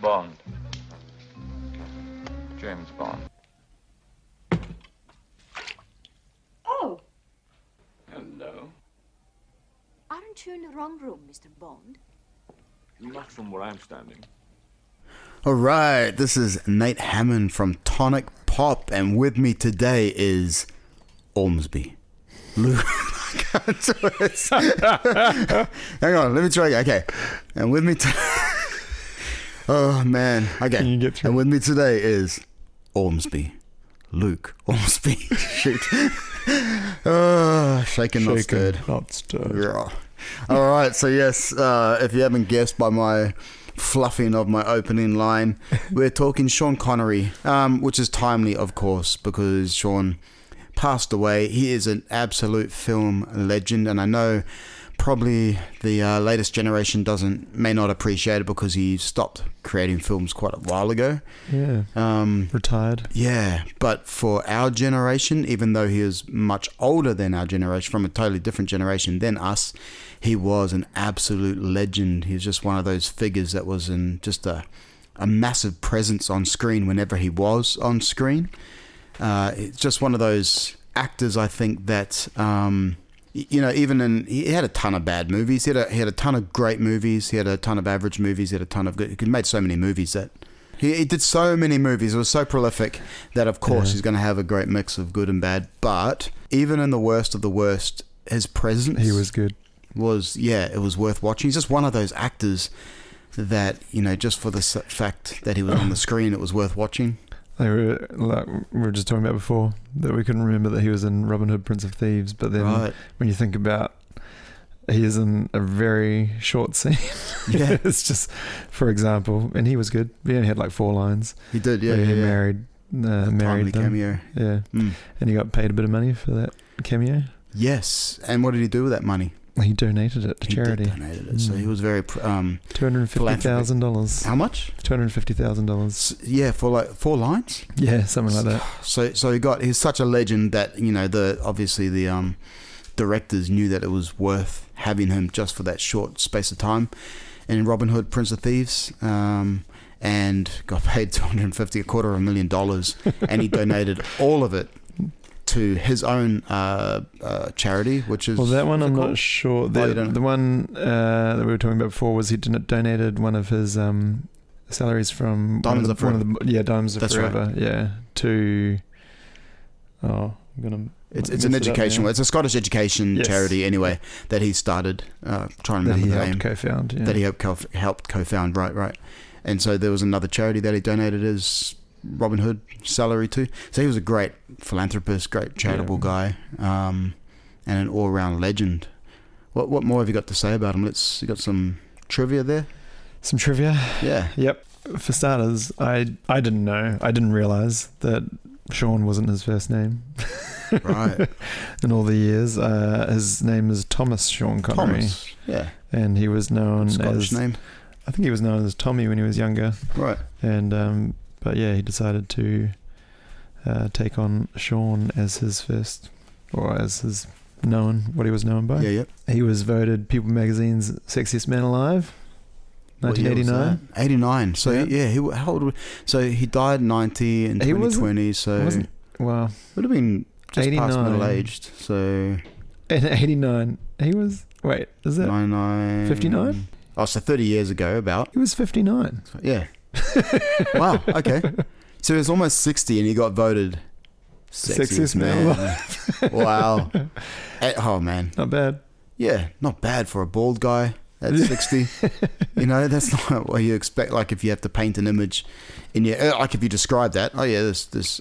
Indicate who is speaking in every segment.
Speaker 1: Bond. James Bond.
Speaker 2: Oh,
Speaker 3: Hello.
Speaker 2: aren't you in the wrong room, Mr. Bond?
Speaker 3: Not from where I'm standing.
Speaker 4: All right, this is Nate Hammond from Tonic Pop, and with me today is Ormsby. Lou. I can't do it. Hang on, let me try again. Okay, and with me. To- oh man. Okay.
Speaker 5: Can you get through?
Speaker 4: And with me today is Ormsby, Luke Ormsby. Shoot. oh, shaken, not stirred.
Speaker 5: Not stirred.
Speaker 4: Yeah. All right. So yes, uh, if you haven't guessed by my fluffing of my opening line, we're talking Sean Connery, um, which is timely, of course, because Sean passed away. He is an absolute film legend, and I know probably the uh, latest generation doesn't may not appreciate it because he stopped creating films quite a while ago.
Speaker 5: Yeah.
Speaker 4: Um,
Speaker 5: Retired.
Speaker 4: yeah, but for our generation, even though he is much older than our generation, from a totally different generation than us, he was an absolute legend. He was just one of those figures that was in just a a massive presence on screen whenever he was on screen. Uh, it's just one of those actors, I think that. Um, y- you know, even in he had a ton of bad movies. He had a, he had a ton of great movies. He had a ton of average movies. He had a ton of good. He made so many movies that he, he did so many movies. It was so prolific that, of course,
Speaker 5: Yeah.
Speaker 4: he's going to have a great mix of good and bad. But even in the worst of the worst, his presence
Speaker 5: He was good.
Speaker 4: was yeah, it was worth watching. He's just one of those actors that you know, just for the s- fact that he was on the screen, it was worth watching.
Speaker 5: They were like we were just talking about before that we couldn't remember that he was in Robin Hood, Prince of Thieves, but then
Speaker 4: right?
Speaker 5: when you think about he is in a very short scene.
Speaker 4: Yeah,
Speaker 5: it's just, for example, and he was good. He only had like four lines.
Speaker 4: he did. Yeah,
Speaker 5: But he
Speaker 4: yeah, yeah.
Speaker 5: married, uh,
Speaker 4: A timely
Speaker 5: married them.
Speaker 4: cameo.
Speaker 5: Yeah,
Speaker 4: Mm.
Speaker 5: and he got paid a bit of money for that cameo.
Speaker 4: Yes, and what did he do with that money?
Speaker 5: He donated it to
Speaker 4: He did
Speaker 5: charity.
Speaker 4: donate it. So
Speaker 5: Mm.
Speaker 4: he was very. pr- Um,
Speaker 5: Two hundred fifty thousand dollars.
Speaker 4: how much?
Speaker 5: Two hundred fifty thousand dollars.
Speaker 4: S- yeah, for like four lines.
Speaker 5: Yeah, something like that.
Speaker 4: So so he got he's such a legend that you know the obviously the um directors knew that it was worth having him just for that short space of time. And in Robin Hood, Prince of Thieves, um, and got paid two hundred and fifty a quarter of a million dollars, and he donated all of it to his own uh, uh, charity, which is
Speaker 5: Well, that one
Speaker 4: what's it
Speaker 5: I'm
Speaker 4: called?
Speaker 5: not sure.
Speaker 4: Oh,
Speaker 5: The,
Speaker 4: you don't know.
Speaker 5: the one uh, that we were talking about before was he don- donated one of his um, salaries from
Speaker 4: Diamonds
Speaker 5: one of the,
Speaker 4: Are
Speaker 5: One of the, yeah, Diamonds Are
Speaker 4: That's right.
Speaker 5: Forever. Yeah, to oh, I'm gonna.
Speaker 4: It's,
Speaker 5: I
Speaker 4: it's an
Speaker 5: messed it up
Speaker 4: education.
Speaker 5: now.
Speaker 4: It's a Scottish education
Speaker 5: Yes.
Speaker 4: charity, anyway, that he started. Uh, trying to
Speaker 5: that
Speaker 4: remember
Speaker 5: he
Speaker 4: the name.
Speaker 5: helped co-found. Yeah.
Speaker 4: that he helped co- helped co-found. Right, right. And so there was another charity that he donated his Robin Hood salary to. So he was a great philanthropist, great charitable guy, um, and an all-round legend. What what more have you got to say about him? Let's you got some trivia there.
Speaker 5: Some trivia.
Speaker 4: Yeah.
Speaker 5: Yep. For starters, I I didn't know. I didn't realize that Sean wasn't his first name.
Speaker 4: Right.
Speaker 5: In all the years, uh, his name is Thomas Sean Connery,
Speaker 4: Thomas. Yeah.
Speaker 5: and he was known
Speaker 4: Scottish
Speaker 5: as
Speaker 4: name.
Speaker 5: I think he was known as Tommy when he was younger.
Speaker 4: Right.
Speaker 5: And um, but yeah, he decided to uh, take on Sean as his first, or as his known what he was known by.
Speaker 4: Yeah. Yep.
Speaker 5: He was voted People Magazine's sexiest man alive,
Speaker 4: What year was
Speaker 5: 1989.
Speaker 4: that? 89. So
Speaker 5: Yeah.
Speaker 4: yeah, he wa- how old? were- So he died 90 in
Speaker 5: He wasn't-
Speaker 4: 2020. So
Speaker 5: Wasn't wow.
Speaker 4: would have been just past
Speaker 5: 89.
Speaker 4: middle aged. So
Speaker 5: In 89, he was wait, is that
Speaker 4: 99
Speaker 5: 59?
Speaker 4: Oh, so 30 years ago, about.
Speaker 5: he was 59?
Speaker 4: Yeah. wow. Okay. So he was almost 60 and he got voted
Speaker 5: Sexiest man
Speaker 4: wow. Eh, oh, man.
Speaker 5: Not bad.
Speaker 4: Yeah. Not bad for a bald guy at 60. you know, that's not what you expect. Like, if you have to paint an image in your. eh, Like, if you describe that, oh, yeah, this, this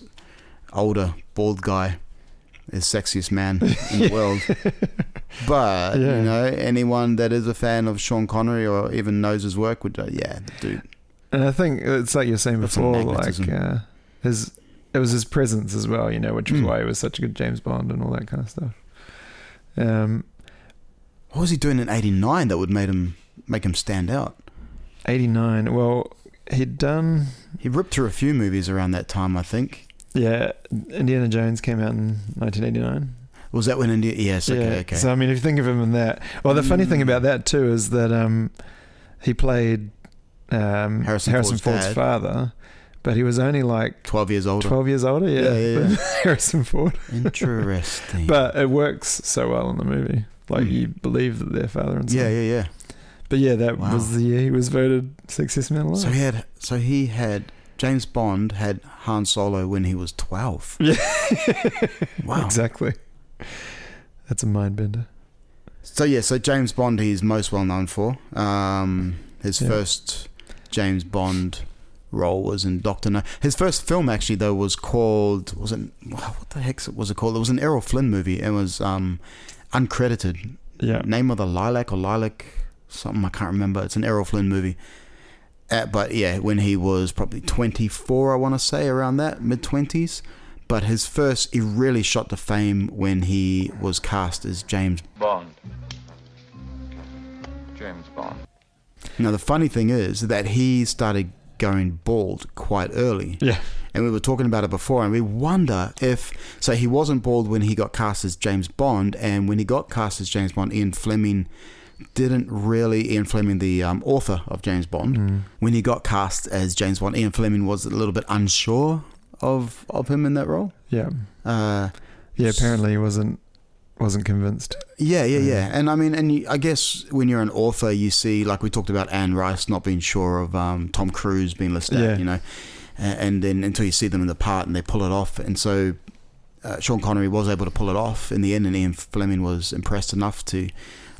Speaker 4: older bald guy is sexiest man in the world. But
Speaker 5: Yeah.
Speaker 4: you know, anyone that is a fan of Sean Connery or even knows his work would, uh, yeah, the dude.
Speaker 5: And I think it's like you're saying
Speaker 4: That's some
Speaker 5: before, like
Speaker 4: magnetism.
Speaker 5: uh, his it was his presence as well, you know, which is
Speaker 4: Mm.
Speaker 5: why he was such a good James Bond and all that kind of stuff. Um,
Speaker 4: What was he doing in '89 that would made him make him stand out?
Speaker 5: 89. Well, he'd done
Speaker 4: He ripped through a few movies around that time, I think.
Speaker 5: yeah. Indiana Jones came out in 1989.
Speaker 4: Was that when India? Yes, okay,
Speaker 5: yeah.
Speaker 4: okay.
Speaker 5: So I mean, if you think of him in that, well, the funny thing
Speaker 4: Mm.
Speaker 5: about that too is that um, he played um,
Speaker 4: Harrison
Speaker 5: Harrison,
Speaker 4: Ford's
Speaker 5: Ford's,
Speaker 4: dad.
Speaker 5: father, but he was only like
Speaker 4: 12 years older.
Speaker 5: 12 years older. Yeah,
Speaker 4: Yeah, yeah,
Speaker 5: than
Speaker 4: yeah.
Speaker 5: Harrison Ford.
Speaker 4: Interesting.
Speaker 5: But it works so well in the movie. Like
Speaker 4: Hmm.
Speaker 5: you believe that they're father and son.
Speaker 4: yeah, yeah, yeah.
Speaker 5: But yeah, that
Speaker 4: Wow.
Speaker 5: was the year he was voted sexiest man alive.
Speaker 4: So he had, so he had, James Bond had Han Solo when he was 12. Wow.
Speaker 5: Exactly. That's a mind bender.
Speaker 4: So yeah, so James Bond he's most well known for. Um, his
Speaker 5: Yeah.
Speaker 4: first James Bond role was in Doctor No. His first film actually though was called was it what the heck was it called? It was an Errol Flynn movie. It was um, uncredited.
Speaker 5: Yeah.
Speaker 4: Name of the Lilac or Lilac something I can't remember. It's an Errol Flynn movie. Uh, but yeah, when he was probably 24, I want to say around that mid 20s. But his first, he really shot to fame when he was cast as James
Speaker 1: Bond. James Bond.
Speaker 4: Now, the funny thing is that he started going bald quite early.
Speaker 5: Yeah.
Speaker 4: And we were talking about it before, and we wonder if. So, he wasn't bald when he got cast as James Bond, and when he got cast as James Bond, Ian Fleming didn't really. Ian Fleming, the um, author of James Bond,
Speaker 5: Hmm. Mm.
Speaker 4: when he got cast as James Bond, Ian Fleming was a little bit unsure of, of him in that role.
Speaker 5: Yeah.
Speaker 4: Uh,
Speaker 5: Yeah, apparently he wasn't wasn't convinced.
Speaker 4: Yeah, yeah,
Speaker 5: Yeah.
Speaker 4: yeah. And I mean, and you, I guess when you're an author, you see, like we talked about Anne Rice not being sure of um, Tom Cruise being listed,
Speaker 5: Yeah.
Speaker 4: out, you know, A- and then until you see them in the part and they pull it off. And so uh, Sean Connery was able to pull it off in the end, and Ian Fleming was impressed enough to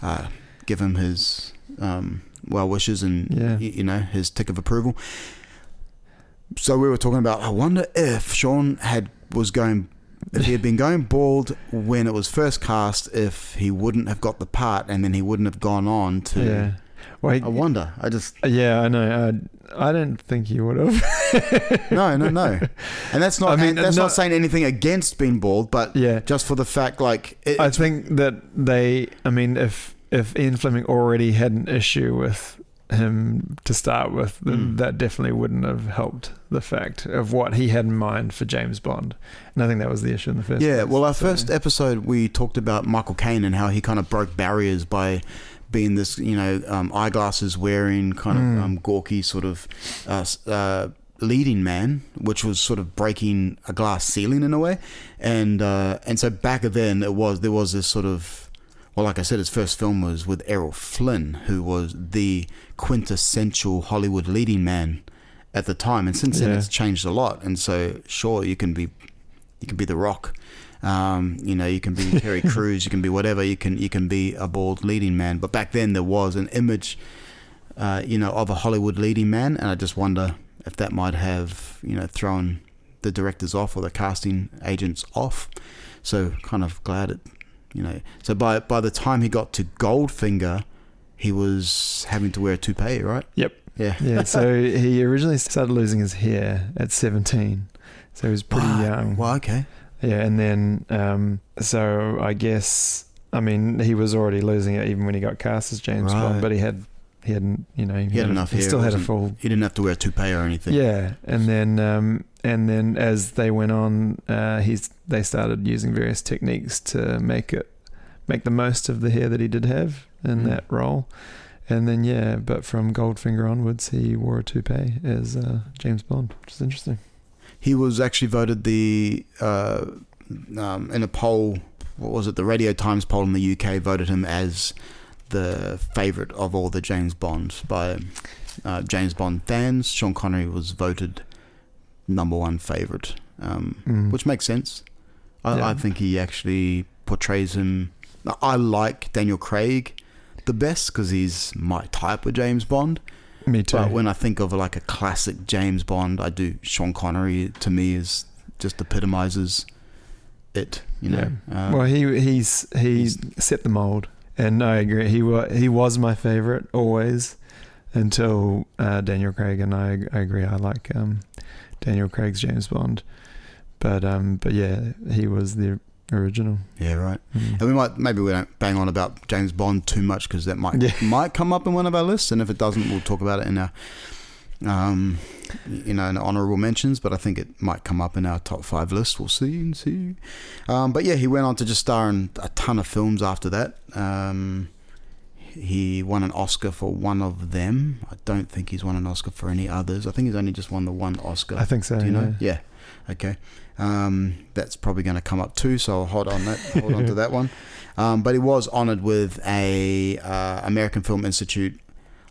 Speaker 4: uh, give him his um, well wishes and,
Speaker 5: Yeah.
Speaker 4: y- you know, his tick of approval. So we were talking about, I wonder if Sean had was going if he had been going bald when it was first cast, if he wouldn't have got the part, and then he wouldn't have gone on to.
Speaker 5: Yeah. Well, he-
Speaker 4: I wonder. I just
Speaker 5: yeah, I know. I, I don't think he would have.
Speaker 4: no, no, no. And that's not.
Speaker 5: I mean,
Speaker 4: and that's
Speaker 5: no-
Speaker 4: not saying anything against being bald, but
Speaker 5: yeah.
Speaker 4: just for the fact, like, it,
Speaker 5: I think that they I mean if if Ian Fleming already had an issue with him to start with, then
Speaker 4: Mm.
Speaker 5: that definitely wouldn't have helped the fact of what he had in mind for James Bond. And I think that was the issue in the first
Speaker 4: yeah.
Speaker 5: place,
Speaker 4: Well, our
Speaker 5: so-
Speaker 4: first episode we talked about Michael Caine and how he kind of broke barriers by being this, you know, um, eyeglasses wearing kind
Speaker 5: Mm.
Speaker 4: of um, gawky sort of. Uh, s- uh, leading man which was sort of breaking a glass ceiling in a way and uh, and so back then it was there was this sort of well like I said his first film was with Errol Flynn who was the quintessential Hollywood leading man at the time and since then
Speaker 5: Yeah.
Speaker 4: it's changed a lot and so sure you can be you can be The Rock um, you know you can be Terry Crews you can be whatever you can you can be a bald leading man but back then there was an image uh, you know of a Hollywood leading man and I just wonder if that might have you know thrown the directors off or the casting agents off. So kind of glad it, you know. So by by the time he got to Goldfinger, he was having to wear a toupee, right?
Speaker 5: Yep.
Speaker 4: Yeah.
Speaker 5: Yeah, so he originally started losing his hair at 17. So he was pretty um,
Speaker 4: Wow.
Speaker 5: young.
Speaker 4: Well, okay.
Speaker 5: Yeah, and then um, so I guess I mean he was already losing it even when he got cast as James Bond,
Speaker 4: Right.
Speaker 5: but he had he hadn't you know he,
Speaker 4: had enough
Speaker 5: He
Speaker 4: hair,
Speaker 5: still had a
Speaker 4: wasn't-
Speaker 5: full
Speaker 4: He didn't have to wear a toupee or anything.
Speaker 5: yeah, and then um, and then as they went on, uh, he's they started using various techniques to make it make the most of the hair that he did have in
Speaker 4: Mm.
Speaker 5: that role. And then yeah, but from Goldfinger onwards, he wore a toupee as uh, James Bond, which is interesting.
Speaker 4: He was actually voted the uh, um, in a poll. What was it? The Radio Times poll in the UK voted him as the favourite of all the James Bonds by uh, James Bond fans. Sean Connery was voted number one favourite, um,
Speaker 5: Mm.
Speaker 4: which makes sense. I,
Speaker 5: Yeah.
Speaker 4: I think he actually portrays him. I like Daniel Craig the best because he's my type of James Bond.
Speaker 5: Me too.
Speaker 4: But when I think of like a classic James Bond, I do Sean Connery to me is just epitomizes it, you know. Uh,
Speaker 5: well, he he's he
Speaker 4: he's-
Speaker 5: set the mold, and I agree. He was he was my favorite always, until uh, Daniel Craig, and I, I agree. I like um, Daniel Craig's James Bond, but um, but yeah, he was the original.
Speaker 4: yeah, right.
Speaker 5: Mm.
Speaker 4: And we might maybe we don't bang on about James Bond too much because that might
Speaker 5: Yeah.
Speaker 4: might come up in one of our lists, and if it doesn't, we'll talk about it in our um, you know, in honorable mentions. But I think it might come up in our top five list. We'll see and see. Um, but yeah, he went on to just star in a ton of films after that. Um, He won an Oscar for one of them. I don't think he's won an Oscar for any others. I think he's only just won the one Oscar.
Speaker 5: I think so.
Speaker 4: Do you know? Yeah.
Speaker 5: yeah.
Speaker 4: Okay. Um, that's probably going to come up too, so I'll hold on that. Hold on to that one. Um, but he was honoured with a uh, American Film Institute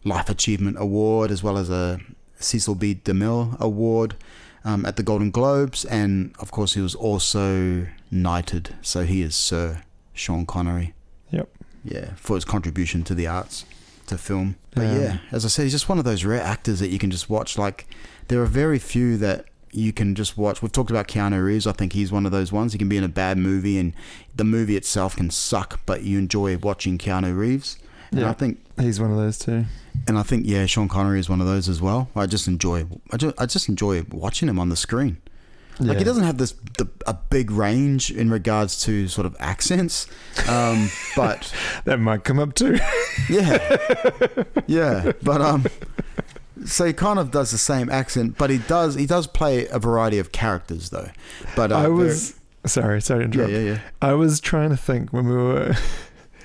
Speaker 4: Life Achievement Award, as well as a Cecil B. DeMille Award um, at the Golden Globes, and of course he was also knighted. So he is Sir Sean Connery.
Speaker 5: Yep.
Speaker 4: Yeah, for his contribution to the arts, to film. But
Speaker 5: Yeah.
Speaker 4: yeah, as I said, he's just one of those rare actors that you can just watch. Like there are very few that you can just watch. We've talked about Keanu Reeves. I think he's one of those ones. He can be in a bad movie, and the movie itself can suck, but you enjoy watching Keanu Reeves. And
Speaker 5: Yeah.
Speaker 4: I think,
Speaker 5: He's one of those too.
Speaker 4: and I think, yeah, Sean Connery is one of those as well. I just enjoy, I just, I just enjoy watching him on the screen. Like he
Speaker 5: Yeah.
Speaker 4: doesn't have this the, a big range in regards to sort of accents, um, but
Speaker 5: That might come up too.
Speaker 4: yeah, yeah. But um, so he kind of does the same accent, but he does he does play a variety of characters though. But uh,
Speaker 5: I
Speaker 4: they're-
Speaker 5: was sorry, sorry to
Speaker 4: yeah,
Speaker 5: interrupt.
Speaker 4: yeah, yeah,
Speaker 5: I was trying to think when we were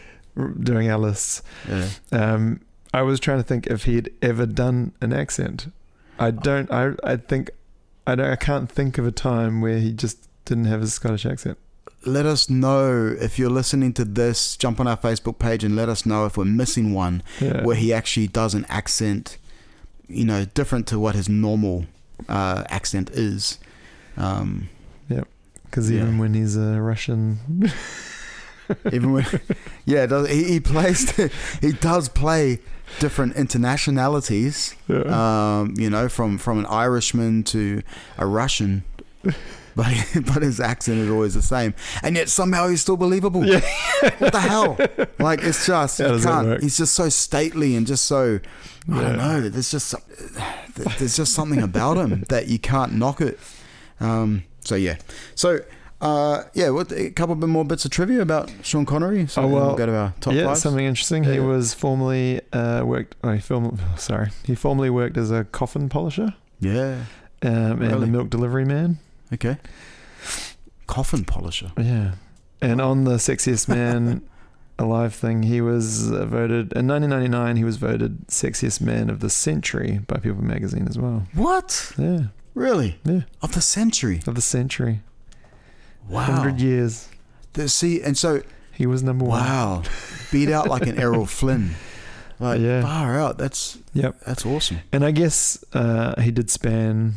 Speaker 5: doing our lists.
Speaker 4: yeah.
Speaker 5: Um, I was trying to think if he'd ever done an accent. I don't. I I think I don't, I can't think of a time where he just didn't have his Scottish accent.
Speaker 4: Let us know if you're listening to this. Jump on our Facebook page and let us know if we're missing one
Speaker 5: Yeah.
Speaker 4: where he actually does an accent, you know, different to what his normal uh, accent is. Um,
Speaker 5: Because
Speaker 4: Yeah.
Speaker 5: even when he's a Russian,
Speaker 4: even when yeah it does, he, he plays he does play different internationalities
Speaker 5: yeah.
Speaker 4: um you know from from an irishman to a russian but but his accent is always the same and yet somehow he's still believable
Speaker 5: Yeah.
Speaker 4: what the hell like it's just
Speaker 5: How
Speaker 4: you
Speaker 5: does that
Speaker 4: can't
Speaker 5: work?
Speaker 4: he's just so stately and just so i
Speaker 5: Yeah.
Speaker 4: don't know there's just some- there's just something about him that you can't knock it um so yeah so uh, yeah, what, a couple bit more bits of trivia about Sean Connery. So
Speaker 5: Oh,
Speaker 4: we'll,
Speaker 5: well,
Speaker 4: go to our top
Speaker 5: yeah,
Speaker 4: fives.
Speaker 5: something interesting.
Speaker 4: Yeah,
Speaker 5: he
Speaker 4: yeah.
Speaker 5: was formerly uh, worked. Oh, he form, sorry, he formerly worked as a coffin polisher
Speaker 4: Yeah.
Speaker 5: um, and
Speaker 4: Really?
Speaker 5: a milk delivery man.
Speaker 4: Okay. Coffin polisher.
Speaker 5: Yeah, and on the sexiest man alive thing, he was uh, voted in 1999. He was voted sexiest man of the century by People Magazine as well.
Speaker 4: What?
Speaker 5: Yeah,
Speaker 4: Really?
Speaker 5: Yeah.
Speaker 4: Of the century.
Speaker 5: of the century,
Speaker 4: Wow.
Speaker 5: hundred years.
Speaker 4: The- see, and so
Speaker 5: He was number one.
Speaker 4: wow, beat out like an Errol Flynn. Like
Speaker 5: Yeah.
Speaker 4: far out. That's
Speaker 5: Yep.
Speaker 4: That's awesome.
Speaker 5: And I guess uh, he did span,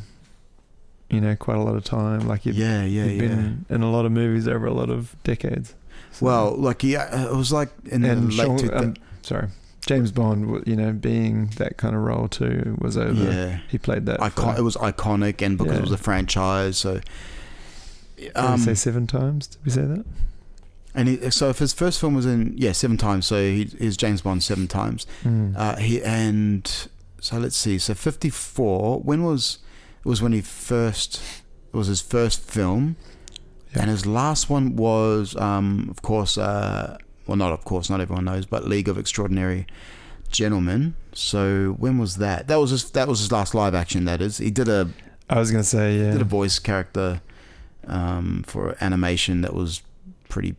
Speaker 5: you know, quite a lot of time. Like he
Speaker 4: yeah, yeah,
Speaker 5: He'd
Speaker 4: yeah.
Speaker 5: been in a lot of movies over a lot of decades. So-
Speaker 4: well, like yeah, it was like in the
Speaker 5: and
Speaker 4: late
Speaker 5: Sean,
Speaker 4: 2000s.
Speaker 5: um, sorry, James Bond, w- you know, being that kind of role too was over.
Speaker 4: yeah.
Speaker 5: He played that. for-
Speaker 4: Icon- it was iconic, and because
Speaker 5: Yeah.
Speaker 4: it was a franchise, so.
Speaker 5: did
Speaker 4: um,
Speaker 5: we say seven times? Did we say that?
Speaker 4: uh, And he, so, if his first film was in yeah seven times, so he is James Bond seven times.
Speaker 5: Mm.
Speaker 4: Uh, he and so let's see, so fifty four. When was was when he first it was his first film,
Speaker 5: Yeah.
Speaker 4: and his last one was um, of course uh, well not of course not everyone knows, but League of Extraordinary Gentlemen. So when was that? That was his, that was his last live action. That is, he did a
Speaker 5: I was gonna say yeah.
Speaker 4: did a voice character um, for animation that was pretty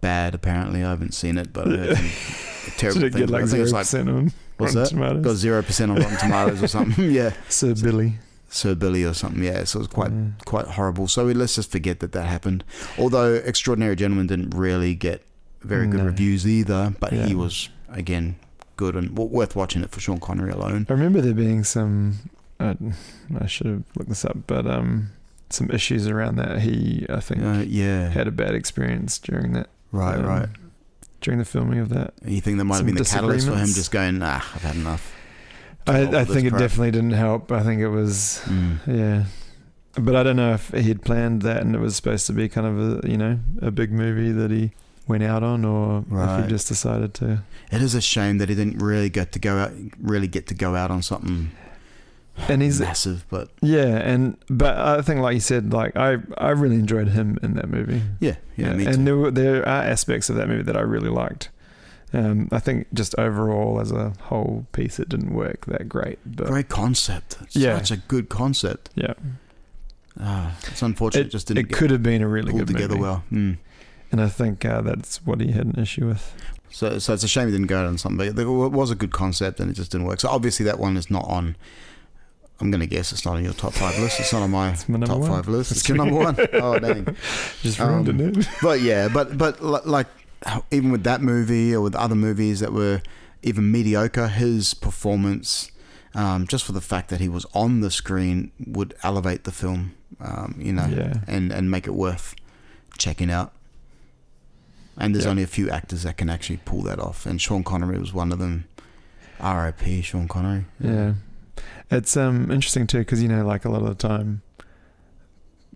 Speaker 4: bad. Apparently, I haven't seen it, but I heard some terrible
Speaker 5: Did it
Speaker 4: thing.
Speaker 5: get like
Speaker 4: I think
Speaker 5: zero
Speaker 4: it's like
Speaker 5: percent on
Speaker 4: what's
Speaker 5: Rotten
Speaker 4: that?
Speaker 5: Tomatoes?
Speaker 4: Got zero percent on Rotten Tomatoes or something. yeah,
Speaker 5: Sir Billy.
Speaker 4: Sir Billy or something. Yeah, so it was quite
Speaker 5: Yeah.
Speaker 4: quite horrible. So we, let's just forget that that happened. Although Extraordinary Gentleman didn't really get very good
Speaker 5: No.
Speaker 4: reviews either, but he
Speaker 5: Yeah.
Speaker 4: was again good and w- worth watching it for Sean Connery alone.
Speaker 5: I remember there being some. I, I should have looked this up, but um, some issues around that. He, I think,
Speaker 4: Uh, yeah,
Speaker 5: had a bad experience during that.
Speaker 4: right,
Speaker 5: um,
Speaker 4: right.
Speaker 5: During the filming of that.
Speaker 4: You think that might have
Speaker 5: some
Speaker 4: been the catalyst for him
Speaker 5: disagreements.
Speaker 4: just going, nah, I've had enough. All
Speaker 5: I, I
Speaker 4: this
Speaker 5: think it
Speaker 4: crap."
Speaker 5: definitely didn't help. I think it was,
Speaker 4: Mm.
Speaker 5: yeah. But I don't know if he'd planned that and it was supposed to be kind of a, you know, a big movie that he went out on or if
Speaker 4: Right.
Speaker 5: he just decided to.
Speaker 4: It is a shame that he didn't really get to go out, really get to go out on something
Speaker 5: And he's,
Speaker 4: massive. But
Speaker 5: yeah. And, but I think, like you said, like I, I really enjoyed him in that movie.
Speaker 4: yeah, yeah, me
Speaker 5: and
Speaker 4: too.
Speaker 5: there were, there are aspects of that movie that I really liked. Um, I think just overall as a whole piece, it didn't work that great. But
Speaker 4: Great concept. It's
Speaker 5: Yeah.
Speaker 4: such a good concept.
Speaker 5: Yeah.
Speaker 4: Ah, it's unfortunate it just didn't
Speaker 5: it
Speaker 4: get
Speaker 5: could have been a really
Speaker 4: pulled
Speaker 5: good
Speaker 4: together
Speaker 5: movie.
Speaker 4: well. Mm.
Speaker 5: And I think uh, that's what he had an issue with.
Speaker 4: So, so it's a shame it didn't go out on something. But it was a good concept, and it just didn't work. So obviously that one is not on. I'm going to guess it's not on your top five list. It's not on my,
Speaker 5: my number
Speaker 4: top
Speaker 5: one.
Speaker 4: five list.
Speaker 5: That's
Speaker 4: It's your number one. Oh dang!
Speaker 5: Just ruined
Speaker 4: Um,
Speaker 5: it.
Speaker 4: But yeah, but but li- like even with that movie or with other movies that were even mediocre, his performance, um, just for the fact that he was on the screen, would elevate the film. Um, you know,
Speaker 5: Yeah.
Speaker 4: and and make it worth checking out. And there's
Speaker 5: Yeah.
Speaker 4: only a few actors that can actually pull that off, and Sean Connery was one of them. R.I.P. Sean Connery.
Speaker 5: Yeah, it's um interesting too because you know like a lot of the time,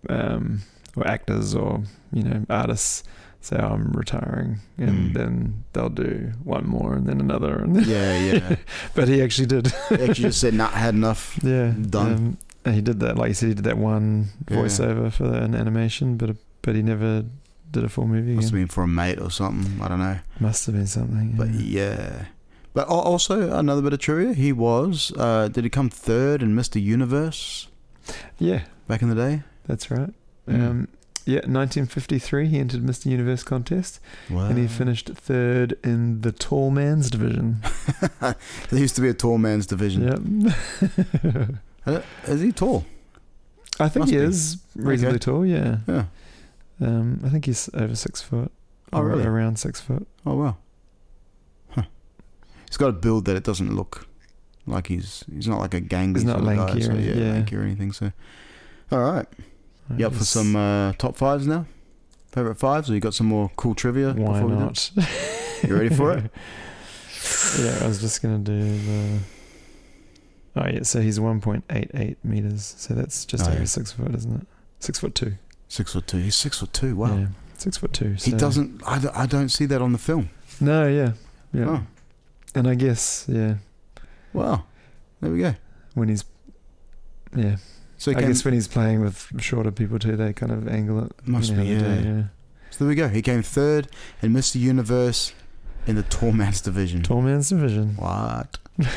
Speaker 5: um, or actors or you know artists say "Oh, I'm retiring and
Speaker 4: Mm.
Speaker 5: then they'll do one more and then another and then,
Speaker 4: yeah, yeah.
Speaker 5: but he actually did.
Speaker 4: They actually just said not had enough.
Speaker 5: Yeah,
Speaker 4: Done.
Speaker 5: Um, and he did that, like you said, he did that one
Speaker 4: Yeah.
Speaker 5: voiceover for an animation, but but he never did a full movie.
Speaker 4: Must have
Speaker 5: Again.
Speaker 4: been for a mate or something. I don't know.
Speaker 5: Must have been something.
Speaker 4: But
Speaker 5: yeah.
Speaker 4: yeah. But al- also another bit of trivia. He was. Uh, did he come third in Mr. Universe
Speaker 5: Yeah,
Speaker 4: back in the day?
Speaker 5: that's right.
Speaker 4: Mm.
Speaker 5: Um, yeah, 1953, he entered Mr. Universe contest,
Speaker 4: Wow.
Speaker 5: and he finished third in the tall man's division.
Speaker 4: There used to be a tall man's division.
Speaker 5: yep.
Speaker 4: Uh, Is he tall?
Speaker 5: I think
Speaker 4: Must
Speaker 5: he
Speaker 4: be.
Speaker 5: is reasonably tall. Yeah.
Speaker 4: Yeah.
Speaker 5: Um, I think he's over six foot.
Speaker 4: Oh,
Speaker 5: or
Speaker 4: really?
Speaker 5: Around six foot.
Speaker 4: Oh wow. Huh. He's got a build that it doesn't look like he's he's not like a gangly.
Speaker 5: He's not
Speaker 4: sort of guy,
Speaker 5: lanky or
Speaker 4: so yeah,
Speaker 5: anything, yeah.
Speaker 4: lanky or anything. So, all right.
Speaker 5: I
Speaker 4: You up for
Speaker 5: just-
Speaker 4: some uh, top fives now? Favorite fives, or you got some more cool trivia?
Speaker 5: Why
Speaker 4: before we do?
Speaker 5: not?
Speaker 4: You ready for it?
Speaker 5: yeah, I was just gonna do the. Oh yeah, so he's one point eight eight meters. So that's just
Speaker 4: Oh,
Speaker 5: over
Speaker 4: yeah.
Speaker 5: six foot, isn't it? Six foot two.
Speaker 4: Six foot two. He's six foot two. Wow.
Speaker 5: Yeah, six foot two.
Speaker 4: He
Speaker 5: so-
Speaker 4: doesn't. I, d- I don't see that on the film.
Speaker 5: No, yeah, yeah.
Speaker 4: Oh,
Speaker 5: And I guess yeah,
Speaker 4: wow. There we go.
Speaker 5: when he's yeah,
Speaker 4: So, he
Speaker 5: I
Speaker 4: came,
Speaker 5: guess when he's playing with shorter people too, they kind of angle it.
Speaker 4: Must
Speaker 5: you know,
Speaker 4: be,
Speaker 5: how they do,
Speaker 4: yeah.
Speaker 5: yeah.
Speaker 4: so there we go. He came third in Mr. Universe in the tall man's division.
Speaker 5: Tall man's division.
Speaker 4: What?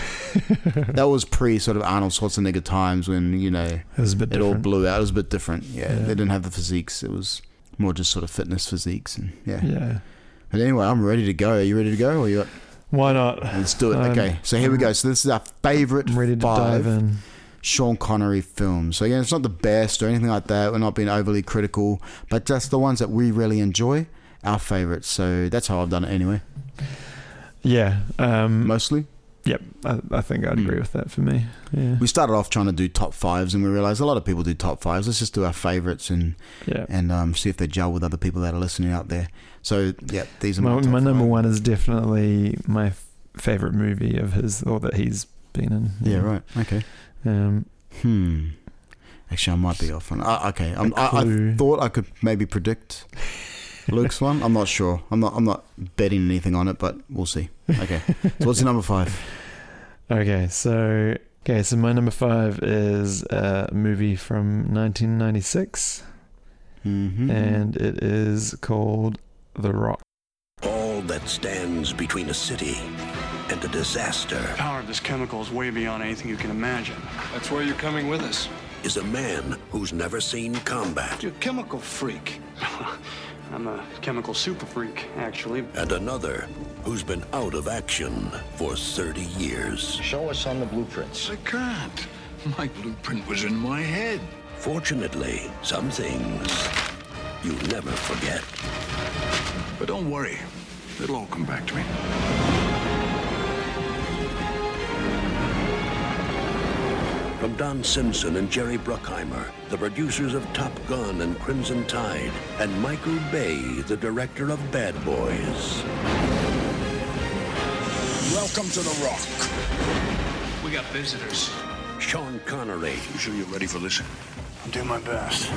Speaker 4: that was pre sort of Arnold Schwarzenegger times when you know
Speaker 5: It was a bit
Speaker 4: it all
Speaker 5: different.
Speaker 4: blew out. It was a bit different. Yeah,
Speaker 5: Yeah.
Speaker 4: they didn't have the physiques. It was more just sort of fitness physiques and yeah.
Speaker 5: yeah.
Speaker 4: But anyway, I'm ready to go. Are you ready to go? Or you? Got,
Speaker 5: Why not?
Speaker 4: let's do it.
Speaker 5: Um,
Speaker 4: okay. So here we go. So this is our favorite
Speaker 5: I'm ready to
Speaker 4: five
Speaker 5: dive in.
Speaker 4: Sean Connery films. So again, it's not the best or anything like that. We're not being overly critical, but just the ones that we really enjoy, our favorites. So that's how I've done it anyway.
Speaker 5: Yeah. Um,
Speaker 4: Mostly,
Speaker 5: Yep, I, I think I'd
Speaker 4: Mm.
Speaker 5: agree with that for me. Yeah,
Speaker 4: we started off trying to do top fives, and we realized a lot of people do top fives. Let's just do our favorites and
Speaker 5: yeah.
Speaker 4: and um, see if they gel with other people that are listening out there. So yeah, these are my,
Speaker 5: My,
Speaker 4: top
Speaker 5: my number
Speaker 4: five.
Speaker 5: one is definitely my f- favorite movie of his, or that he's been in.
Speaker 4: Yeah, right. Okay.
Speaker 5: Um,
Speaker 4: Hmm. Actually, I might be off on. Uh, okay, I'm,
Speaker 5: A
Speaker 4: I, I
Speaker 5: clue.
Speaker 4: thought I could maybe predict Luke's one. I'm not sure. I'm not. I'm not betting anything on it, but we'll see. Okay. So what's your number five?
Speaker 5: okay, so okay, so my number five is a movie from 1996,
Speaker 4: Mm-hmm.
Speaker 5: and it is called The Rock.
Speaker 1: All that stands between a city and a disaster
Speaker 6: The power of this chemical is way beyond anything you can imagine.
Speaker 7: That's where you're coming with us.
Speaker 1: is a man who's never seen combat
Speaker 7: You're a chemical freak.
Speaker 6: I'm a chemical super freak, actually.
Speaker 1: and another who's been out of action for 30 years.
Speaker 8: Show us on the blueprints.
Speaker 7: I can't. My blueprint was in my head.
Speaker 1: Fortunately, some things you never forget.
Speaker 7: But don't worry. It'll all come back to me.
Speaker 1: From Don Simpson and Jerry Bruckheimer, the producers of Top Gun and Crimson Tide, and Michael Bay, the director of Bad Boys.
Speaker 7: Welcome to the Rock. We got visitors.
Speaker 1: Sean Connery,
Speaker 7: You sure you're ready for this?
Speaker 6: I'll do my best.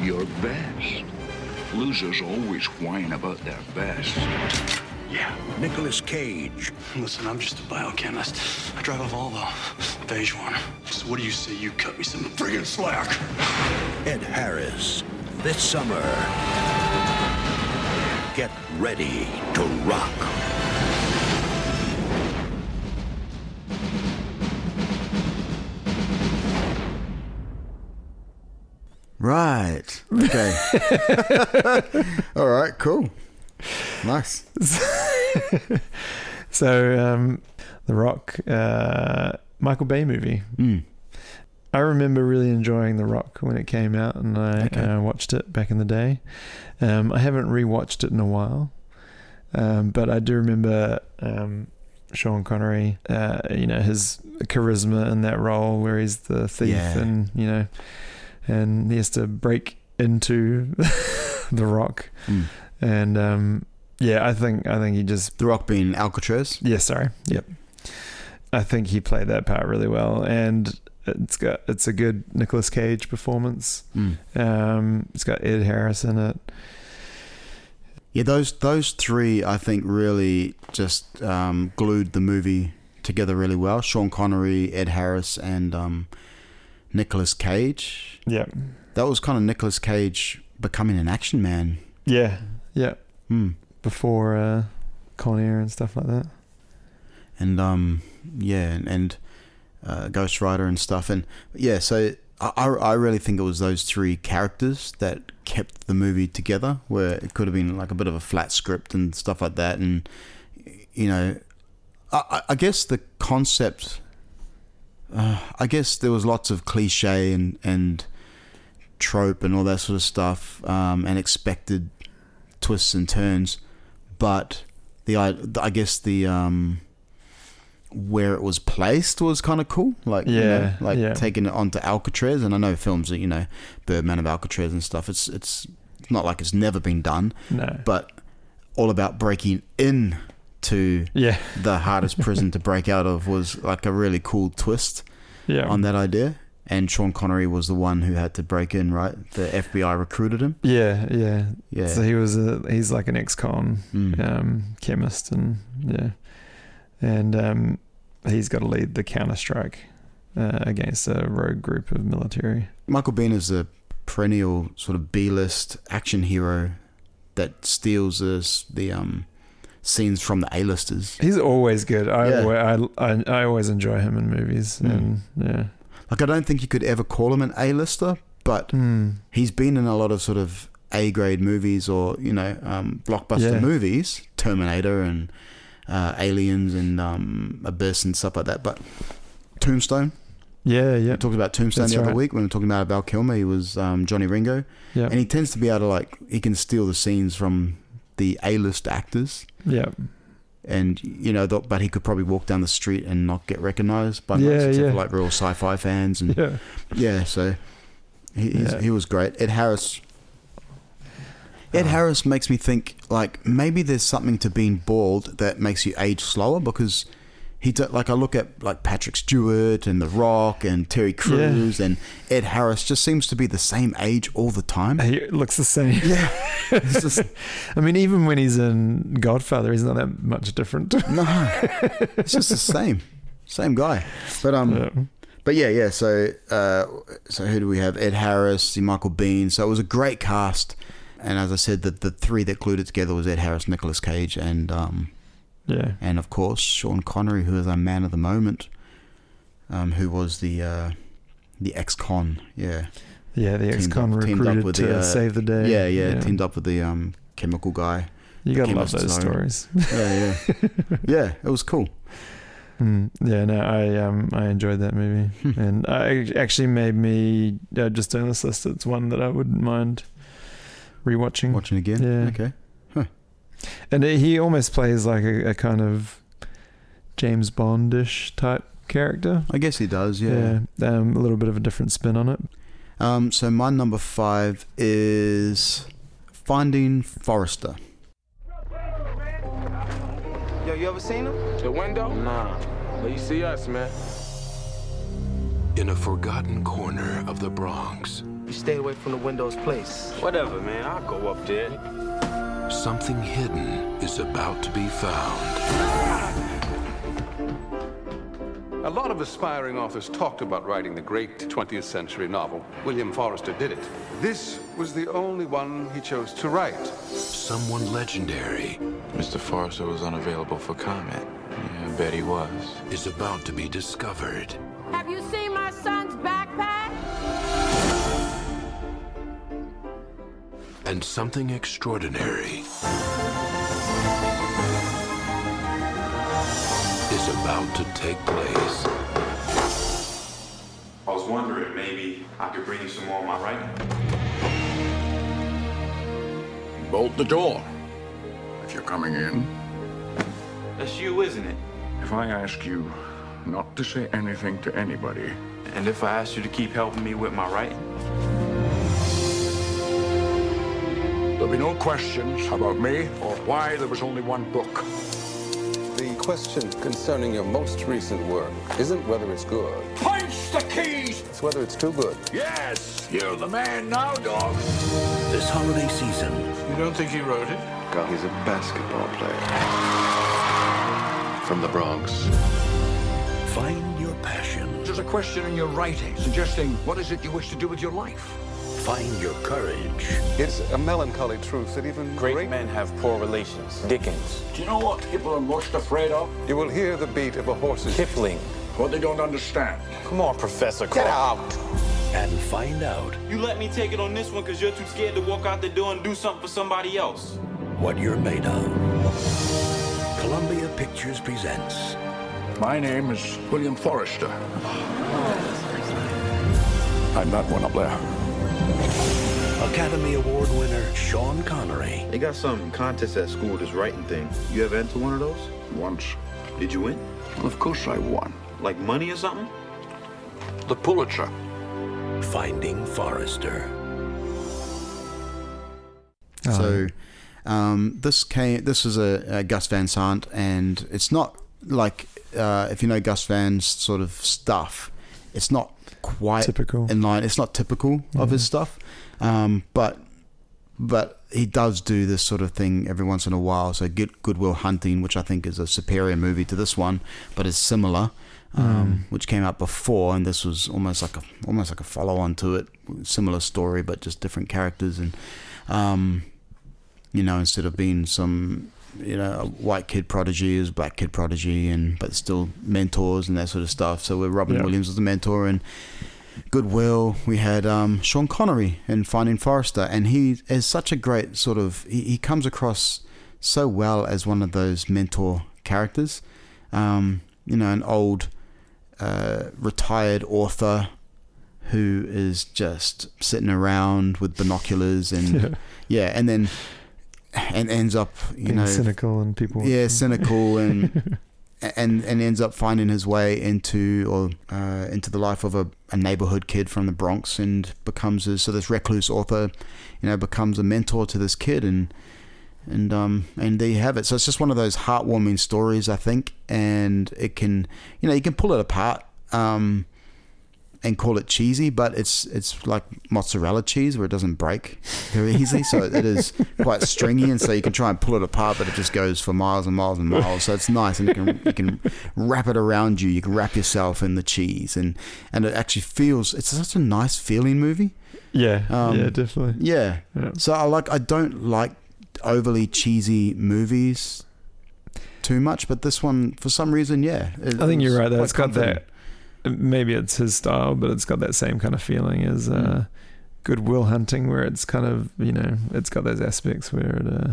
Speaker 7: Your best. Losers always whine about their best.
Speaker 6: Yeah.
Speaker 1: Nicolas Cage,
Speaker 6: Listen, I'm just a biochemist. I drive a Volvo, a beige one. So what do you say you cut me some friggin' slack?
Speaker 1: Ed Harris. This summer, get ready to rock.
Speaker 4: Right. Okay. All right. Cool. Nice.
Speaker 5: so, um, The Rock, uh, Michael Bay movie.
Speaker 4: Mm.
Speaker 5: I remember really enjoying The Rock when it came out, and I
Speaker 4: Okay.
Speaker 5: uh, watched it back in the day. Um, I haven't rewatched it in a while, um, but I do remember um, Sean Connery. Uh, you know his charisma in that role, where he's the thief,
Speaker 4: Yeah.
Speaker 5: and you know, and he has to break into The Rock,
Speaker 4: Mm.
Speaker 5: and um, yeah, I think I think he just
Speaker 4: The Rock being Alcatraz.
Speaker 5: yeah, sorry. Yep. I think he played that part really well, and it's got it's a good Nicolas Cage performance.
Speaker 4: Mm.
Speaker 5: Um, it's got Ed Harris in it.
Speaker 4: Yeah, those those three I think really just um, glued the movie together really well. Sean Connery, Ed Harris, and um, Nicolas Cage.
Speaker 5: Yeah,
Speaker 4: That was kind of Nicolas Cage becoming an action man.
Speaker 5: yeah, yeah.
Speaker 4: Mm.
Speaker 5: Before uh, Con Air and stuff like that.
Speaker 4: and um yeah and, and uh, Ghost Rider and stuff and yeah so I, I I really think it was those three characters that kept the movie together where it could have been like a bit of a flat script and stuff like that and you know I, I- I guess the concept uh, I guess there was lots of cliche and and trope and all that sort of stuff um, and expected twists and turns but the I, I guess the um, where it was placed was kind of cool. Like, you know,
Speaker 5: Yeah,
Speaker 4: like
Speaker 5: yeah.
Speaker 4: taking it onto Alcatraz, and I know films that you know, Birdman of Alcatraz and stuff. It's it's not like it's never been done,
Speaker 5: No.
Speaker 4: but all about breaking in to
Speaker 5: yeah,
Speaker 4: the hardest prison to break out of was like a really cool twist
Speaker 5: yeah,
Speaker 4: on that idea. And Sean Connery was the one who had to break in, right? The FBI recruited him.
Speaker 5: yeah, yeah,
Speaker 4: Yeah.
Speaker 5: So he was a he's like an ex-con
Speaker 4: Mm.
Speaker 5: um, chemist, and yeah, and um, he's got to lead the counter strike uh, against a rogue group of military.
Speaker 4: Michael Bean is a perennial sort of B-list action hero that steals us the um, scenes from the A-listers.
Speaker 5: He's always good. I,
Speaker 4: Yeah.
Speaker 5: alwa- I, I, I always enjoy him in movies.
Speaker 4: Mm.
Speaker 5: And yeah.
Speaker 4: Like I don't think you could ever call him an A-lister, but
Speaker 5: Mm.
Speaker 4: he's been in a lot of sort of A-grade movies or you know um, blockbuster
Speaker 5: Yeah.
Speaker 4: movies, Terminator and uh, Aliens and um, Abyss and stuff like that. But Tombstone,
Speaker 5: Yeah,
Speaker 4: we
Speaker 5: yeah.
Speaker 4: talked about Tombstone
Speaker 5: That's
Speaker 4: the other
Speaker 5: right.
Speaker 4: week when we were talking about Val Kilmer. He was um, Johnny Ringo,
Speaker 5: Yeah.
Speaker 4: and he tends to be able to like he can steal the scenes from the A-list actors.
Speaker 5: Yeah.
Speaker 4: and you know, th- but he could probably walk down the street and not get recognised by
Speaker 5: Yeah,
Speaker 4: much, except
Speaker 5: yeah.
Speaker 4: for like real sci-fi fans, and yeah,
Speaker 5: Yeah.
Speaker 4: so he he's
Speaker 5: Yeah.
Speaker 4: he was great. Ed Harris.
Speaker 5: Uh-huh.
Speaker 4: Ed Harris makes me think like maybe there's something to being bald that makes you age slower because he do, like I look at like Patrick Stewart and The Rock and Terry Crews and Ed Harris just seems to be the same age all the time.
Speaker 5: He looks the same.
Speaker 4: Yeah, it's just
Speaker 5: I mean, even when he's in Godfather, he's not that much different.
Speaker 4: No, it's just the same, same guy. But um,
Speaker 5: Yeah.
Speaker 4: but yeah, yeah. So uh, so who do we have? Ed Harris, Michael Bean. So it was a great cast, and as I said, the the three that glued it together was Ed Harris, Nicolas Cage, and um,
Speaker 5: yeah.
Speaker 4: and of course Sean Connery, who is our man of the moment, um, who was the uh, the ex-con. Yeah,
Speaker 5: Yeah. The ex con
Speaker 4: up- teamed up
Speaker 5: recruited
Speaker 4: with
Speaker 5: to
Speaker 4: the, uh,
Speaker 5: save the day.
Speaker 4: yeah, yeah. Teamed up with the um chemical guy.
Speaker 5: You
Speaker 4: the
Speaker 5: got to love
Speaker 4: chemists
Speaker 5: those
Speaker 4: alone.
Speaker 5: stories.
Speaker 4: Yeah, yeah, yeah. It was cool.
Speaker 5: Mm, yeah, no, I um I enjoyed that movie, and I it actually made me uh, just doing this list. It's one that I wouldn't mind rewatching.
Speaker 4: Watching again.
Speaker 5: Yeah.
Speaker 4: Okay.
Speaker 5: And he almost plays like a, a kind of James Bondish type character.
Speaker 4: I guess he does. yeah.
Speaker 5: um, a little bit of a different spin on it.
Speaker 4: Um, so my number five is Finding Forrester.
Speaker 8: Yo, you ever seen him?
Speaker 9: The window? Nah. But you see us, man.
Speaker 6: In a forgotten corner of the Bronx,
Speaker 8: You stay away from the windows, please.
Speaker 9: Whatever, man. I'll go up there.
Speaker 6: something hidden is about to be found.
Speaker 10: A lot of aspiring authors talked about writing the great 20th century novel. William Forrester did it. This was the only one he chose to write.
Speaker 6: Someone legendary
Speaker 9: Mr. Forrester was unavailable for comment. Yeah, I bet he was.
Speaker 6: is about to be discovered.
Speaker 11: Have you seen my son's backpack?
Speaker 6: And something extraordinary
Speaker 9: about to take place.
Speaker 12: I was wondering maybe I could bring you some more of my writing.
Speaker 7: Bolt the door. If you're coming in.
Speaker 12: That's you, isn't it?
Speaker 7: If I ask you not to say anything to anybody,
Speaker 12: And if I asked you to keep helping me with my writing,
Speaker 7: there'll be no questions about me or why there was only one book.
Speaker 10: The question concerning your most recent work isn't whether it's good,
Speaker 7: Punch the keys!
Speaker 10: it's whether it's too good.
Speaker 7: Yes! You're the man now, dog!
Speaker 1: This holiday season,
Speaker 10: You don't think he wrote it?
Speaker 13: God, he's a basketball player. From the Bronx.
Speaker 1: find your passion,
Speaker 7: There's a question in your writing suggesting what is it you wish to do with your life?
Speaker 1: find your courage.
Speaker 10: It's a melancholy truth that even great, men have poor relations. Dickens.
Speaker 7: Do you know what people are most afraid of?
Speaker 10: You will hear the beat of a horse's. Kipling.
Speaker 7: What they don't understand.
Speaker 10: Come on, Professor. Get out.
Speaker 1: And find out
Speaker 14: You let me take it on this one because you're too scared to walk out the door and do something for somebody else.
Speaker 1: what you're made of. Columbia Pictures presents
Speaker 7: My name is William Forrester. I'm not one up there.
Speaker 1: Academy Award winner Sean Connery
Speaker 15: They got some contest at school, this writing thing. You ever enter one of those?
Speaker 7: Once.
Speaker 15: Did you win?
Speaker 7: Well, of course I won.
Speaker 15: Like money or something?
Speaker 7: The Pulitzer.
Speaker 1: finding Forrester.
Speaker 4: So um, this came. This is a, a Gus Van Sant, and it's not like uh, if you know Gus Van's sort of stuff, it's not quite typical in line. It's not typical of his stuff, um, but but he does do this sort of thing every once in a while. So Good Goodwill Hunting, which I think is a superior movie to this one, but is similar. Um, Which came out before, and this was almost like a almost like a follow on to it, similar story but just different characters, and um, you know, instead of being some you know a white kid prodigy, it was a black kid prodigy, and but still mentors and that sort of stuff. So we're Robin
Speaker 5: Yeah.
Speaker 4: Williams was the mentor, and Goodwill. We had um, Sean Connery in Finding Forrester, and he is such a great sort of. He, he comes across so well as one of those mentor characters. Um, you know, an old uh, retired author who is just sitting around with binoculars and yeah,
Speaker 5: Yeah.
Speaker 4: and then and ends up you
Speaker 5: Being
Speaker 4: know
Speaker 5: cynical and people.
Speaker 4: yeah cynical and and and ends up finding his way into or uh, into the life of a, a neighborhood kid from the Bronx and becomes a, so this recluse author you know becomes a mentor to this kid and and um and there you have it so it's just one of those heartwarming stories I think and it can you know you can pull it apart um and call it cheesy, but it's it's like mozzarella cheese where it doesn't break very easy, so it is quite stringy, and so you can try and pull it apart, but it just goes for miles and miles and miles. So it's nice, and you can you can wrap it around you. You can wrap yourself in the cheese, and and it actually feels it's such a nice feeling movie.
Speaker 5: Yeah.
Speaker 4: Um,
Speaker 5: yeah, definitely.
Speaker 4: Yeah. So I like I don't like overly cheesy movies too much, but this one for some reason, yeah. it-
Speaker 5: I think
Speaker 4: it
Speaker 5: you're
Speaker 4: was
Speaker 5: right. Though
Speaker 4: quite
Speaker 5: it's got
Speaker 4: comforting.
Speaker 5: that. Maybe it's his style, but it's got that same kind of feeling as
Speaker 4: Mm.
Speaker 5: uh, Goodwill Hunting, where it's kind of you know it's got those aspects where it uh,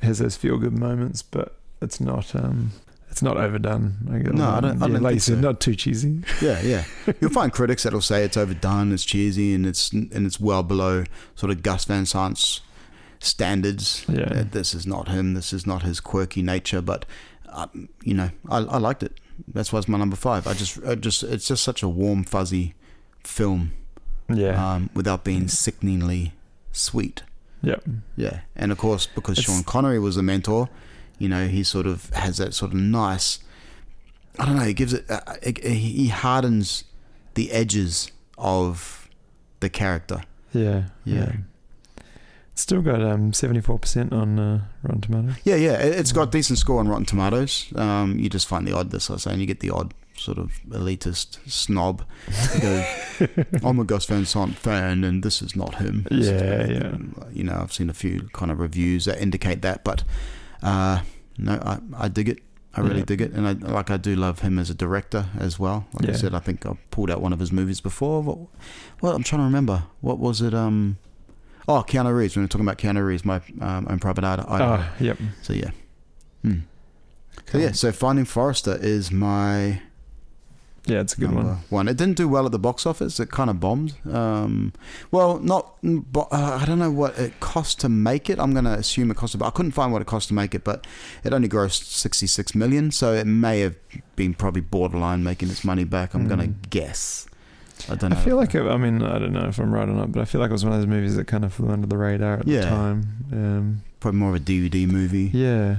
Speaker 5: has those feel good moments, but it's not um, it's not overdone. I guess.
Speaker 4: No, I don't- I
Speaker 5: Yeah,
Speaker 4: don't
Speaker 5: like you
Speaker 4: think
Speaker 5: said,
Speaker 4: so.
Speaker 5: not too cheesy.
Speaker 4: Yeah, yeah. You'll find critics that'll say it's overdone, it's cheesy, and it's and it's well below sort of Gus Van Sant's standards.
Speaker 5: Yeah.
Speaker 4: Uh, this is not him. This is not his quirky nature. But um, you know, I, I liked it. That's why it's my number five. I just, I just, it's just such a warm, fuzzy film.
Speaker 5: Yeah.
Speaker 4: Um, without being sickeningly sweet.
Speaker 5: Yep.
Speaker 4: Yeah, and of course because
Speaker 5: It's-
Speaker 4: Sean Connery was the mentor, you know, he sort of has that sort of nice. I don't know. He gives it. Uh, uh, he he hardens the edges of the character.
Speaker 5: Yeah.
Speaker 4: Yeah.
Speaker 5: It's still got um seventy four percent on uh, Rotten Tomatoes.
Speaker 4: Yeah, yeah. it- It's got decent score on Rotten Tomatoes. Um, you just find the odd, this I was saying, you get the odd sort of elitist snob. who Go, I'm a Gus Van Sant fan, and this is not him. This is
Speaker 5: Yeah,
Speaker 4: not him." You know, I've seen a few kind of reviews that indicate that, but uh, no, I, I dig it. I really
Speaker 5: Yeah.
Speaker 4: dig it, and I, like I do love him as a director as well. Like I
Speaker 5: Yeah.
Speaker 4: said, I think I pulled out one of his movies before. What, well, I'm trying to remember what was it. Um, oh, Keanu Reeves. When we're talking about Keanu Reeves, my um, own private Id- Idaho.
Speaker 5: Ah, yep.
Speaker 4: So yeah, So yeah, so Finding Forrester is my
Speaker 5: yeah, it's a good
Speaker 4: number
Speaker 5: one.
Speaker 4: One. It didn't do well at the box office. It kind of bombed. Um, well, not. bo- Uh, I don't know what it cost to make it. I'm going to assume it cost. About, I couldn't find what it cost to make it, but it only grossed 66 million. So it may have been probably borderline making its money back. I'm going to guess. I don't know.
Speaker 5: Hmm. I feel like it, I mean I don't know if I'm right or not, but I feel like it was one of those movies that kind of flew under the radar at
Speaker 4: Yeah.
Speaker 5: the time. Um,
Speaker 4: probably more of a DVD movie.
Speaker 5: yeah,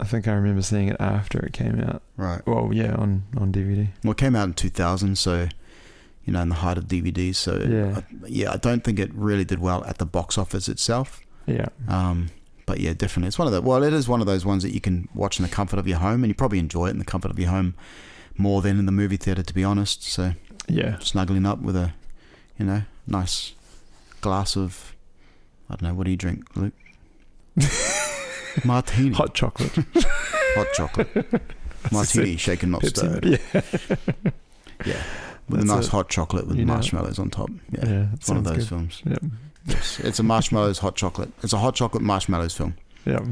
Speaker 5: I think I remember seeing it after it came out.
Speaker 4: Right.
Speaker 5: Well, yeah, on on DVD.
Speaker 4: Well, it came out in 2000, so you know, in the height of DVDs. So
Speaker 5: Yeah.
Speaker 4: I, yeah, I don't think it really did well at the box office itself.
Speaker 5: Yeah.
Speaker 4: Um, but yeah, definitely, it's one of the well, it is one of those ones that you can watch in the comfort of your home, and you probably enjoy it in the comfort of your home more than in the movie theater, to be honest. So
Speaker 5: Yeah.
Speaker 4: snuggling up with a you know nice glass of I don't know what do you drink, Luke? Martini,
Speaker 5: Hot chocolate.
Speaker 4: hot chocolate, martini, shaken not
Speaker 5: Pepsi,
Speaker 4: stirred.
Speaker 5: Yeah.
Speaker 4: Yeah. With a
Speaker 5: That's
Speaker 4: nice
Speaker 5: it.
Speaker 4: hot chocolate with
Speaker 5: You know it.
Speaker 4: marshmallows on top. Yeah.
Speaker 5: Yeah,
Speaker 4: it's one of those
Speaker 5: sounds good.
Speaker 4: films.
Speaker 5: Yep.
Speaker 4: Yes. It's a marshmallows hot chocolate. It's a hot chocolate marshmallows film.
Speaker 5: Yep.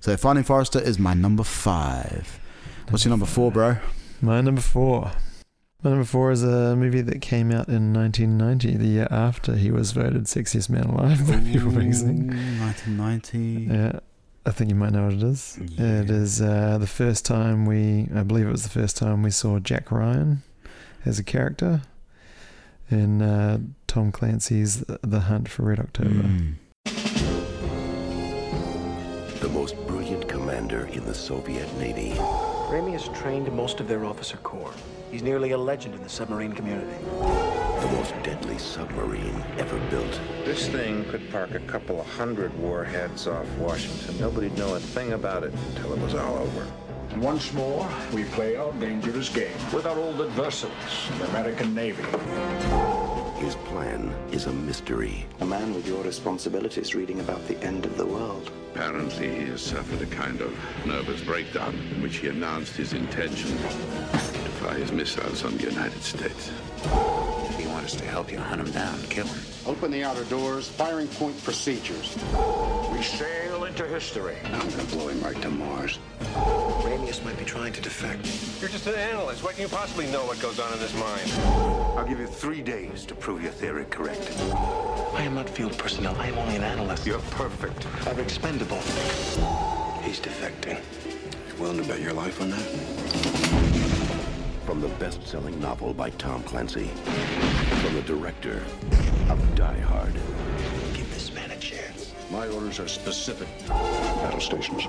Speaker 4: So Finding Forrester is my number five. What's your number four, bro?
Speaker 5: My number four. My number four is a movie that came out in 1990, the year after he was voted sexiest man alive by People Magazine.
Speaker 4: Mm, 1990.
Speaker 5: Yeah, I think you might know what it is.
Speaker 4: Yeah.
Speaker 5: It is uh, the first time we, I believe it was the first time we saw Jack Ryan as a character in uh, Tom Clancy's The Hunt for Red October.
Speaker 16: The most brilliant commander in the Soviet Navy.
Speaker 8: Remy has trained most of their officer corps. He's nearly a legend in the submarine community.
Speaker 16: The most deadly submarine ever built.
Speaker 17: This thing could park a couple of hundred warheads off Washington. Nobody'd know a thing about it until it was all over.
Speaker 12: Once more, we play our dangerous game with our old adversaries, the American Navy.
Speaker 16: His plan is a mystery.
Speaker 18: A man with your responsibilities reading about the end of the world.
Speaker 19: Apparently, he has suffered a kind of nervous breakdown in which he announced his intention to fire his missiles on the United States.
Speaker 20: We want us to help you hunt him down, kill him.
Speaker 21: Open the outer doors, firing point procedures.
Speaker 12: We sail into history.
Speaker 20: I'm gonna blow him right to Mars.
Speaker 18: Ramius might be trying to defect.
Speaker 20: You're just an analyst. Why can you possibly know what goes on in this mind?
Speaker 18: I'll give you three days to prove your theory correct. I am not field personnel. I am only an analyst. You're perfect. I'm expendable.
Speaker 16: He's defecting. You willing to bet your life on that? From the best-selling novel by Tom Clancy. From the director of Die Hard. Give this man a chance. My orders are specific. Battle stations.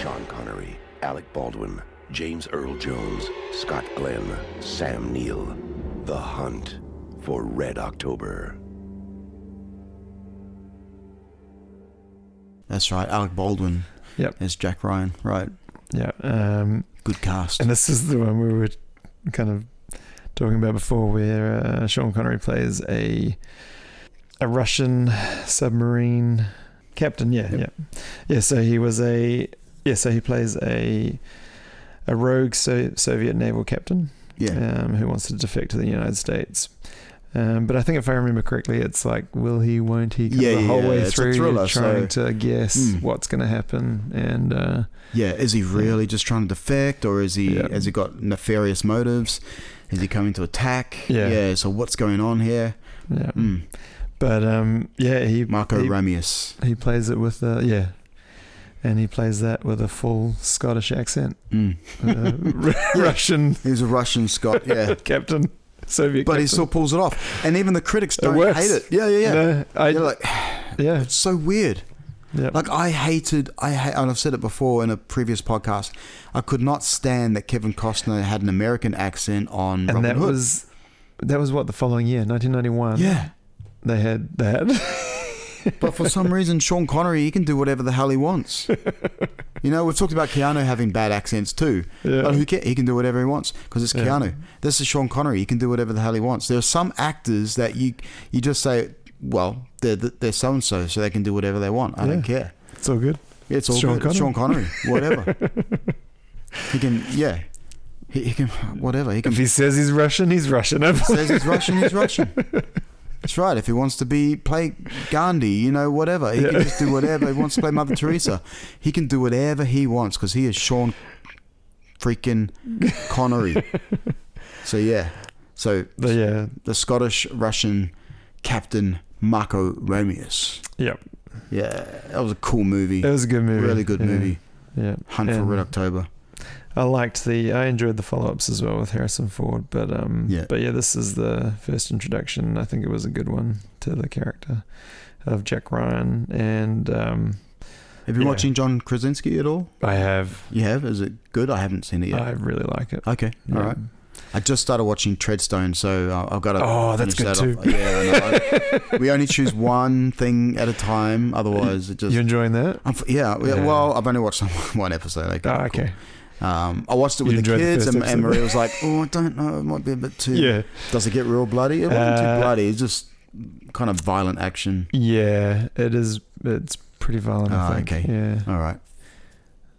Speaker 16: Sean Connery, Alec Baldwin, James Earl Jones, Scott Glenn, Sam Neill. The Hunt for Red October.
Speaker 4: That's right. Alec Baldwin.
Speaker 5: Yep.
Speaker 4: As Jack Ryan. Right.
Speaker 5: Yeah. Um,
Speaker 4: Good cast.
Speaker 5: And this is the one we were kind of talking about before, where uh, Sean Connery plays a a Russian submarine captain. Yeah, yeah, yeah. So he was a yeah. So he plays a a rogue so- Soviet naval captain.
Speaker 4: Yeah.
Speaker 5: Um, who wants to defect to the United States. Um, but I think if I remember correctly, it's like will he, won't he? kind of
Speaker 4: Yeah,
Speaker 5: the whole
Speaker 4: yeah,
Speaker 5: way
Speaker 4: it's a
Speaker 5: through, you're
Speaker 4: thriller, so-
Speaker 5: trying to guess
Speaker 4: Mm.
Speaker 5: what's going to happen, and uh,
Speaker 4: Yeah. Is he really just trying to defect, or is he has he got nefarious motives? Is he coming to attack?
Speaker 5: Yeah.
Speaker 4: Yeah. So what's going on here? Mm.
Speaker 5: Yeah. But um, yeah, he
Speaker 4: Hmm. Marco
Speaker 5: he,
Speaker 4: Ramius.
Speaker 5: He plays it with a yeah, and he plays that with a full Scottish accent.
Speaker 4: Mm.
Speaker 5: Uh, Ru- Russian.
Speaker 4: He's a Russian Scot. Yeah.
Speaker 5: captain. Soviet.
Speaker 4: But he
Speaker 5: captain.
Speaker 4: still pulls it off, and even the critics
Speaker 5: It
Speaker 4: don't
Speaker 5: works.
Speaker 4: hate it. Yeah, yeah, yeah.
Speaker 5: No, I-
Speaker 4: You're like,
Speaker 5: yeah,
Speaker 4: it's so weird.
Speaker 5: Yeah.
Speaker 4: Like I hated, I ha- and I've said it before in a previous podcast. I could not stand that Kevin Costner had an American accent on
Speaker 5: and
Speaker 4: Robin
Speaker 5: that
Speaker 4: Hood.
Speaker 5: was uh, that was what the following year, 1991.
Speaker 4: Yeah.
Speaker 5: they had that.
Speaker 4: but for some reason, Sean Connery he can do whatever the hell he wants. You know, we've talked about Keanu having bad accents too,
Speaker 5: Yeah.
Speaker 4: but who cares? He can do whatever he wants because it's
Speaker 5: Yeah.
Speaker 4: Keanu. This is Sean Connery. He can do whatever the hell he wants. There are some actors that you you just say, well, they're they're so and so, so they can do whatever they want. I
Speaker 5: Yeah.
Speaker 4: don't care.
Speaker 5: it's all good.
Speaker 4: Yeah, it's all
Speaker 5: Sean
Speaker 4: good. It's Sean Connery,
Speaker 5: Connery.
Speaker 4: whatever. he can, yeah, he, he can, whatever. He can.
Speaker 5: If he says he's Russian, he's Russian. I
Speaker 4: says he's Russian, he's Russian. That's right. If he wants to be play Gandhi, you know, whatever, he can
Speaker 5: Yeah.
Speaker 4: just do whatever. If he wants to play Mother Teresa, he can do whatever he wants because he is Sean freaking Connery. so yeah, so
Speaker 5: yeah,
Speaker 4: the Scottish Russian captain Marco Romeus.
Speaker 5: Yep.
Speaker 4: Yeah, that was a cool movie.
Speaker 5: It was a good movie.
Speaker 4: Really good
Speaker 5: Yeah.
Speaker 4: movie.
Speaker 5: Yeah.
Speaker 4: Hunt for
Speaker 5: And
Speaker 4: Red October.
Speaker 5: I liked the. I enjoyed the follow-ups as well with Harrison Ford, but um.
Speaker 4: Yeah.
Speaker 5: But yeah, this is the first introduction. I think it was a good one to the character of Jack Ryan, and um.
Speaker 4: Have you been
Speaker 5: yeah,
Speaker 4: watching John Krasinski at all?
Speaker 5: I have.
Speaker 4: You have? Is it good? I haven't seen it yet.
Speaker 5: I really like it.
Speaker 4: Okay,
Speaker 5: Yeah.
Speaker 4: all right. I just started watching Treadstone, so uh, I've got to.
Speaker 5: Oh, that's
Speaker 4: finish
Speaker 5: good
Speaker 4: that
Speaker 5: too.
Speaker 4: off. Yeah, I know. I- we only choose one thing at a time, otherwise it just.
Speaker 5: You enjoying that?
Speaker 4: I'm, f- yeah, we-
Speaker 5: Yeah.
Speaker 4: well, I've only watched one episode. Okay,
Speaker 5: Ah,
Speaker 4: cool.
Speaker 5: okay.
Speaker 4: Um, I watched it with
Speaker 5: You
Speaker 4: the
Speaker 5: enjoyed the
Speaker 4: kids,
Speaker 5: first
Speaker 4: and, and
Speaker 5: episode?
Speaker 4: Maria was like, "Oh, I don't know, it might be a bit too."
Speaker 5: Yeah.
Speaker 4: Does it get real bloody? It wasn't
Speaker 5: Uh,
Speaker 4: too bloody. It's just kind of violent action.
Speaker 5: Yeah, it is. It's pretty violent.
Speaker 4: Ah,
Speaker 5: I think.
Speaker 4: okay.
Speaker 5: Yeah.
Speaker 4: All right.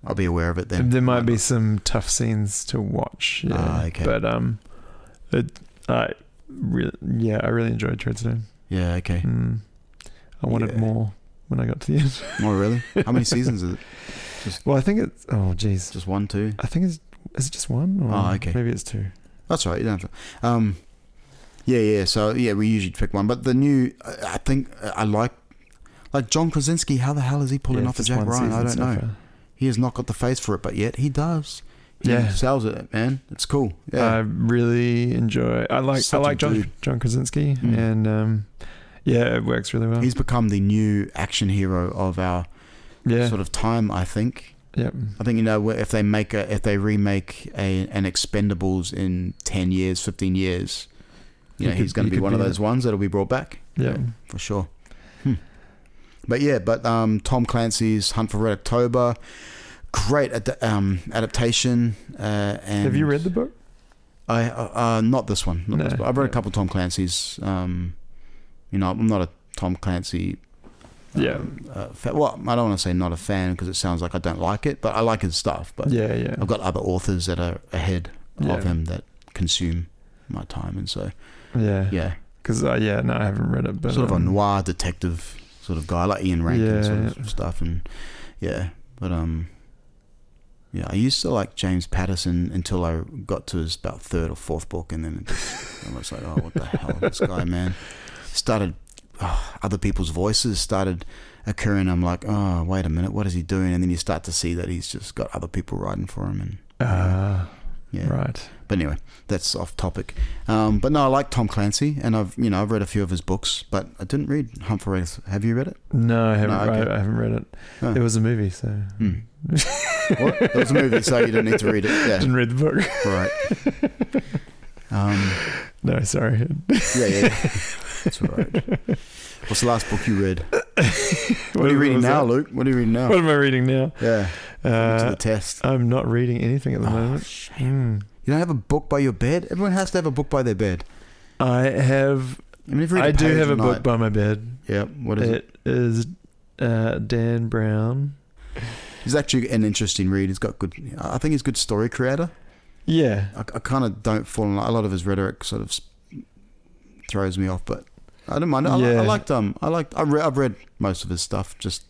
Speaker 4: I'll be aware of it then.
Speaker 5: there might be some tough scenes to watch. Yeah.
Speaker 4: Ah, okay.
Speaker 5: But um, it I really yeah I really enjoyed Treadstone.
Speaker 4: Yeah. Okay.
Speaker 5: Mm. I wanted
Speaker 4: Yeah.
Speaker 5: more when I got to the end.
Speaker 4: Oh, really? How many seasons is it?
Speaker 5: well, I think it's oh geez,
Speaker 4: Just one, two.
Speaker 5: I think it's is it just one? Or
Speaker 4: Oh, okay.
Speaker 5: Maybe it's two.
Speaker 4: That's all right. You don't have to. Um, yeah, yeah. So yeah, we usually pick one, but the new. I I think I like, like John Krasinski. How the hell is he pulling
Speaker 5: Yeah,
Speaker 4: off a
Speaker 5: just
Speaker 4: Jack
Speaker 5: one
Speaker 4: Ryan? I don't
Speaker 5: season so
Speaker 4: know.
Speaker 5: far.
Speaker 4: He has not got the face for it, but yet he does. He
Speaker 5: Yeah.
Speaker 4: sells it, man. It's cool. Yeah,
Speaker 5: I really enjoy. I like
Speaker 4: Such
Speaker 5: I
Speaker 4: a
Speaker 5: like John
Speaker 4: dude.
Speaker 5: John Krasinski
Speaker 4: Mm.
Speaker 5: and um, yeah, it works really well.
Speaker 4: he's become the new action hero of our
Speaker 5: Yeah.
Speaker 4: sort of time. I think.
Speaker 5: Yep.
Speaker 4: I think you know if they make a if they remake a an Expendables in ten years, fifteen years, you
Speaker 5: He
Speaker 4: know
Speaker 5: could-
Speaker 4: he's going
Speaker 5: he
Speaker 4: to be
Speaker 5: could
Speaker 4: one of
Speaker 5: be it.
Speaker 4: those ones that'll be brought back.
Speaker 5: Yeah.
Speaker 4: for sure. Hmm. But yeah, but um, Tom Clancy's Hunt for Red October, great ad- um, adaptation. Uh, and
Speaker 5: Have you read the book?
Speaker 4: I uh, uh, not this one. Not
Speaker 5: No.
Speaker 4: this book. I've read a couple Tom Clancy's. Um, you know, I'm not a Tom Clancy.
Speaker 5: Yeah.
Speaker 4: um, uh, fa- well, I don't want to say not a fan because it sounds like I don't like it, but I like his stuff. But
Speaker 5: Yeah, yeah.
Speaker 4: I've got other authors that are ahead
Speaker 5: Yeah.
Speaker 4: of him that consume my time, and so
Speaker 5: Yeah.
Speaker 4: yeah,
Speaker 5: Because uh, yeah, no, I haven't read it, but
Speaker 4: sort of a
Speaker 5: um,
Speaker 4: noir detective sort of guy, like Ian Rankin sort
Speaker 5: Yeah,
Speaker 4: of stuff, and yeah, but um, yeah, I used to like James Patterson until I got to his about third or fourth book, and then it just, I was like, oh, what the hell, this guy, man, started oh, other people's voices started occurring. I'm like, oh, wait a minute, what is he doing? And then you start to see that he's just got other people writing for him, and
Speaker 5: Ah,
Speaker 4: yeah.
Speaker 5: right.
Speaker 4: But anyway, that's off topic. Um, but no, I like Tom Clancy, and I've you know I've read a few of his books, but I didn't read Humphrey. Have you read it?
Speaker 5: No, I haven't.
Speaker 4: No, okay.
Speaker 5: I, I haven't read it.
Speaker 4: Oh.
Speaker 5: It was a movie, so
Speaker 4: Hmm. Well, it was a movie, so you didn't need to read it. Yeah,
Speaker 5: didn't read the book.
Speaker 4: right. Um,
Speaker 5: No, sorry.
Speaker 4: yeah, yeah, yeah. that's all right. What's the last book you read? What are you reading
Speaker 5: was
Speaker 4: now,
Speaker 5: that?
Speaker 4: Luke? What are you reading now?
Speaker 5: What am I reading now?
Speaker 4: yeah, Put it to
Speaker 5: Uh,
Speaker 4: the test.
Speaker 5: I'm not reading anything at the
Speaker 4: Oh,
Speaker 5: moment. Hmm.
Speaker 4: You don't have a book by your bed. Everyone has to have a book by their bed.
Speaker 5: I have.
Speaker 4: I mean, if you read
Speaker 5: I do
Speaker 4: page
Speaker 5: have a
Speaker 4: night-
Speaker 5: book by my bed.
Speaker 4: Yep. What is it?
Speaker 5: It is uh, Dan Brown.
Speaker 4: He's actually an interesting read. He's got good. I think he's a good story creator.
Speaker 5: Yeah.
Speaker 4: I, I kind of don't fall in. A lot of his rhetoric sort of s- throws me off, but I don't mind. I, li-
Speaker 5: Yeah.
Speaker 4: I liked um, I liked. I re- I've read most of his stuff just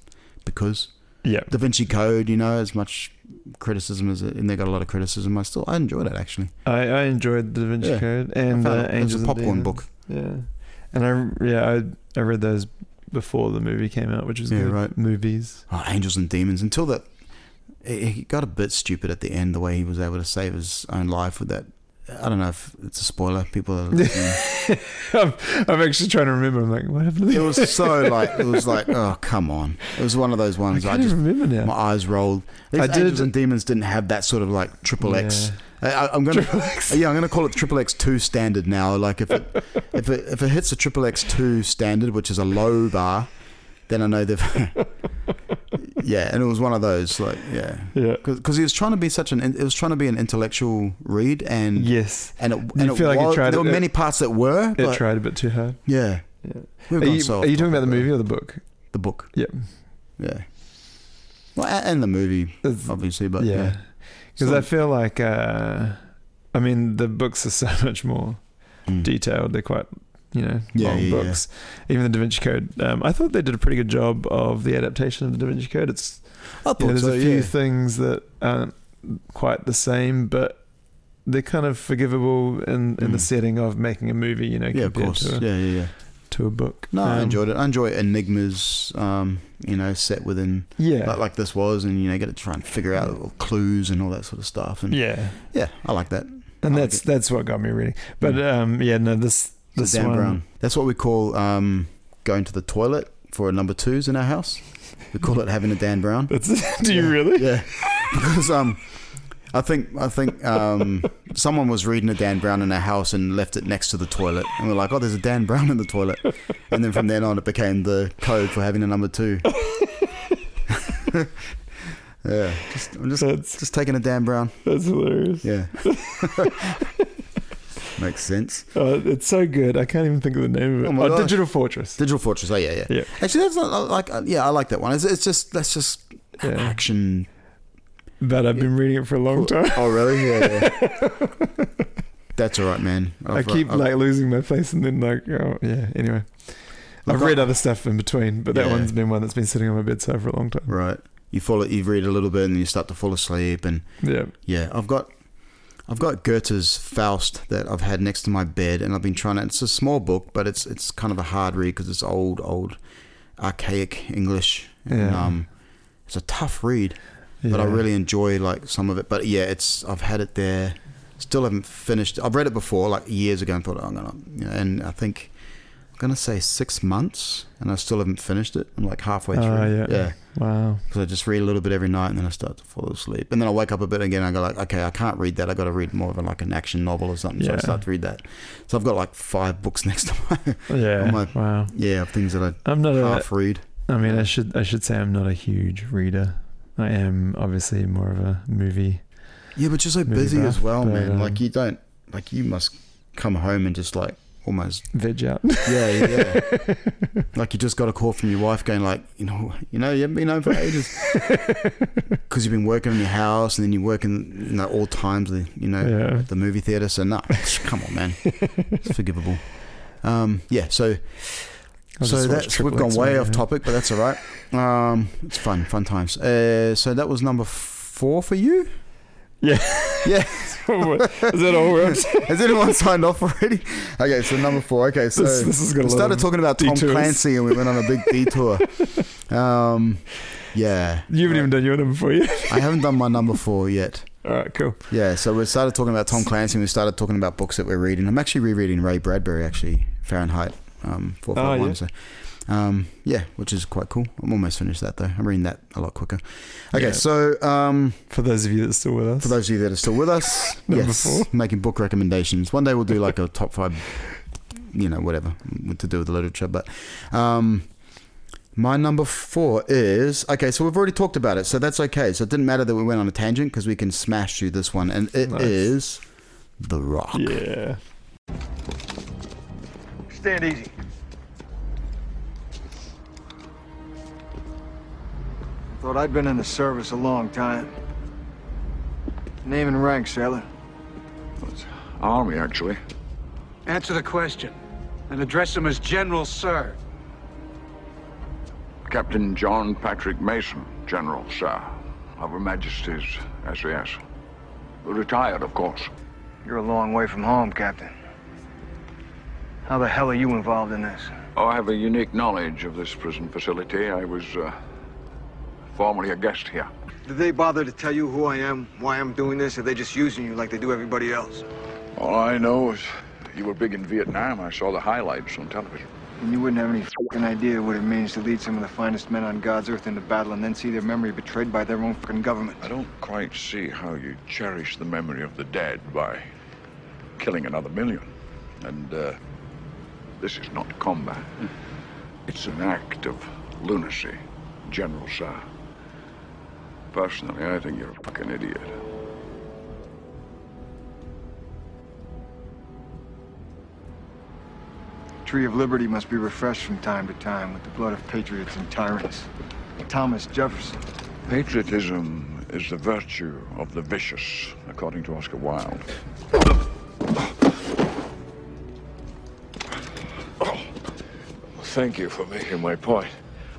Speaker 4: because
Speaker 5: Yeah.
Speaker 4: Da Vinci Code. You know, as much criticism as it, and they got a lot of criticism. I still I enjoyed it actually.
Speaker 5: I, I enjoyed the Da Vinci
Speaker 4: Yeah.
Speaker 5: Code
Speaker 4: I
Speaker 5: and
Speaker 4: found
Speaker 5: uh,
Speaker 4: it- it was
Speaker 5: Angels
Speaker 4: a popcorn
Speaker 5: and Demons.
Speaker 4: book.
Speaker 5: Yeah, and I yeah I I read those before the movie came out, which is
Speaker 4: Yeah,
Speaker 5: good.
Speaker 4: right.
Speaker 5: Movies.
Speaker 4: Oh, Angels and Demons. Until that, he he got a bit stupid at the end. The way he was able to save his own life with that. I don't know if it's a spoiler. People are listening.
Speaker 5: I'm, I'm actually trying to remember. I'm like, what happened?
Speaker 4: It was so like it was like oh come on. It was one of those ones.
Speaker 5: I
Speaker 4: I,
Speaker 5: can't
Speaker 4: just
Speaker 5: even remember now.
Speaker 4: my eyes rolled. These
Speaker 5: I did-
Speaker 4: Angels and Demons didn't have that sort of like triple X. I, I, I'm gonna yeah I'm gonna call it triple X two standard now. Like if it if it if it hits a triple X two standard, which is a low bar, then I know they've yeah. And it was one of those like yeah
Speaker 5: Yeah.
Speaker 4: because he was trying to be such an it was trying to be an intellectual read and
Speaker 5: Yes.
Speaker 4: and it, and
Speaker 5: You
Speaker 4: it
Speaker 5: feel like it
Speaker 4: was-
Speaker 5: tried
Speaker 4: there
Speaker 5: it-
Speaker 4: were many parts that were
Speaker 5: It
Speaker 4: but
Speaker 5: tried a bit too hard.
Speaker 4: yeah
Speaker 5: Yeah.
Speaker 4: We've
Speaker 5: Are
Speaker 4: gone
Speaker 5: you,
Speaker 4: so
Speaker 5: are you
Speaker 4: off
Speaker 5: talking about the
Speaker 4: topic,
Speaker 5: movie or the book?
Speaker 4: the book
Speaker 5: Yep.
Speaker 4: yeah. Well, a- and the movie, obviously, Oh, but yeah.
Speaker 5: yeah. Because
Speaker 4: So-
Speaker 5: I feel like, uh, I mean, the books are so much more
Speaker 4: Mm.
Speaker 5: detailed. They're quite you know,
Speaker 4: Yeah,
Speaker 5: long
Speaker 4: yeah, yeah.
Speaker 5: books. Even the Da Vinci Code. Um, I thought they did a pretty good job of the adaptation of the Da Vinci Code. It's
Speaker 4: I
Speaker 5: you know,
Speaker 4: thought
Speaker 5: there's
Speaker 4: so,
Speaker 5: a few
Speaker 4: yeah.
Speaker 5: things that aren't quite the same, but they're kind of forgivable in, in the
Speaker 4: Mm.
Speaker 5: setting of making a movie. You know,
Speaker 4: Yeah, of
Speaker 5: compared
Speaker 4: course.
Speaker 5: To a,
Speaker 4: Yeah, yeah, yeah.
Speaker 5: To a book.
Speaker 4: No, I
Speaker 5: Um,
Speaker 4: enjoyed it. I enjoy enigmas, um, you know, set within
Speaker 5: Yeah.
Speaker 4: like, like this was, and you know, got to try and figure out little clues and all that sort of stuff. And
Speaker 5: Yeah.
Speaker 4: yeah, I like that.
Speaker 5: And that's that's what got me reading. But um, yeah, no, this
Speaker 4: So
Speaker 5: this
Speaker 4: Mm. Dan
Speaker 5: one.
Speaker 4: Brown. That's what we call um, going to the toilet for number twos in our house. We call it having a Dan Brown.
Speaker 5: do you really?
Speaker 4: Yeah, because um, I think I think um, someone was reading a Dan Brown in our house and left it next to the toilet, and we're like, oh, there's a Dan Brown in the toilet, and then from then on, it became the code for having a number two. yeah, just, I'm just just taking a Dan Brown.
Speaker 5: That's hilarious.
Speaker 4: Yeah, makes sense.
Speaker 5: Oh, it's so good. I can't even think of the name of it.
Speaker 4: Oh
Speaker 5: Oh,
Speaker 4: my gosh.
Speaker 5: Digital Fortress.
Speaker 4: Digital Fortress. Oh yeah, yeah.
Speaker 5: Yeah.
Speaker 4: Actually, that's not I like uh, yeah, I like that one. It's, it's just that's just an
Speaker 5: Yeah.
Speaker 4: action.
Speaker 5: But I've been reading it for a long time.
Speaker 4: Oh really? Yeah. yeah. that's all right, man.
Speaker 5: I
Speaker 4: I've-
Speaker 5: keep
Speaker 4: I've-
Speaker 5: like losing my place and then like oh yeah. Anyway,
Speaker 4: Look,
Speaker 5: I've
Speaker 4: I-
Speaker 5: read other stuff in between, but that
Speaker 4: Yeah.
Speaker 5: one's been one that's been sitting on my bedside for a long time.
Speaker 4: right. You follow. You read a little bit, and then you start to fall asleep, and
Speaker 5: Yeah.
Speaker 4: yeah, I've got. I've got Goethe's Faust that I've had next to my bed, and I've been trying to. It's a small book, but it's it's kind of a hard read because it's old, old, archaic English, and
Speaker 5: Yeah.
Speaker 4: um, it's a tough read. but I
Speaker 5: Yeah.
Speaker 4: really enjoy like some of it. But yeah, it's I've had it there, still haven't finished. I've read it before, like years ago, and thought oh, I'm gonna, you know, and I think I'm gonna say six months, and I still haven't finished it. I'm like halfway through.
Speaker 5: Oh, yeah.
Speaker 4: yeah.
Speaker 5: Wow.
Speaker 4: Because I just read a little bit every night, and then I start to fall asleep, and then I wake up a bit again. I go like, okay, I can't read that. I got to read more of a, like an action novel or something. So I
Speaker 5: Yeah.
Speaker 4: start to read that. So I've got like five books next to my
Speaker 5: Yeah.
Speaker 4: on my-
Speaker 5: wow.
Speaker 4: yeah of things that I
Speaker 5: I'm not a
Speaker 4: half read.
Speaker 5: I mean, I should I should say I'm not a huge reader. I am obviously more of a movie.
Speaker 4: Yeah, but you're so
Speaker 5: movie
Speaker 4: busy as
Speaker 5: buff,
Speaker 4: well,
Speaker 5: but,
Speaker 4: man.
Speaker 5: um,
Speaker 4: like you don't like you must come home and just like almost
Speaker 5: veg out.
Speaker 4: Yeah, yeah. yeah. like you just got a call from your wife going like, you know, you know, you haven't been home for ages because you've been working in your house and then you're working you know, all times, the- you know,
Speaker 5: Yeah.
Speaker 4: at the movie theater. So nah, come on, man, it's forgivable. Um, yeah, so.
Speaker 5: I'll
Speaker 4: So
Speaker 5: just watch
Speaker 4: that's we've
Speaker 5: Triple
Speaker 4: gone
Speaker 5: X
Speaker 4: way
Speaker 5: Man,
Speaker 4: off
Speaker 5: yeah.
Speaker 4: topic, but that's all right. Um, it's fun, fun times. Uh, so that was number four for you.
Speaker 5: Yeah.
Speaker 4: Yeah.
Speaker 5: Is that all we're up to?
Speaker 4: Has anyone signed off already? Okay, so number four. Okay, so
Speaker 5: This- this has got a
Speaker 4: we
Speaker 5: lot
Speaker 4: started
Speaker 5: of
Speaker 4: talking about Tom
Speaker 5: detours.
Speaker 4: Clancy and we went on a big detour. Um, yeah,
Speaker 5: You haven't even done your number four yet.
Speaker 4: I haven't done my number four yet.
Speaker 5: All right, cool.
Speaker 4: Yeah, so we started talking about Tom Clancy and we started talking about books that we're reading. I'm actually rereading Ray Bradbury, actually, Fahrenheit um, 451.
Speaker 5: Oh, yeah.
Speaker 4: So, um, yeah, which is quite cool. I'm almost finished that, though. I'm reading that a lot quicker. Okay,
Speaker 5: Yeah.
Speaker 4: so um,
Speaker 5: For those of you that are still with us,
Speaker 4: for those of you that are still with us,
Speaker 5: Number
Speaker 4: yes,
Speaker 5: four.
Speaker 4: making book recommendations. One day we'll do like a top five, you know, whatever to do with the literature. But um, my number four is okay. So we've already talked about it, so that's okay. So it didn't matter that we went on a tangent because we can smash through this one, and it is
Speaker 5: Nice.
Speaker 4: The Rock.
Speaker 5: yeah,
Speaker 2: Stand easy. Thought I'd been in the service a long time. Name and rank, sailor.
Speaker 7: Army, actually.
Speaker 20: Answer the question and address him as General Sir.
Speaker 19: Captain John Patrick Mason, General, sir, of Her Majesty's SAS. Retired, of course.
Speaker 2: You're a long way from home, Captain. How the hell are you involved in this?
Speaker 19: Oh, I have a unique knowledge of this prison facility. I was uh, formerly a guest here.
Speaker 2: Did they bother to tell you who I am, why I'm doing this, or they just using you like they do everybody else?
Speaker 19: All I know is you were big in Vietnam. I saw the highlights on television.
Speaker 2: And you wouldn't have any fucking idea what it means to lead some of the finest men on God's earth into battle and then see their memory betrayed by their own fucking government.
Speaker 19: I don't quite see how you cherish the memory of the dead by killing another million. And uh, this is not combat. It's an act of lunacy, General Sir. Personally, I think you're a fucking idiot.
Speaker 2: Tree of Liberty must be refreshed from time to time with the blood of patriots and tyrants. Thomas Jefferson.
Speaker 19: Patriotism is the virtue of the vicious, according to Oscar Wilde. Thank you for making my point.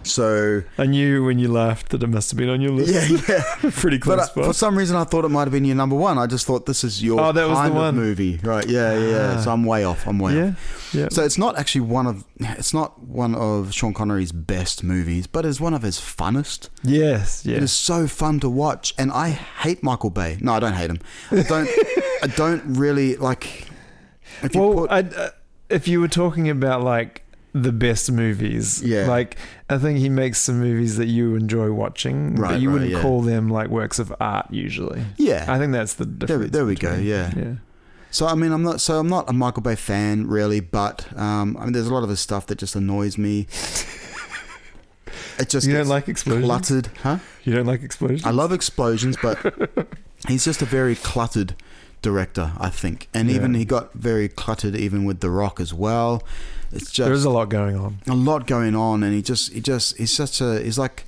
Speaker 4: So
Speaker 5: I knew when you laughed that it must have been on your list.
Speaker 4: Yeah,
Speaker 5: yeah, pretty close.
Speaker 4: But uh,
Speaker 5: spot.
Speaker 4: for some reason, I thought it might have been your number one. I just thought this is your
Speaker 5: Oh, that was
Speaker 4: kind
Speaker 5: the
Speaker 4: of
Speaker 5: one.
Speaker 4: movie, right? Yeah, yeah. yeah.
Speaker 5: Ah.
Speaker 4: So I'm way off. I'm way
Speaker 5: Yeah,
Speaker 4: off.
Speaker 5: yeah.
Speaker 4: So it's not actually one of it's not one of Sean Connery's best movies, but it's one of his funnest.
Speaker 5: yes,
Speaker 4: It is
Speaker 5: yes.
Speaker 4: so fun to watch, and I hate Michael Bay. No, I don't hate him. I don't. I don't really like. If you
Speaker 5: Well,
Speaker 4: put,
Speaker 5: I, uh, if you were talking about like the best movies,
Speaker 4: Yeah.
Speaker 5: like I think he makes some movies that you enjoy watching,
Speaker 4: Right,
Speaker 5: but you
Speaker 4: right,
Speaker 5: wouldn't
Speaker 4: yeah.
Speaker 5: call them like works of art usually.
Speaker 4: Yeah.
Speaker 5: I think that's the
Speaker 4: there, we-
Speaker 5: difference.
Speaker 4: there we go. Yeah.
Speaker 5: Yeah.
Speaker 4: So I mean, I'm not so I'm not a Michael Bay fan really, but um, I mean, there's a lot of his stuff that just annoys me. It just
Speaker 5: You don't
Speaker 4: gets
Speaker 5: like explosions?
Speaker 4: cluttered, huh?
Speaker 5: You don't like explosions?
Speaker 4: I love explosions, but he's just a very cluttered director, I think. And even
Speaker 5: Yeah.
Speaker 4: he got very cluttered even with The Rock as well. It's just
Speaker 5: There is a lot going on.
Speaker 4: a lot going on, and he just he just he's such a he's like.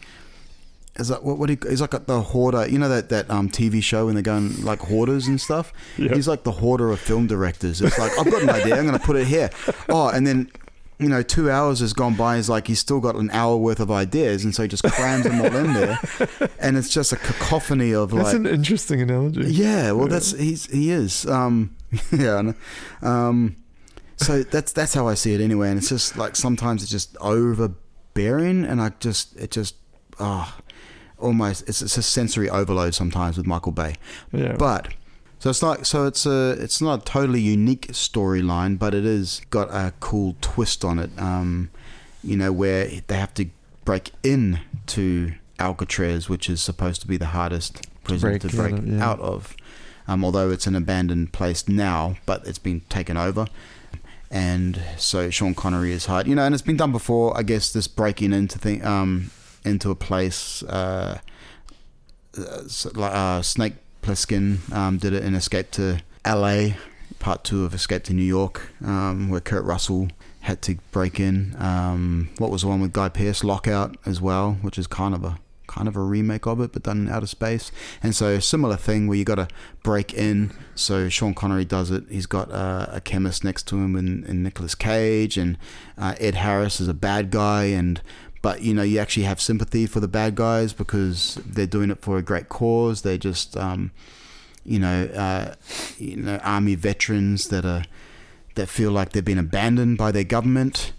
Speaker 4: Is like what, what he, he's like the hoarder, you know that that um, TV show when they're going like hoarders and stuff.
Speaker 5: Yeah.
Speaker 4: He's like the hoarder of film directors. It's like I've got an idea, I'm going to put it here. Oh, and then you know, two hours has gone by. He's like he's still got an hour worth of ideas, and so he just crams them all in there, and it's just a cacophony of
Speaker 5: That's
Speaker 4: like
Speaker 5: an interesting analogy.
Speaker 4: yeah, well, that's he's he is. Um, yeah, I know. Um, so that's that's how I see it anyway, and it's just like sometimes it's just overbearing, and I just it just ah, almost it's, it's a sensory overload sometimes with Michael Bay.
Speaker 5: Yeah.
Speaker 4: But so it's like so it's a it's not a totally unique storyline, but it is got a cool twist on it. Um, you know where they have to break in to Alcatraz, which is supposed to be the hardest prison
Speaker 5: Break
Speaker 4: to
Speaker 5: out
Speaker 4: break
Speaker 5: of, yeah.
Speaker 4: out of. Um, although it's an abandoned place now, but it's been taken over. And so Sean Connery is hired, you know, and it's been done before. I guess this breaking into thing, um, into a place, uh, uh, s- like, uh, Snake Plissken um, did it in Escape to L.A. Part two of Escape to New York, um, where Kurt Russell had to break in. Um, what was the one with Guy Pearce? Lockout as well, which is kind of a kind of a remake of it, but done in outer space. And so similar thing where you got to break in. So Sean Connery does it. He's got uh, a chemist next to him in, in Nicolas Cage, and uh, Ed Harris is a bad guy, and but you know you actually have sympathy for the bad guys because they're doing it for a great cause. They just um, you know uh, you know army veterans that are that feel like they've been abandoned by their government.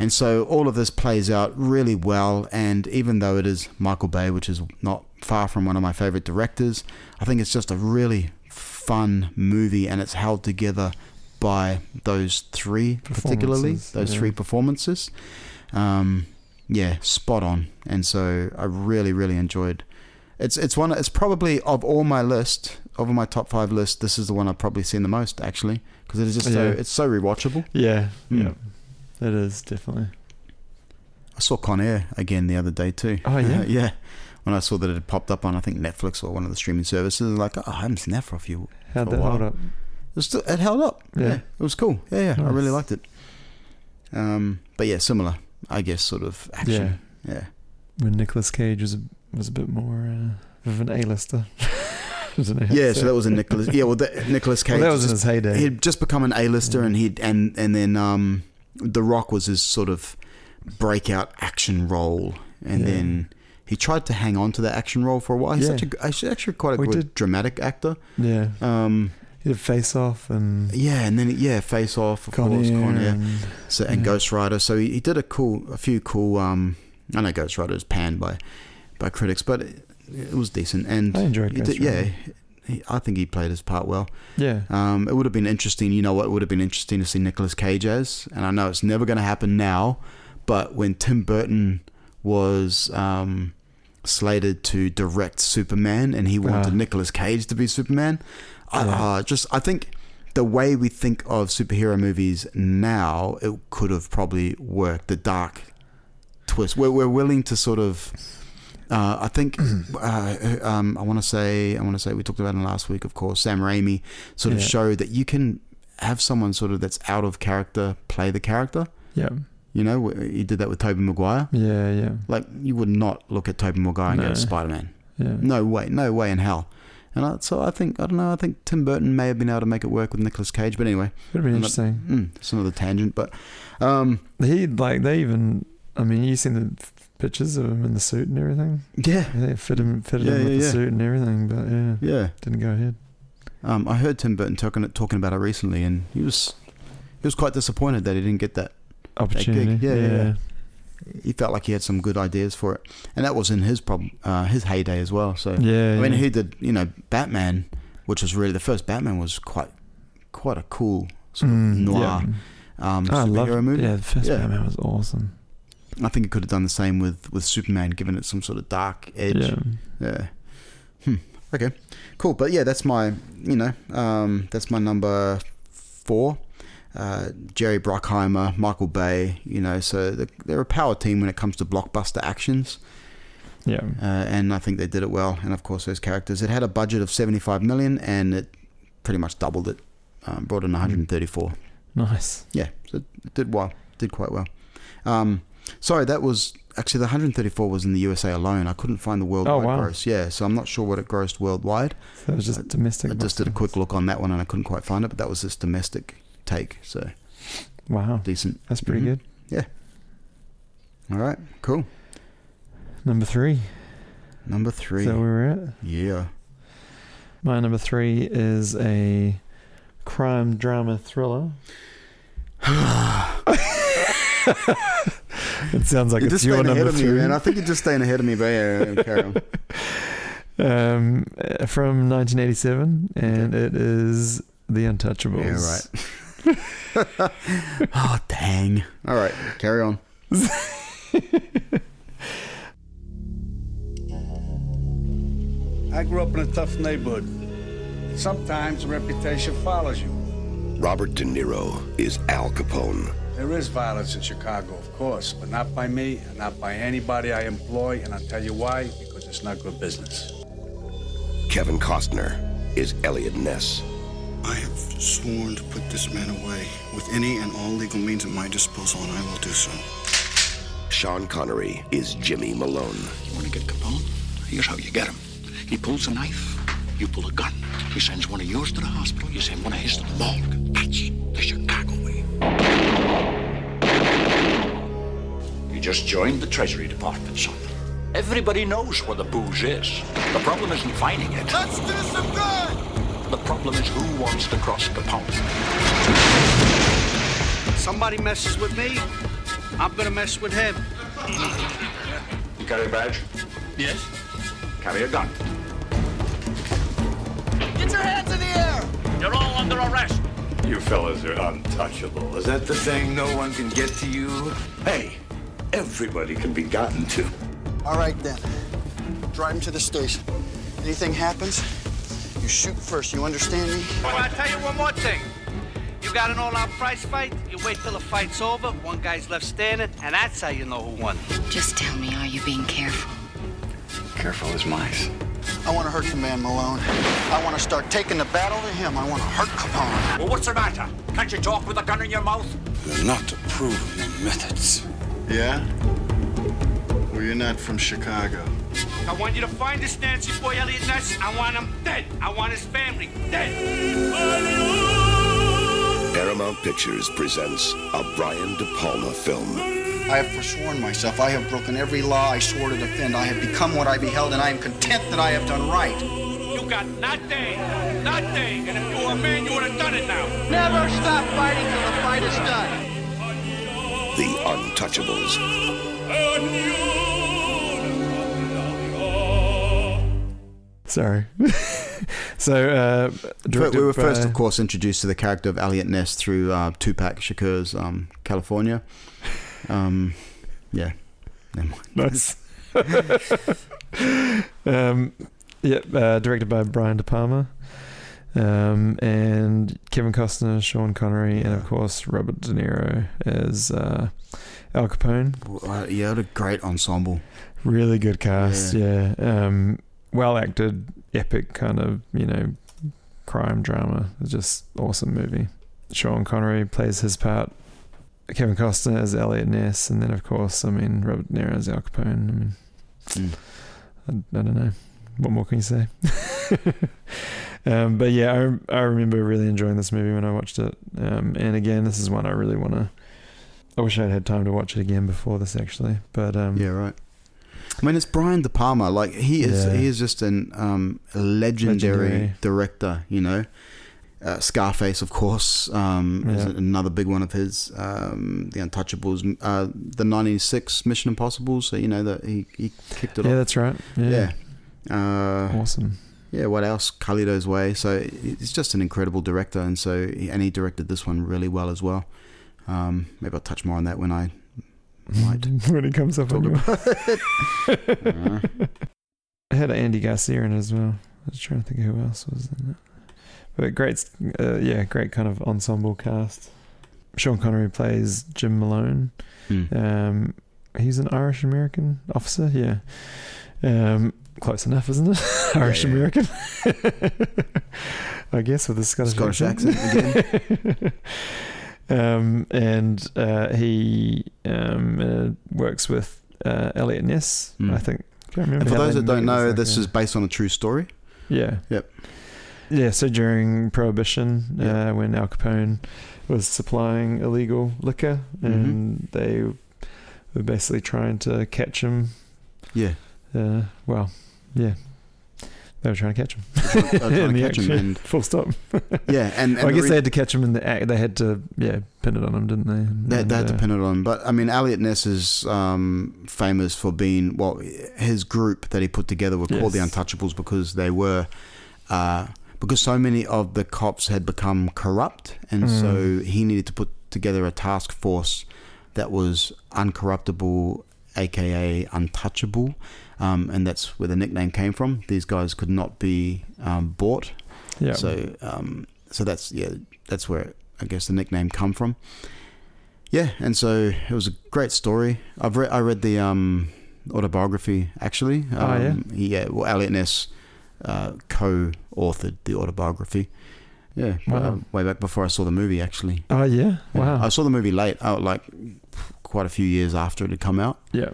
Speaker 4: And so all of this plays out really well. And even though it is Michael Bay, which is not far from one of my favorite directors, I think it's just a really fun movie and it's held together by those three, particularly
Speaker 5: Performances,
Speaker 4: those
Speaker 5: yeah.
Speaker 4: three performances. Um, yeah, spot on. And so I really, really enjoyed. It's it's one. It's probably of all my list, of my top five list, this is the one I've probably seen the most actually, because it is just so
Speaker 5: Yeah.
Speaker 4: it's so rewatchable.
Speaker 5: Yeah.
Speaker 4: Mm.
Speaker 5: Yeah. That is definitely.
Speaker 4: I saw Con Air again the other day too.
Speaker 5: Oh, yeah?
Speaker 4: yeah. When I saw that it had popped up on I think Netflix or one of the streaming services, I was like oh, I haven't seen that for a few.
Speaker 5: How'd
Speaker 4: for a
Speaker 5: that hold
Speaker 4: while.
Speaker 5: up?
Speaker 4: It, was still, it held up.
Speaker 5: Yeah.
Speaker 4: it was cool. Yeah, yeah, I really
Speaker 5: Nice.
Speaker 4: liked it. Um, but yeah, similar, I guess, sort of action. Yeah, yeah.
Speaker 5: When Nicolas Cage was, was a bit more uh, of an A-lister. Wasn't he?
Speaker 4: Yeah, so that was a Nicholas. Yeah, well, that, Nicholas Cage.
Speaker 5: Well, that was in
Speaker 4: just-
Speaker 5: his heyday.
Speaker 4: He'd just become an A-lister, and he would and and then um, The Rock was his sort of breakout action role, and
Speaker 5: Yeah.
Speaker 4: then he tried to hang on to that action role for a while. He's
Speaker 5: Yeah.
Speaker 4: such a g- actually, actually quite a
Speaker 5: We
Speaker 4: good
Speaker 5: did-
Speaker 4: dramatic actor.
Speaker 5: Yeah.
Speaker 4: Um,
Speaker 5: He did Face Off and
Speaker 4: yeah, and then yeah, Face Off, of
Speaker 5: Con
Speaker 4: course,
Speaker 5: Air
Speaker 4: Con Air,
Speaker 5: and-
Speaker 4: so, and
Speaker 5: yeah.
Speaker 4: Ghost Rider. So he, he did a cool, a few cool. Um, I know Ghost Rider is panned by by critics, but it, it was decent. And
Speaker 5: I enjoyed
Speaker 4: he
Speaker 5: Ghost
Speaker 4: did- Yeah,
Speaker 5: Rider.
Speaker 4: he, I think he played his part well.
Speaker 5: Yeah.
Speaker 4: Um, it would have been interesting, you know what, it would have been interesting to see Nicolas Cage as, and I know it's never going to happen now, but when Tim Burton was um, slated to direct Superman and he wanted
Speaker 5: Ah.
Speaker 4: Nicolas Cage to be Superman, I,
Speaker 5: Yeah.
Speaker 4: uh, just I think the way we think of superhero movies now, it could have probably worked. The dark twist. We're, we're willing to sort of. Uh, I think uh, um, I want to say I want to say we talked about it last week, of course. Sam Raimi sort of
Speaker 5: Yeah.
Speaker 4: showed that you can have someone sort of that's out of character play the character.
Speaker 5: Yeah.
Speaker 4: You know, wh- he did that with Tobey Maguire.
Speaker 5: Yeah, yeah.
Speaker 4: Like you would not look at Tobey Maguire and
Speaker 5: No.
Speaker 4: go Spider Man.
Speaker 5: Yeah.
Speaker 4: No way, no way in hell. And I, so I think I don't know. I think Tim Burton may have been able to make it work with Nicolas Cage, but anyway,
Speaker 5: It'd be
Speaker 4: I'm not-
Speaker 5: interesting.
Speaker 4: mm, it's another tangent, but um,
Speaker 5: he like they even. I mean, you seen the f- pictures of him in the suit and everything.
Speaker 4: Yeah.
Speaker 5: they fit him fitted
Speaker 4: Yeah,
Speaker 5: him with
Speaker 4: yeah,
Speaker 5: the
Speaker 4: yeah.
Speaker 5: suit and everything. But yeah,
Speaker 4: yeah,
Speaker 5: didn't go ahead.
Speaker 4: um, I heard Tim Burton talking talking about it recently, and he was he was quite disappointed that he didn't get that that gig.
Speaker 5: Opportunity,
Speaker 4: Yeah, yeah,
Speaker 5: yeah.
Speaker 4: yeah. He felt like he had some good ideas for it, and that was in his problem, uh, his heyday as well. So
Speaker 5: Yeah,
Speaker 4: I mean,
Speaker 5: yeah.
Speaker 4: he did you know Batman, which was really the first Batman was quite quite a cool sort of
Speaker 5: Mm, Ah,
Speaker 4: noir um,
Speaker 5: I
Speaker 4: superhero
Speaker 5: loved-
Speaker 4: movie.
Speaker 5: Yeah, the first
Speaker 4: Yeah.
Speaker 5: Batman was awesome.
Speaker 4: I think he could have done the same with, with Superman, given it some sort of dark edge.
Speaker 5: Yeah.
Speaker 4: Yeah. Hmm. Okay. Cool. But yeah, that's my you know um, that's my number four. Uh, Jerry Bruckheimer, Michael Bay. You know, so the, they're a power team when it comes to blockbuster actions.
Speaker 5: Yeah.
Speaker 4: Uh, and I think they did it well. And of course, those characters. It had a budget of seventy-five million, and it pretty much doubled it. Um, brought in one hundred and thirty-four.
Speaker 5: Nice.
Speaker 4: Yeah, so it did well. Did quite well. Um, sorry, that was actually the 134 was in the USA alone. I couldn't find the worldwide
Speaker 5: Oh, wow.
Speaker 4: gross. Yeah, so I'm not sure what it grossed worldwide.
Speaker 5: So it was just
Speaker 4: I,
Speaker 5: domestic
Speaker 4: I just did a quick look on that one and I couldn't quite find it, but that was this domestic take. So
Speaker 5: Wow,
Speaker 4: decent.
Speaker 5: that's pretty
Speaker 4: Mhm.
Speaker 5: good.
Speaker 4: Yeah. All right. Cool.
Speaker 5: Number three.
Speaker 4: Number three.
Speaker 5: Is that where we're at?
Speaker 4: yeah.
Speaker 5: My number three is a crime drama thriller. it sounds like
Speaker 4: you're
Speaker 5: it's
Speaker 4: just
Speaker 5: your
Speaker 4: staying ahead
Speaker 5: number
Speaker 4: of me,
Speaker 5: three.
Speaker 4: man. I think you're just staying ahead of me, but yeah, carry on.
Speaker 5: um, uh, from 1987, and it is The Untouchables.
Speaker 4: Yeah, right. oh, dang. All right, carry on.
Speaker 1: I grew up in a tough neighborhood. Sometimes reputation follows you.
Speaker 11: Robert De Niro is Al Capone.
Speaker 1: There is violence in Chicago, of course, but not by me and not by anybody I employ, and I'll tell you why, because it's not good business.
Speaker 11: Kevin Costner is Elliot Ness.
Speaker 22: I have sworn to put this man away with any and all legal means at my disposal, and I will do so.
Speaker 11: Sean Connery is Jimmy Malone.
Speaker 18: You want to get Capone? Here's how you get him. He pulls a knife. You pull a gun. He sends one of yours to the hospital. You send one of his to the morgue. That's the Chicago way. You just joined the Treasury Department, son. Everybody knows where the booze is. The problem isn't finding it. Let's do some good! The problem is who wants to cross Capone.
Speaker 1: Somebody messes with me, I'm gonna mess with him.
Speaker 18: You carry a badge? Yes. Carry a gun.
Speaker 1: Get your hands in the air! You're all under arrest!
Speaker 23: You fellas are untouchable. Is that the thing no one can get to you? Hey, everybody can be gotten to.
Speaker 22: All right, then. Drive him to the station. Anything happens, you shoot first. You understand me?
Speaker 9: Well, I'll tell you one more thing. You got an all-out prize fight, you wait till the fight's over, one guy's left standing, and that's how you know who won.
Speaker 22: Just tell me, are you being careful?
Speaker 9: Careful as mice.
Speaker 22: I want to hurt the man Malone. I want to start taking the battle to him. I want to hurt Capone.
Speaker 18: Well, what's the matter? Can't you talk with a gun in your mouth?
Speaker 22: You're not approving your methods. Yeah? Well, you're not from Chicago.
Speaker 9: I want you to find this Nancy boy, Elliot Ness. I want him dead. I want his family dead.
Speaker 11: Paramount Pictures presents a Brian De Palma film.
Speaker 22: I have forsworn myself. I have broken every law I swore to defend. I have become what I beheld, and I am content that I have done right.
Speaker 9: You got nothing, nothing. And if you were a man, you would have done it now.
Speaker 22: Never stop fighting till the fight is done.
Speaker 11: The Untouchables.
Speaker 5: Sorry. so, uh,
Speaker 4: But
Speaker 5: directed
Speaker 4: we were first,
Speaker 5: by-
Speaker 4: of course, introduced to the character of Elliot Ness through uh, Tupac Shakur's um, California. Um, yeah. Never mind.
Speaker 5: Nice. um, yep, uh, directed by Brian De Palma. Um, and Kevin Costner, Sean Connery, and of course Robert De Niro as uh, Al Capone.
Speaker 4: Uh, yeah, what a great ensemble.
Speaker 5: Really good cast, yeah. Um, well acted, epic kind of, you know, crime drama. It's just awesome movie. Sean Connery plays his part. Kevin Costner as Elliot Ness, and then of course, I mean, Robert De Niro as Al Capone. I mean, I, I don't know. What more can you say? um, but yeah, I, rem- I remember really enjoying this movie when I watched it. Um, and again, this is one I really want to. I wish I'd had time to watch it again before this, actually. But um,
Speaker 4: yeah, right. I mean, it's Brian De Palma. Like he is,
Speaker 5: Yeah.
Speaker 4: he is just an um, legendary,
Speaker 5: Legendary.
Speaker 4: director. You know, uh, Scarface, of course, um, is
Speaker 5: Yeah.
Speaker 4: another big one of his. Um, the Untouchables, uh, the '96 Mission Impossible. So you know that he, he kicked it
Speaker 5: yeah,
Speaker 4: off.
Speaker 5: that's right. Yeah,
Speaker 4: Yeah. Uh,
Speaker 5: awesome.
Speaker 4: yeah. What else? Carlito's Way. So he's just an incredible director, and so and he directed this one really well as well. Um, maybe I'll touch more on that when I might.
Speaker 5: when it comes up, on your-
Speaker 4: Uh,
Speaker 5: I had Andy Garcia in it as well. I was trying to think who else was in it. But great, uh, yeah, great kind of ensemble cast. Sean Connery plays Jim Malone.
Speaker 4: Hmm.
Speaker 5: Um, he's an Irish American officer. Yeah, um, close enough, isn't it?
Speaker 4: yeah,
Speaker 5: Irish
Speaker 4: yeah.
Speaker 5: American, I guess, with a Scottish,
Speaker 4: Scottish accent
Speaker 5: again. um, and uh, he um, uh, works with uh, Elliot Ness.
Speaker 4: Hmm.
Speaker 5: I think. Can't remember
Speaker 4: and for
Speaker 5: how
Speaker 4: those
Speaker 5: they
Speaker 4: that don't
Speaker 5: made it. It's
Speaker 4: know,
Speaker 5: like
Speaker 4: this
Speaker 5: a-
Speaker 4: is based on a true story.
Speaker 5: yeah.
Speaker 4: Yep.
Speaker 5: Yeah, so during Prohibition,
Speaker 4: Yeah.
Speaker 5: uh, when Al Capone was supplying illegal liquor,
Speaker 4: Mm-hmm.
Speaker 5: and they were basically trying to catch him.
Speaker 4: Yeah.
Speaker 5: Uh, well, yeah, they were trying to catch him.
Speaker 4: They were trying to
Speaker 5: In the
Speaker 4: catch him
Speaker 5: action,
Speaker 4: and-
Speaker 5: full stop.
Speaker 4: Yeah, and- and
Speaker 5: Well, I
Speaker 4: the
Speaker 5: guess
Speaker 4: rea-
Speaker 5: they had to catch him in the act. They had to, yeah, pin it on him, didn't they? And-
Speaker 4: That,
Speaker 5: and,
Speaker 4: that
Speaker 5: uh,
Speaker 4: depended on, but I mean, Elliot Ness is um, famous for being well. His group that he put together were called the
Speaker 5: Yes.
Speaker 4: Untouchables because they were, uh, because so many of the cops had become corrupt, and
Speaker 5: Hmm.
Speaker 4: so he needed to put together a task force that was uncorruptible, aka untouchable, um, and that's where the nickname came from. These guys could not be um, bought.
Speaker 5: Yeah.
Speaker 4: So um, so that's yeah that's where I guess the nickname come from. Yeah, and so it was a great story. I've read I read the um, autobiography actually. Um,
Speaker 5: Oh, yeah?
Speaker 4: yeah. Well, Elliot Ness uh, co-authored the autobiography. Yeah,
Speaker 5: Wow.
Speaker 4: uh, way back before I saw the movie actually.
Speaker 5: Oh yeah!
Speaker 4: Yeah.
Speaker 5: Wow.
Speaker 4: I saw the movie late, out like quite a few years after it had come out,
Speaker 5: yeah.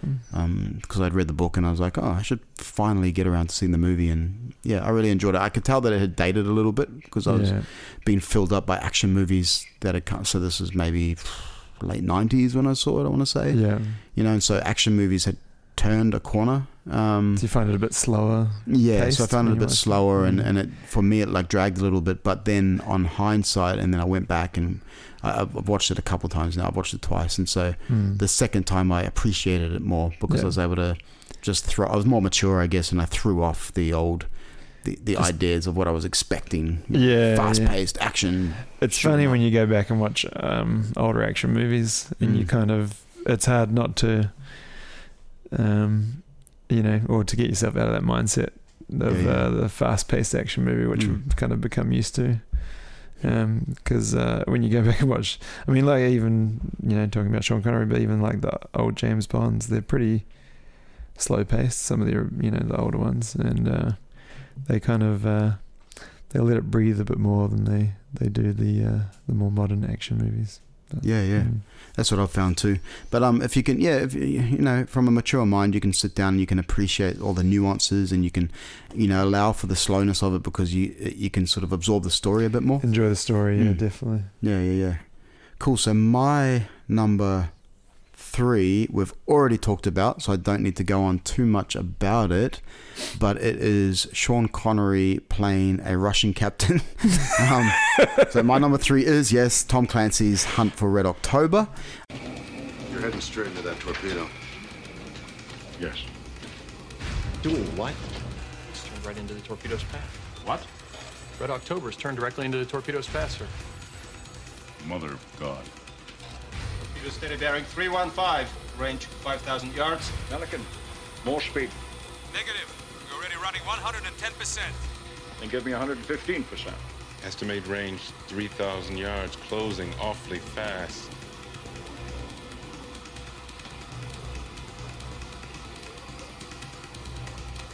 Speaker 4: because I'd read the book and I was like, oh, I should finally get around to seeing the movie. And yeah, I really enjoyed it. I could tell that it had dated a little bit because I was
Speaker 5: Yeah.
Speaker 4: being filled up by action movies that had come. So this was maybe late '90s when I saw it. I want to say,
Speaker 5: Yeah.
Speaker 4: you know, and so action movies had turned a corner. Um,
Speaker 5: Do you find it a bit slower?
Speaker 4: yeah, so I
Speaker 5: paced
Speaker 4: found it a
Speaker 5: when you
Speaker 4: bit
Speaker 5: watch
Speaker 4: slower, and,
Speaker 5: Mm.
Speaker 4: and it for me it like dragged a little bit. But then on hindsight, and then I went back and I, I've I've watched it a couple times now. I've watched it twice, and so
Speaker 5: Mm.
Speaker 4: the second time I appreciated it more because I
Speaker 5: Yeah.
Speaker 4: was able to just throw. I was more mature, I guess, and I threw off the old. The, the
Speaker 5: Just-
Speaker 4: ideas of what I was expecting,
Speaker 5: Yeah,
Speaker 4: fast paced action.
Speaker 5: It's
Speaker 4: Sure.
Speaker 5: funny when you go back and watch um, older action movies, and you
Speaker 4: Mm.
Speaker 5: kind of it's hard not to, um, you know, or to get yourself out of that mindset of
Speaker 4: Yeah, yeah.
Speaker 5: Uh, the fast-paced action movie, which
Speaker 4: Mm.
Speaker 5: we've kind of become used to. Because uh, when you go back and watch, I mean, like even you know talking about Sean Connery, but even like the old James Bonds, they're pretty slow-paced. Some of the you know the older ones, and uh, they kind of. Uh, they let it breathe a bit more than they, they do the uh, the more modern action movies.
Speaker 4: Yeah, yeah.
Speaker 5: Mm.
Speaker 4: That's what I've found too. But um, if you can, yeah, if, you you know, from a mature mind, you can sit down and you can appreciate all the nuances, and you can, you know, allow for the slowness of it because you you can sort of absorb the story a bit more.
Speaker 5: Enjoy the story, yeah,
Speaker 4: Mm.
Speaker 5: definitely.
Speaker 4: Yeah, yeah, yeah. Cool. So my number three we've already talked about, so I don't need to go on too much about it. But it is Sean Connery playing a Russian captain. um, so my number three is yes, Tom Clancy's Hunt for Red October.
Speaker 15: You're heading straight into that torpedo.
Speaker 19: Yes.
Speaker 6: Doing what? It's turned right into the torpedo's path. What? Red October's turned directly into the torpedo's path, sir.
Speaker 19: Mother of God.
Speaker 9: Torpedo steady bearing 315, range 5,000 yards. Pelican, more speed.
Speaker 11: Negative. You're already running 110%.
Speaker 15: And give me 115%.
Speaker 21: Estimate range 3,000 yards, closing awfully fast.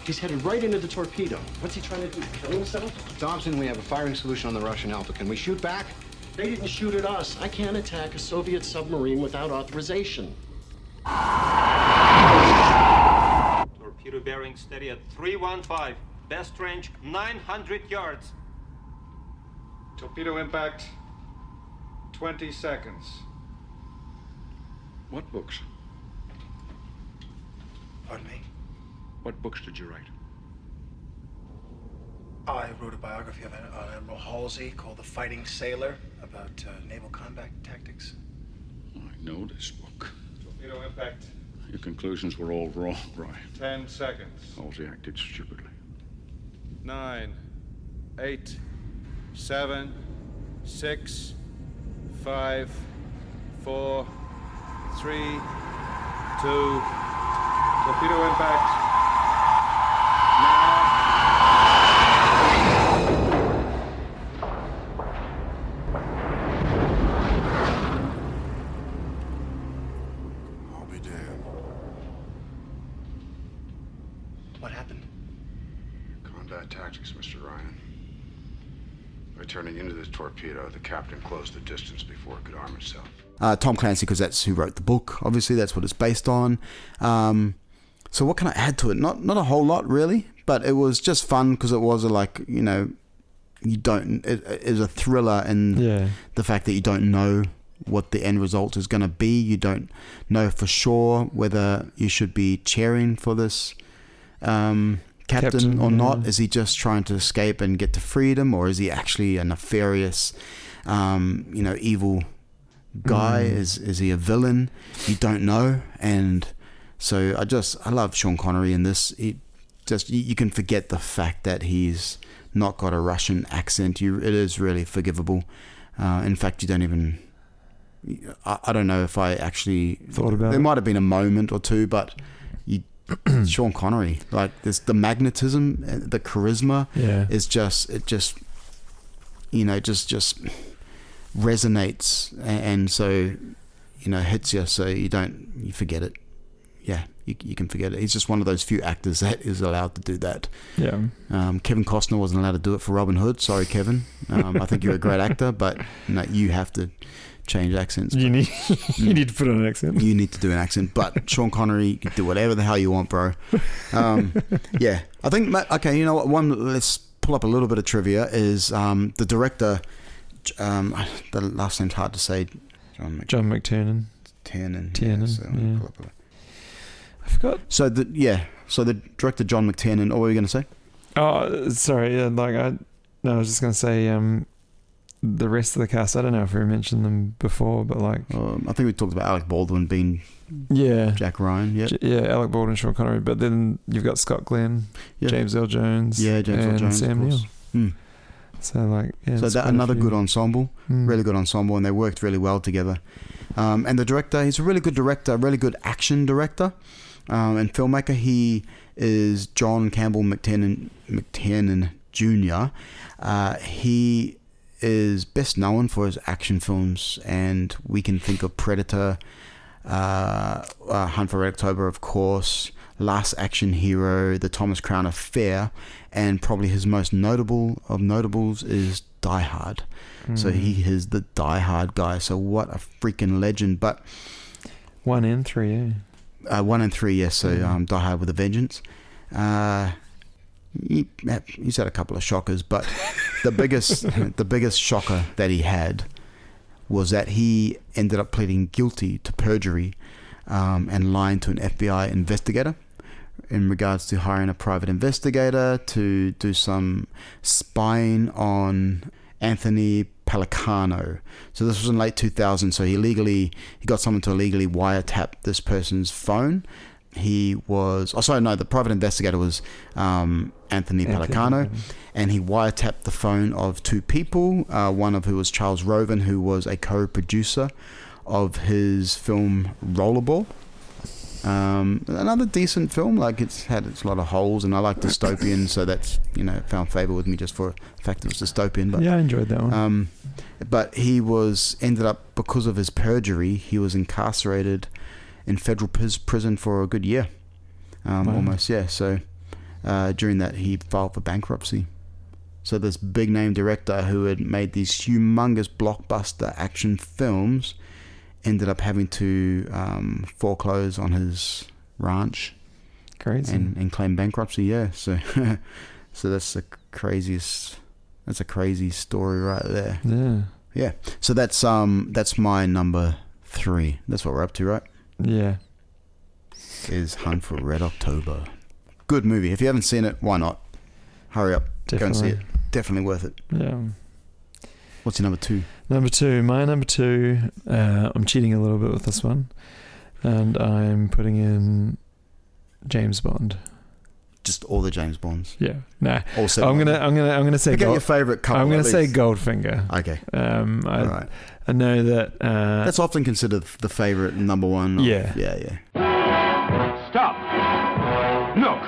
Speaker 6: He's headed right into the torpedo. What's he trying to do? Kill himself?
Speaker 20: Thompson, we have a firing solution on the Russian Alpha. Can we shoot back?
Speaker 6: They didn't shoot at us. I can't attack a Soviet submarine without authorization.
Speaker 9: Torpedo bearing steady at 315, Best range 900 yards.
Speaker 2: Torpedo impact 20 seconds.
Speaker 19: What books?
Speaker 18: Pardon me?
Speaker 19: What books did you write?
Speaker 18: I wrote a biography of uh, Admiral Halsey called The Fighting Sailor about uh, naval combat tactics.
Speaker 19: I know this book.
Speaker 2: Torpedo impact
Speaker 19: Your conclusions were all wrong, Brian.
Speaker 2: 10 seconds.
Speaker 19: Halsey acted stupidly.
Speaker 9: Nine, eight, seven, six, five, four, three, two. Torpedo impact.
Speaker 18: I'll be damned. What happened?
Speaker 1: Combat tactics, Mr. Ryan. By turning into the torpedo, the captain closed the distance before it could arm itself.
Speaker 4: uh, Tom Clancy because that's who wrote the book. Obviously, that's what it's based on. Um, so what can I add to it? Not not a whole lot really, but it was just fun because it was a, like you know, you don't it, it is a thriller in
Speaker 5: Yeah.
Speaker 4: the fact that you don't know what the end result is going to be. You don't know for sure whether you should be cheering for this um, captain,
Speaker 5: Captain,
Speaker 4: or not.
Speaker 5: yeah.
Speaker 4: Is he just trying to escape and get to freedom, or is he actually a nefarious, um, you know, evil guy?
Speaker 5: Mm.
Speaker 4: Is is he a villain? You don't know, and so I just I love Sean Connery in this. He just you, you can forget the fact that he's not got a Russian accent. You it is really forgivable. Uh, in fact, you don't even. I, I don't know if I actually
Speaker 5: Thought about
Speaker 4: There
Speaker 5: it.
Speaker 4: might have been a moment or two, but you, Sean Connery, like this, the magnetism, uh, the charisma,
Speaker 5: Yeah.
Speaker 4: is just it just you know just just resonates a- and so you know hits you so you don't you forget it yeah you, you can forget it he's just one of those few actors that is allowed to do that
Speaker 5: Yeah.
Speaker 4: um, Kevin Costner wasn't allowed to do it for Robin Hood sorry Kevin um, I think you're a great actor but no, you have to change accents
Speaker 5: You need you need to put on an accent.
Speaker 4: you need to do an accent. But Sean Connery, you can do whatever the hell you want, bro. Um, yeah, I think. ma- Okay, you know what? One. Let's pull up a little bit of trivia. Is um, the director? Um, the last name's hard to say. John
Speaker 5: John McTiernan.
Speaker 4: McTiernan.
Speaker 5: Tiernan,
Speaker 4: so let me
Speaker 5: yeah.
Speaker 4: pull up a-
Speaker 5: I forgot.
Speaker 4: So the yeah. So the director John McTiernan. What were you going to say?
Speaker 5: Oh, sorry. Yeah, like I, no, I was just gonna say, um, the rest of the cast. I don't know if we mentioned them before, but like,
Speaker 4: Um, I think we talked about Alec Baldwin being
Speaker 5: yeah,
Speaker 4: Jack Ryan. Yeah.
Speaker 5: J- yeah, Alec Baldwin, Sean Connery. But then you've got Scott Glenn,
Speaker 4: Yeah.
Speaker 5: James L. Jones,
Speaker 4: Yeah, James Earl
Speaker 5: and
Speaker 4: Jones, of
Speaker 5: Sam
Speaker 4: course.
Speaker 5: Neill.
Speaker 4: Hmm.
Speaker 5: So like, yeah,
Speaker 4: so
Speaker 5: it's
Speaker 4: that
Speaker 5: quite a
Speaker 4: another
Speaker 5: few.
Speaker 4: good ensemble,
Speaker 5: Mm.
Speaker 4: really good ensemble, and they worked really well together. Um, and the director, he's a really good director, really good action director um, and filmmaker. He is John Campbell McTiernan, McTiernan Jr. Uh, he is best known for his action films, and we can think of Predator, uh, uh, Hunt for Red October, of course, Last Action Hero, The Thomas Crown Affair, and probably his most notable of notables is Die Hard. So
Speaker 5: Mm.
Speaker 4: he is the Die Hard guy. So what a freaking legend! But
Speaker 5: One in three. Yeah.
Speaker 4: uh, one and three, yes. So um, Die Hard with a Vengeance. Uh, he, he's had a couple of shockers, but the biggest the biggest shocker that he had was that he ended up pleading guilty to perjury um, and lying to an FBI investigator in regards to hiring a private investigator to do some spying on Anthony Palicano. So this was in late 2000. So he legally he got someone to illegally wiretap this person's phone. He was oh sorry no the private investigator was um, Anthony
Speaker 5: Anthony
Speaker 4: Palicano,
Speaker 5: Palicano.
Speaker 4: Mm-hmm. and he wiretapped the phone of two people, uh, one of who was Charles Roven, who was a co-producer of his film Rollerball. Um, another decent film. Like it's had its lot of holes, and I like dystopian, so that's you know found favor with me just for the fact it was dystopian. But
Speaker 5: yeah, I enjoyed that one.
Speaker 4: um, but he was ended up because of his perjury. He was incarcerated in federal pris- prison for a good year, um,
Speaker 5: Wow.
Speaker 4: almost yeah. So uh, during that, he filed for bankruptcy. So this big name director who had made these humongous blockbuster action films ended up having to um, foreclose on his ranch
Speaker 5: Crazy.
Speaker 4: and, and claim bankruptcy. Yeah, so So that's the craziest. That's a crazy story right there.
Speaker 5: Yeah.
Speaker 4: Yeah. So that's um that's my number three. That's what we're up to, right?
Speaker 5: Yeah.
Speaker 4: Is Hunt for Red October. Good movie. If you haven't seen it, why not? Hurry up. Go and see
Speaker 5: Definitely.
Speaker 4: it. Definitely worth it.
Speaker 5: Yeah.
Speaker 4: What's your number two?
Speaker 5: Number two, my number two. Uh, I'm cheating a little bit with this one, and I'm putting in James Bond.
Speaker 4: Just all the James Bonds.
Speaker 5: Yeah, nah.
Speaker 4: Also,
Speaker 5: I'm gonna, I'm gonna, I'm gonna say.
Speaker 4: Pick out
Speaker 5: Gold-
Speaker 4: your favourite couple,
Speaker 5: I'm gonna
Speaker 4: at
Speaker 5: say
Speaker 4: least.
Speaker 5: Goldfinger.
Speaker 4: Okay.
Speaker 5: Um, I,
Speaker 4: All right.
Speaker 5: I know that. Uh,
Speaker 4: That's often considered the favorite number one. of-
Speaker 5: Yeah.
Speaker 4: Yeah. Yeah.
Speaker 8: Stop! Look!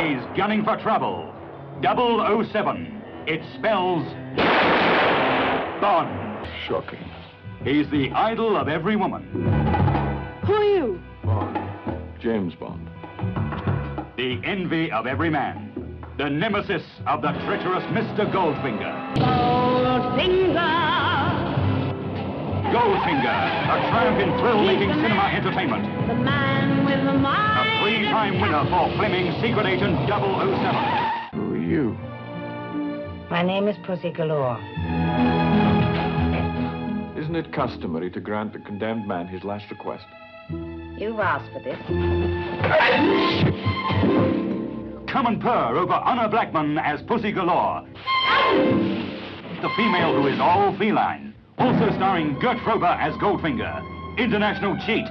Speaker 8: He's gunning for trouble. 007. It spells Bond. Shocking. He's the idol of every woman.
Speaker 10: Who are you?
Speaker 8: James Bond. The envy of every man. The nemesis of the treacherous Mr. Goldfinger. Goldfinger, a triumph in thrill-making cinema entertainment.
Speaker 10: The man with the mind.
Speaker 8: A three-time winner for Fleming's Secret Agent 007.
Speaker 24: Who are you?
Speaker 14: My name is Pussy Galore.
Speaker 24: Isn't it customary to grant the condemned man his last request?
Speaker 14: You've asked for this.
Speaker 8: Come and purr over Anna Blackman as Pussy Galore. The female who is all feline. Also starring Gert Frober as Goldfinger. International cheat.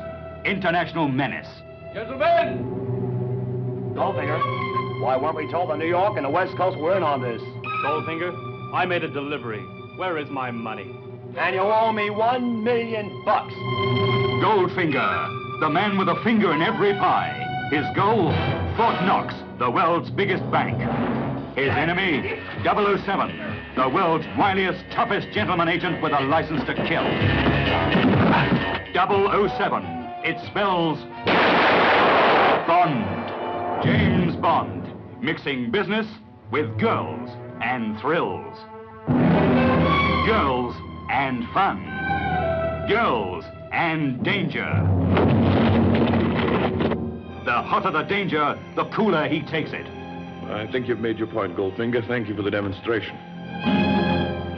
Speaker 8: International menace.
Speaker 25: Gentlemen! Goldfinger, why weren't we told on New York and the West Coast were in on this? Goldfinger, I made a delivery. Where is my money? And you owe me one million bucks.
Speaker 8: Goldfinger, the man with a finger in every pie. His goal, Fort Knox, the world's biggest bank. His enemy, 007, the world's wiliest, toughest gentleman agent with a license to kill. 007, it spells Bond. James Bond, mixing business with girls and thrills. Girls and fun. Girls and danger. The hotter the danger, the cooler he takes it.
Speaker 26: I think you've made your point, Goldfinger. Thank you for the demonstration.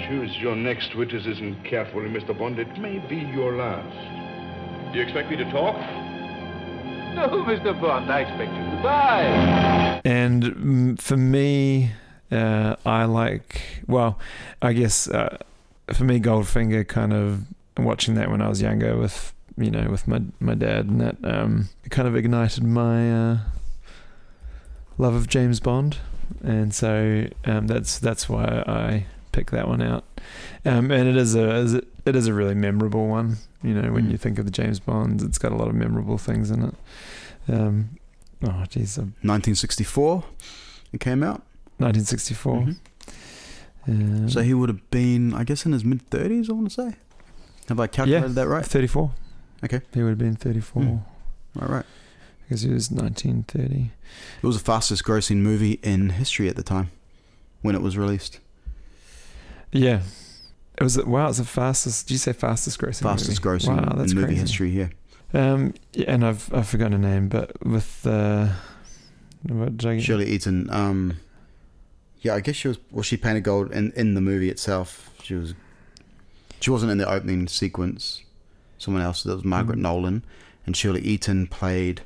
Speaker 26: Choose your next witticism carefully, Mr. Bond. It may be your last. Do you expect me to talk?
Speaker 25: No, Mr. Bond, I expect you. Goodbye!
Speaker 5: And mm, for me, uh, I like, well, I guess uh, for me, Goldfinger kind of watching that when I was younger with, you know, with my, my dad, and that um, it kind of ignited my uh, love of James Bond. And so um, that's that's why I picked that one out. Um, and it is a is it, it is a really memorable one. You know, when you think of the James Bonds, it's got a lot of memorable things in it. Um, oh, geez, I'm
Speaker 4: 1964, it came out. Mm-hmm.
Speaker 5: 1964.
Speaker 4: so he would have been, I guess, in his mid 30s. I want to say. Have I calculated that right? Hmm.
Speaker 5: 34.
Speaker 4: Okay.
Speaker 5: He would have been 34.
Speaker 4: All right.
Speaker 5: Because he was 1930.
Speaker 4: It was the fastest grossing movie in history at the time when it was released.
Speaker 5: Yeah. It was, wow, it's the fastest, did you say fastest grossing? movie?
Speaker 4: Fastest grossing
Speaker 5: Wow, that's
Speaker 4: in movie
Speaker 5: crazy.
Speaker 4: history. Yeah.
Speaker 5: Um, yeah, and I've, I've forgotten her name, but with, uh, what did I get?
Speaker 4: Shirley Eaton. Um, yeah, I guess she was. Well, she painted gold in in the movie itself. She was. She wasn't in the opening sequence. Someone else. That was Margaret
Speaker 5: Mm.
Speaker 4: Nolan, and Shirley Eaton played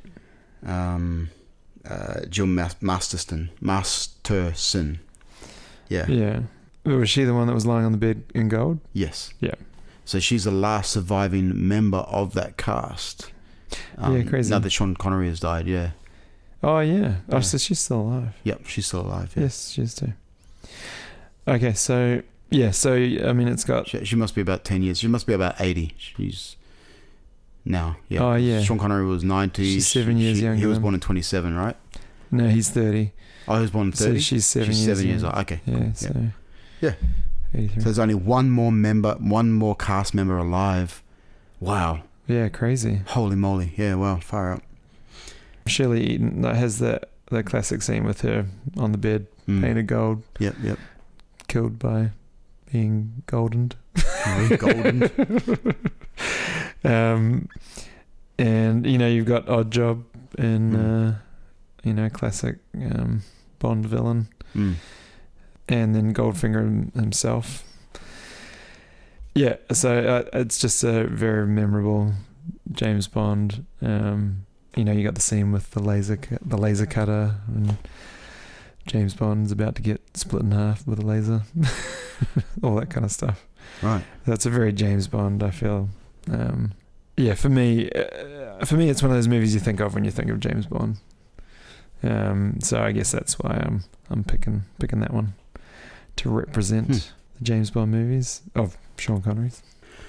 Speaker 4: um, uh, Jill Mas- Masterson. Masterson. Yeah.
Speaker 5: Yeah. Was she the one that was lying on the bed in gold?
Speaker 4: Yes.
Speaker 5: Yeah.
Speaker 4: So she's the last surviving member of that cast. Um,
Speaker 5: Yeah, crazy.
Speaker 4: Now that Sean Connery has died, yeah.
Speaker 5: Oh, yeah. Oh,
Speaker 4: Yeah.
Speaker 5: so she's still alive.
Speaker 4: Yep, she's still alive. Yeah.
Speaker 5: Yes, she is too. Okay, so, yeah, so, I mean, it's got.
Speaker 4: She, she must be about 10 years. She must be about 80. She's now. Yeah.
Speaker 5: Oh, yeah.
Speaker 4: Sean Connery was 90.
Speaker 5: She's seven years younger
Speaker 4: He was
Speaker 5: than-
Speaker 4: born in 27, right?
Speaker 5: No, he's 30.
Speaker 4: Oh, he was born in
Speaker 5: So
Speaker 4: 30.
Speaker 5: she's seven
Speaker 4: she's
Speaker 5: years
Speaker 4: seven years
Speaker 5: young.
Speaker 4: old. Okay.
Speaker 5: Yeah,
Speaker 4: cool.
Speaker 5: so.
Speaker 4: Yeah.
Speaker 5: So
Speaker 4: there's only one more member, one more cast member alive. Wow.
Speaker 5: Yeah, crazy.
Speaker 4: Holy moly. Yeah, wow. Far out.
Speaker 5: Shirley Eaton that has that that classic scene with her on the bed,
Speaker 4: Mm.
Speaker 5: painted gold.
Speaker 4: Yep, yep.
Speaker 5: Killed by being goldened.
Speaker 4: Being goldened.
Speaker 5: um, and you know you've got Odd Job in uh, you know classic um, Bond villain,
Speaker 4: Mm.
Speaker 5: and then Goldfinger himself. Yeah, so uh, it's just a very memorable James Bond. Um, you know, you got the scene with the laser, cu- the laser cutter, and James Bond's about to get split in half with a laser, all that kind of stuff.
Speaker 4: Right.
Speaker 5: That's a very James Bond. I feel. Um, yeah, for me, uh, for me, it's one of those movies you think of when you think of James Bond. Um, so I guess that's why I'm I'm picking picking that one to
Speaker 4: Hmm.
Speaker 5: represent the James Bond movies of Sean Connery's.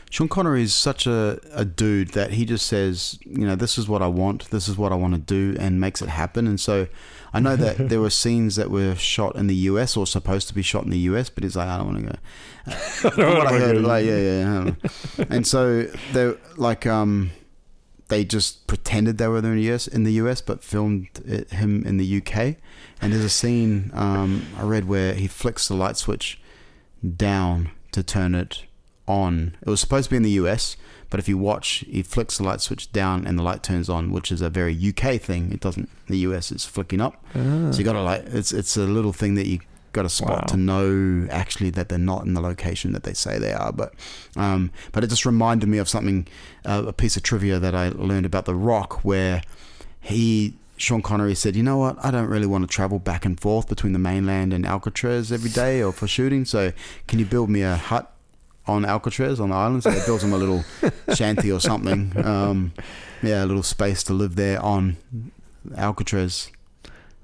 Speaker 4: Sean Connery is such a, a dude that he just says, you know, this is what I want, this is what I want to do, and makes it happen. And so I know that there were scenes that were shot in the US or supposed to be shot in the US, but he's like, I don't want to go. From
Speaker 5: wanna
Speaker 4: what I
Speaker 5: go.
Speaker 4: heard, like, yeah, yeah. yeah. and so they like, um, they just pretended they were in the US, in the US, but filmed it, him in the UK. And there's a scene um, I read where he flicks the light switch down to turn it on. It was supposed to be in the US, but if you watch, he flicks the light switch down and the light turns on, which is a very UK thing. It doesn't. The US it's flicking up,
Speaker 5: Ah.
Speaker 4: so you got to like it's it's a little thing that you got to spot
Speaker 5: Wow.
Speaker 4: to know actually that they're not in the location that they say they are. But um, but it just reminded me of something, uh, a piece of trivia that I learned about The Rock, where he Sean Connery said, "You know what? I don't really want to travel back and forth between the mainland and Alcatraz every day, or for shooting. So, can you build me a hut on Alcatraz on the island?" So they built him a little shanty or something. Um, yeah, a little space to live there on Alcatraz.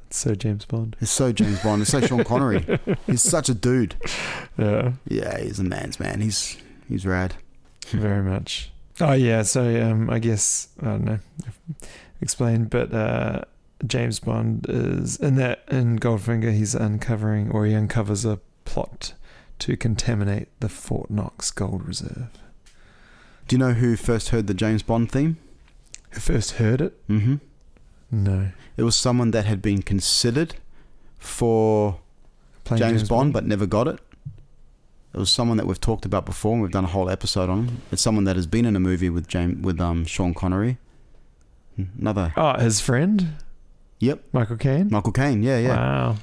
Speaker 5: It's so James Bond.
Speaker 4: It's so James Bond. It's so Sean Connery. He's such a dude.
Speaker 5: Yeah,
Speaker 4: Yeah, he's a man's man. He's he's rad.
Speaker 5: very much. Oh yeah, so um, I guess I don't know, explain, but uh, James Bond is in that in Goldfinger he's uncovering or he uncovers a plot to contaminate the Fort Knox Gold Reserve.
Speaker 4: Do you know who first heard the James Bond theme?
Speaker 5: Who first heard it?
Speaker 4: Mm-hmm.
Speaker 5: No,
Speaker 4: It was someone that had been considered for
Speaker 5: Playing
Speaker 4: James,
Speaker 5: James
Speaker 4: Bond, but never got it. It was someone that we've talked about before, and we've done a whole episode on. him. It's someone that has been in a movie with James with um Sean Connery. Another.
Speaker 5: oh his friend
Speaker 4: Yep.
Speaker 5: Michael Caine.
Speaker 4: Michael Caine. Yeah, yeah.
Speaker 5: Wow,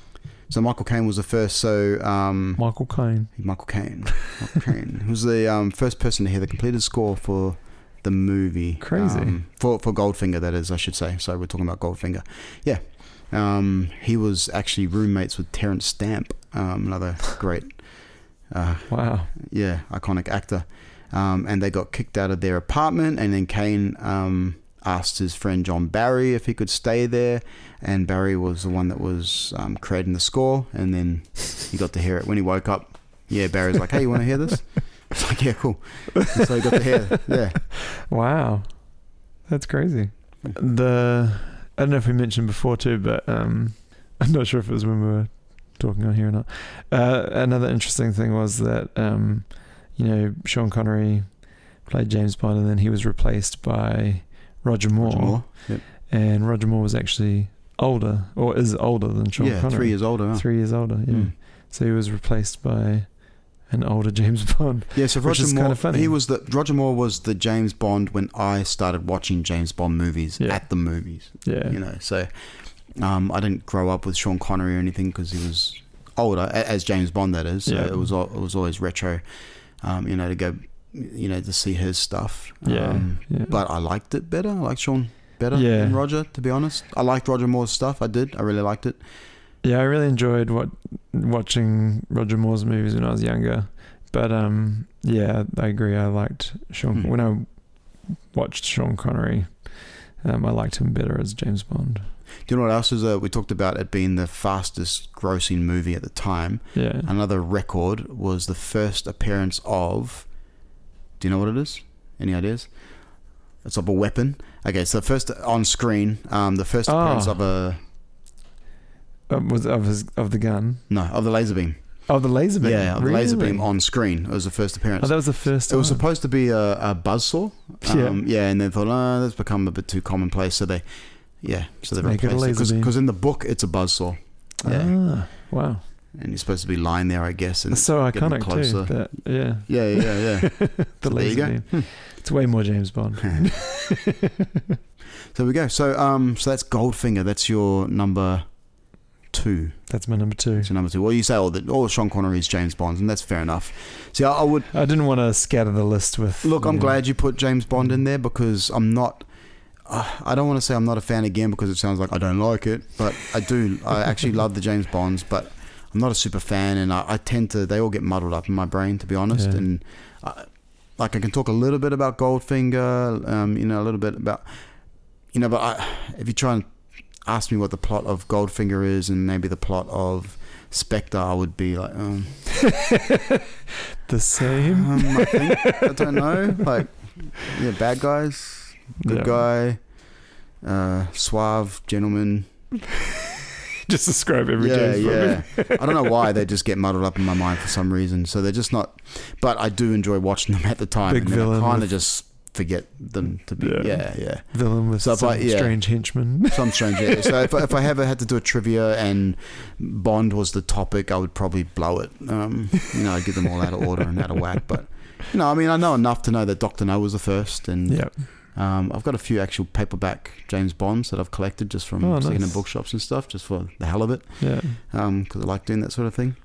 Speaker 4: So Michael Caine was the first. So um,
Speaker 5: Michael Caine.
Speaker 4: Michael Caine. Michael Caine was the um, first person to hear the completed score for the movie.
Speaker 5: Crazy.
Speaker 4: Um, for for Goldfinger, that is, I should say. So we're talking about Goldfinger. Yeah. Um, he was actually roommates with Terrence Stamp, um, another great, uh,
Speaker 5: Wow.
Speaker 4: yeah, iconic actor. Um, and they got kicked out of their apartment, and then Kane um, asked his friend John Barry if he could stay there, and Barry was the one that was um, creating the score, and then he got to hear it when he woke up. Yeah, Barry's like, "Hey, you want to hear this?" It's like, "Yeah, cool." And so he got to hear, yeah,
Speaker 5: Wow, that's crazy. The I don't know if we mentioned before too, but um, I'm not sure if it was when we were talking on here or not. Uh, another interesting thing was that um, you know Sean Connery played James Bond, and then he was replaced by Roger Moore,
Speaker 4: Roger Moore. Yep.
Speaker 5: and Roger Moore was actually older or is older than Sean
Speaker 4: yeah,
Speaker 5: Connery,
Speaker 4: three years older. huh?
Speaker 5: Three years older. Yeah,
Speaker 4: Mm.
Speaker 5: so he was replaced by an older James Bond.
Speaker 4: Yeah, so
Speaker 5: Which
Speaker 4: Roger
Speaker 5: is
Speaker 4: Moore.
Speaker 5: kinda funny.
Speaker 4: He was the Roger Moore was the James Bond when I started watching James Bond movies
Speaker 5: Yeah.
Speaker 4: at the movies.
Speaker 5: Yeah.
Speaker 4: you know, so um, I didn't grow up with Sean Connery or anything because he was older a- as James Bond. That is, so
Speaker 5: Yeah.
Speaker 4: it was al- it was always retro, um, you know, to go, you know, to see his stuff.
Speaker 5: Yeah,
Speaker 4: um,
Speaker 5: yeah.
Speaker 4: but I liked it better. I liked Sean better
Speaker 5: Yeah.
Speaker 4: than Roger, to be honest. I liked Roger Moore's stuff. I did. I really liked it.
Speaker 5: Yeah, I really enjoyed what watching Roger Moore's movies when I was younger. But um, yeah, I agree. I liked Sean
Speaker 4: Hmm.
Speaker 5: when I watched Sean Connery. Um, I liked him better as James Bond.
Speaker 4: Do you know what else is? Uh, we talked about it being the fastest grossing movie at the time.
Speaker 5: Yeah,
Speaker 4: Another record was the first appearance of. Do you know what it is? Any ideas? It's of a weapon. Okay, so first on screen, um, the first appearance
Speaker 5: Oh.
Speaker 4: of a
Speaker 5: um, was of his of the gun
Speaker 4: no of the laser beam.
Speaker 5: of the laser beam.
Speaker 4: Yeah, of the laser
Speaker 5: Really?
Speaker 4: beam on screen. It was the first appearance.
Speaker 5: Oh, that was the first.
Speaker 4: It was
Speaker 5: time.
Speaker 4: supposed to be a, a buzzsaw.
Speaker 5: Yeah.
Speaker 4: Um, yeah. and they thought, oh, that's become a bit too commonplace. So they, yeah, so they
Speaker 5: Make it a
Speaker 4: replaced
Speaker 5: laser
Speaker 4: it.
Speaker 5: beam.
Speaker 4: Because in the book, it's a buzzsaw. Yeah.
Speaker 5: Ah, wow,
Speaker 4: And you're supposed to be lying there, I guess. And
Speaker 5: that's so
Speaker 4: getting
Speaker 5: iconic too.
Speaker 4: closer.
Speaker 5: That, yeah,
Speaker 4: Yeah, yeah, yeah.
Speaker 5: the
Speaker 4: So there you
Speaker 5: laser
Speaker 4: go. Hmm.
Speaker 5: beam. It's way more James Bond.
Speaker 4: so we go. So um, so that's Goldfinger. That's your number two.
Speaker 5: That's my number two.
Speaker 4: So number two. Well, you say all that all Sean Connery is James Bond, and that's fair enough. See, I, I would.
Speaker 5: I didn't want to scatter the list with.
Speaker 4: Look, I'm
Speaker 5: yeah.
Speaker 4: glad you put James Bond in there because I'm not. uh, I don't want to say I'm not a fan again because it sounds like I don't like it, but I do. I actually love the James Bonds, but I'm not a super fan, and I, I tend to. They all get muddled up in my brain, to be honest.
Speaker 5: Yeah.
Speaker 4: And I, like I can talk a little bit about Goldfinger, um, you know, a little bit about, you know, but I, if you try and ask me what the plot of Goldfinger is and maybe the plot of Spectre, I would be like, um,
Speaker 5: The same.
Speaker 4: um, I think. I don't know. Like, yeah, bad guys, good guy, uh, suave gentleman.
Speaker 5: just describe every
Speaker 4: yeah,
Speaker 5: James Bond
Speaker 4: yeah.
Speaker 5: movie.
Speaker 4: I don't know why they just get muddled up in my mind for some reason. So they're just not. But I do enjoy watching them at the time,
Speaker 5: Big
Speaker 4: and then I
Speaker 5: villain
Speaker 4: kind of
Speaker 5: with-
Speaker 4: just forget them to be.
Speaker 5: Yeah.
Speaker 4: Yeah, yeah. yeah.
Speaker 5: Villain with
Speaker 4: So if
Speaker 5: some
Speaker 4: I- yeah.
Speaker 5: strange henchman.
Speaker 4: Some strange. yeah. So if, I- if I ever had to do a trivia and Bond was the topic, I would probably blow it. Um, you know, I'd get them all out of order and out of whack. But you know, I mean, I know enough to know that Doctor No was the first, and
Speaker 5: Yep.
Speaker 4: um, I've got a few actual paperback James Bonds that I've collected just from
Speaker 5: Oh,
Speaker 4: secondhand
Speaker 5: nice.
Speaker 4: bookshops and stuff, just for the hell of it
Speaker 5: Yeah.
Speaker 4: because I like doing that sort of thing.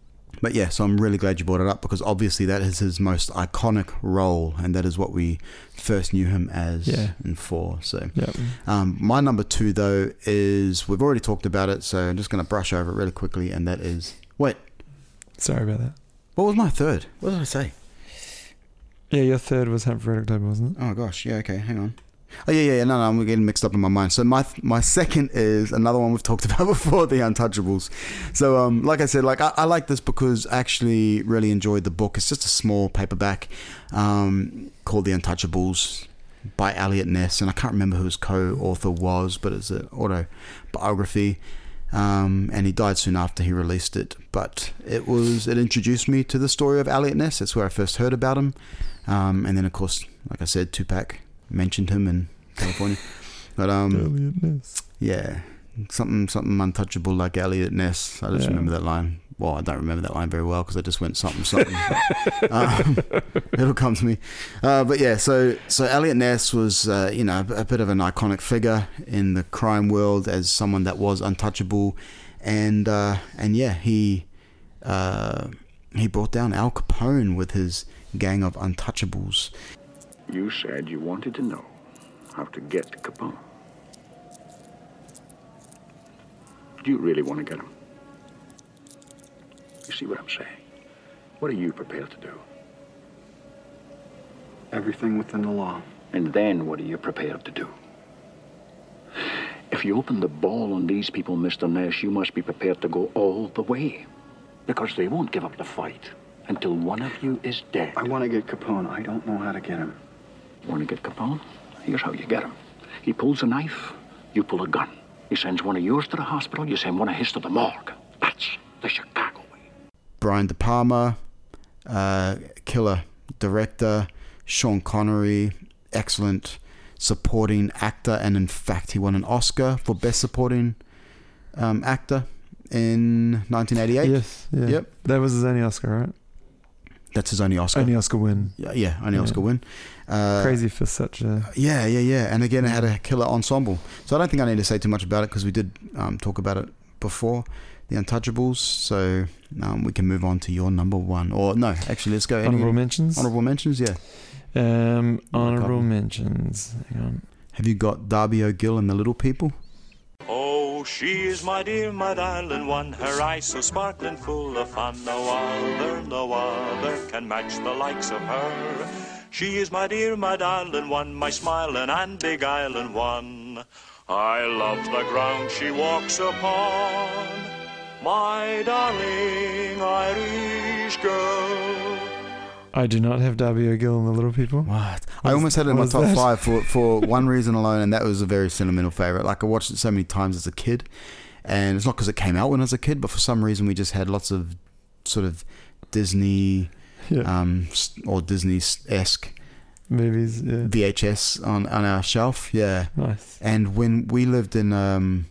Speaker 4: But yeah, so I'm really glad you brought it up because obviously that is his most iconic role, and that is what we first knew him as
Speaker 5: Yeah.
Speaker 4: in four. So,
Speaker 5: Yep.
Speaker 4: um, my number two though is we've already talked about it, so I'm just going to brush over it really quickly, and that is wait,
Speaker 5: Sorry about that.
Speaker 4: what was my third? What did I say?
Speaker 5: Yeah, your third was Humphrey October, wasn't it?
Speaker 4: Oh gosh, yeah, okay, hang on. Oh yeah, yeah, yeah, no, no, I'm getting mixed up in my mind. So my my second is another one we've talked about before, The Untouchables. So um, like I said, like I, I like this because I actually really enjoyed the book. It's just a small paperback um, called The Untouchables by Elliot Ness, and I can't remember who his co-author was, but it's an autobiography. Um, and he died soon after he released it, but it was it introduced me to the story of Elliot Ness. That's where I first heard about him, um, and then of course, like I said, Tupac mentioned him in California. But um,
Speaker 5: Brilliantness.
Speaker 4: yeah, something something untouchable like Elliot Ness. I just
Speaker 5: Yeah.
Speaker 4: remember that line. Well, I don't remember that line very well because I just went something something. But, um, it'll come to me. Uh, but yeah, so so Elliot Ness was uh, you know a bit of an iconic figure in the crime world as someone that was untouchable, and uh, and yeah he uh, he brought down Al Capone with his gang of untouchables.
Speaker 3: You said you wanted to know how to get Capone. Do you really want to get him? You see what I'm saying? What are you prepared to do?
Speaker 22: Everything within the law.
Speaker 3: And then what are you prepared to do? If you open the ball on these people, Mr. Nash, you must be prepared to go all the way. Because they won't give up the fight until one of you is dead.
Speaker 22: I want to get Capone. I don't know how to get him.
Speaker 3: Want to get Capone? Here's how you get him. He pulls a knife, you pull a gun. He sends one of yours to the hospital, you send one of his to the morgue. That's the Chicago.
Speaker 4: Brian De Palma, uh, killer director, Sean Connery, excellent supporting actor, and in fact, he won an Oscar for best supporting um, actor in 1988.
Speaker 5: Yes. Yeah.
Speaker 4: Yep.
Speaker 5: That was his only Oscar, right?
Speaker 4: That's his only Oscar.
Speaker 5: Only Oscar win.
Speaker 4: yeah, yeah, only
Speaker 5: Yeah.
Speaker 4: Oscar win. Uh,
Speaker 5: Crazy for such a.
Speaker 4: Yeah, yeah, yeah. And again, it had a killer ensemble. So I don't think I need to say too much about it because we did um, talk about it before, The Untouchables. So um, we can move on to your number one. Or no, actually, let's go. any-
Speaker 5: Honorable mentions?
Speaker 4: Honorable mentions, yeah.
Speaker 5: Um,
Speaker 4: couple.
Speaker 5: honorable mentions. Hang on.
Speaker 4: Have you got Darby O'Gill and the Little People?
Speaker 7: Oh, she is my dear, my darling one, her eyes so sparkling full of fun. No other, no other can match the likes of her. She is my dear, my darling one, my smiling and beguiling one. I love the ground she walks upon. My darling Irish girl.
Speaker 5: I do not have Darby O'Gill and the Little People.
Speaker 4: What? I almost had it in my
Speaker 5: what
Speaker 4: top
Speaker 5: is that?
Speaker 4: five for, for one reason alone, and that was a very sentimental favorite. Like, I watched it so many times as a kid, and it's not because it came out when I was a kid, but for some reason, we just had lots of sort of Disney
Speaker 5: Yeah.
Speaker 4: um, s- or Disney esque
Speaker 5: Movies. Yeah.
Speaker 4: VHS on, on our shelf. Yeah.
Speaker 5: Nice.
Speaker 4: And when we lived in um,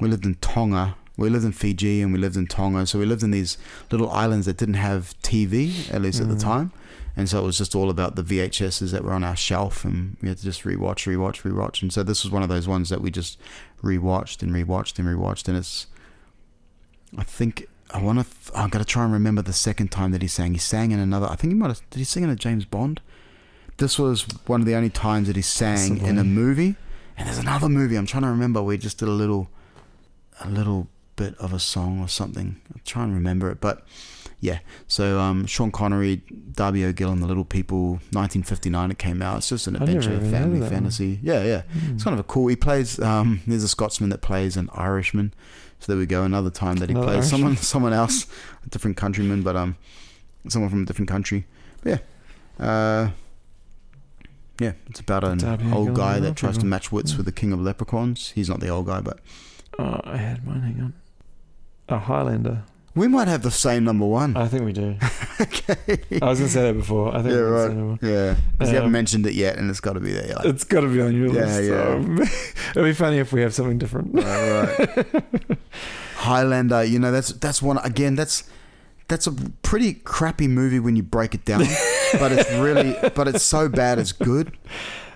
Speaker 4: we lived in Tonga. We lived in Fiji and we lived in Tonga. So we lived in these little islands that didn't have TV, at least at the
Speaker 5: Mm.
Speaker 4: time. And so it was just all about the VHSs that were on our shelf, and we had to just rewatch, rewatch, rewatch. And so this was one of those ones that we just rewatched and rewatched and rewatched, and it's I think I want to. Th- I'm gonna try and remember the second time that he sang. He sang in another. I think he might have. Did he sing in a James Bond? This was one of the only times that he sang in
Speaker 5: Possibly.
Speaker 4: a movie. And there's another movie I'm trying to remember where he just did a little, a little bit of a song or something. I'll try and remember it, but yeah. So um, Sean Connery, Darby O'Gill, and the Little People, 1959. It came out. It's just an
Speaker 5: I never
Speaker 4: adventure,
Speaker 5: even heard of
Speaker 4: family
Speaker 5: that one.
Speaker 4: fantasy. Yeah, yeah. It's
Speaker 5: Hmm.
Speaker 4: kind of a cool. He plays. Um, there's a Scotsman that plays an Irishman. So there we go. Another time that he
Speaker 5: Another
Speaker 4: plays someone,
Speaker 5: Irishman.
Speaker 4: someone else, a different countryman, but um, someone from a different country. But yeah, uh, yeah. It's about an
Speaker 5: Darby O'Gill
Speaker 4: old
Speaker 5: and
Speaker 4: guy
Speaker 5: the
Speaker 4: that tries to
Speaker 5: Leprechaun.
Speaker 4: match wits with the king of leprechauns. He's not the old guy, but
Speaker 5: Oh, I had mine. Hang on. A Highlander.
Speaker 4: we might have the same number one.
Speaker 5: I think we do.
Speaker 4: okay.
Speaker 5: Uh, I was gonna say that before. I think
Speaker 4: Hmm. yeah, right.
Speaker 5: we said that before.
Speaker 4: Yeah, 'Cause you haven't
Speaker 5: Um,
Speaker 4: mentioned it yet, and it's got to be there. You're like,
Speaker 5: It's got to be on your
Speaker 4: Yeah,
Speaker 5: list.
Speaker 4: yeah.
Speaker 5: Um, it'd be funny if we have something different.
Speaker 4: Right, right. Highlander, you know that's that's one again. That's that's a pretty crappy movie when you break it down, but it's really but it's so bad it's good.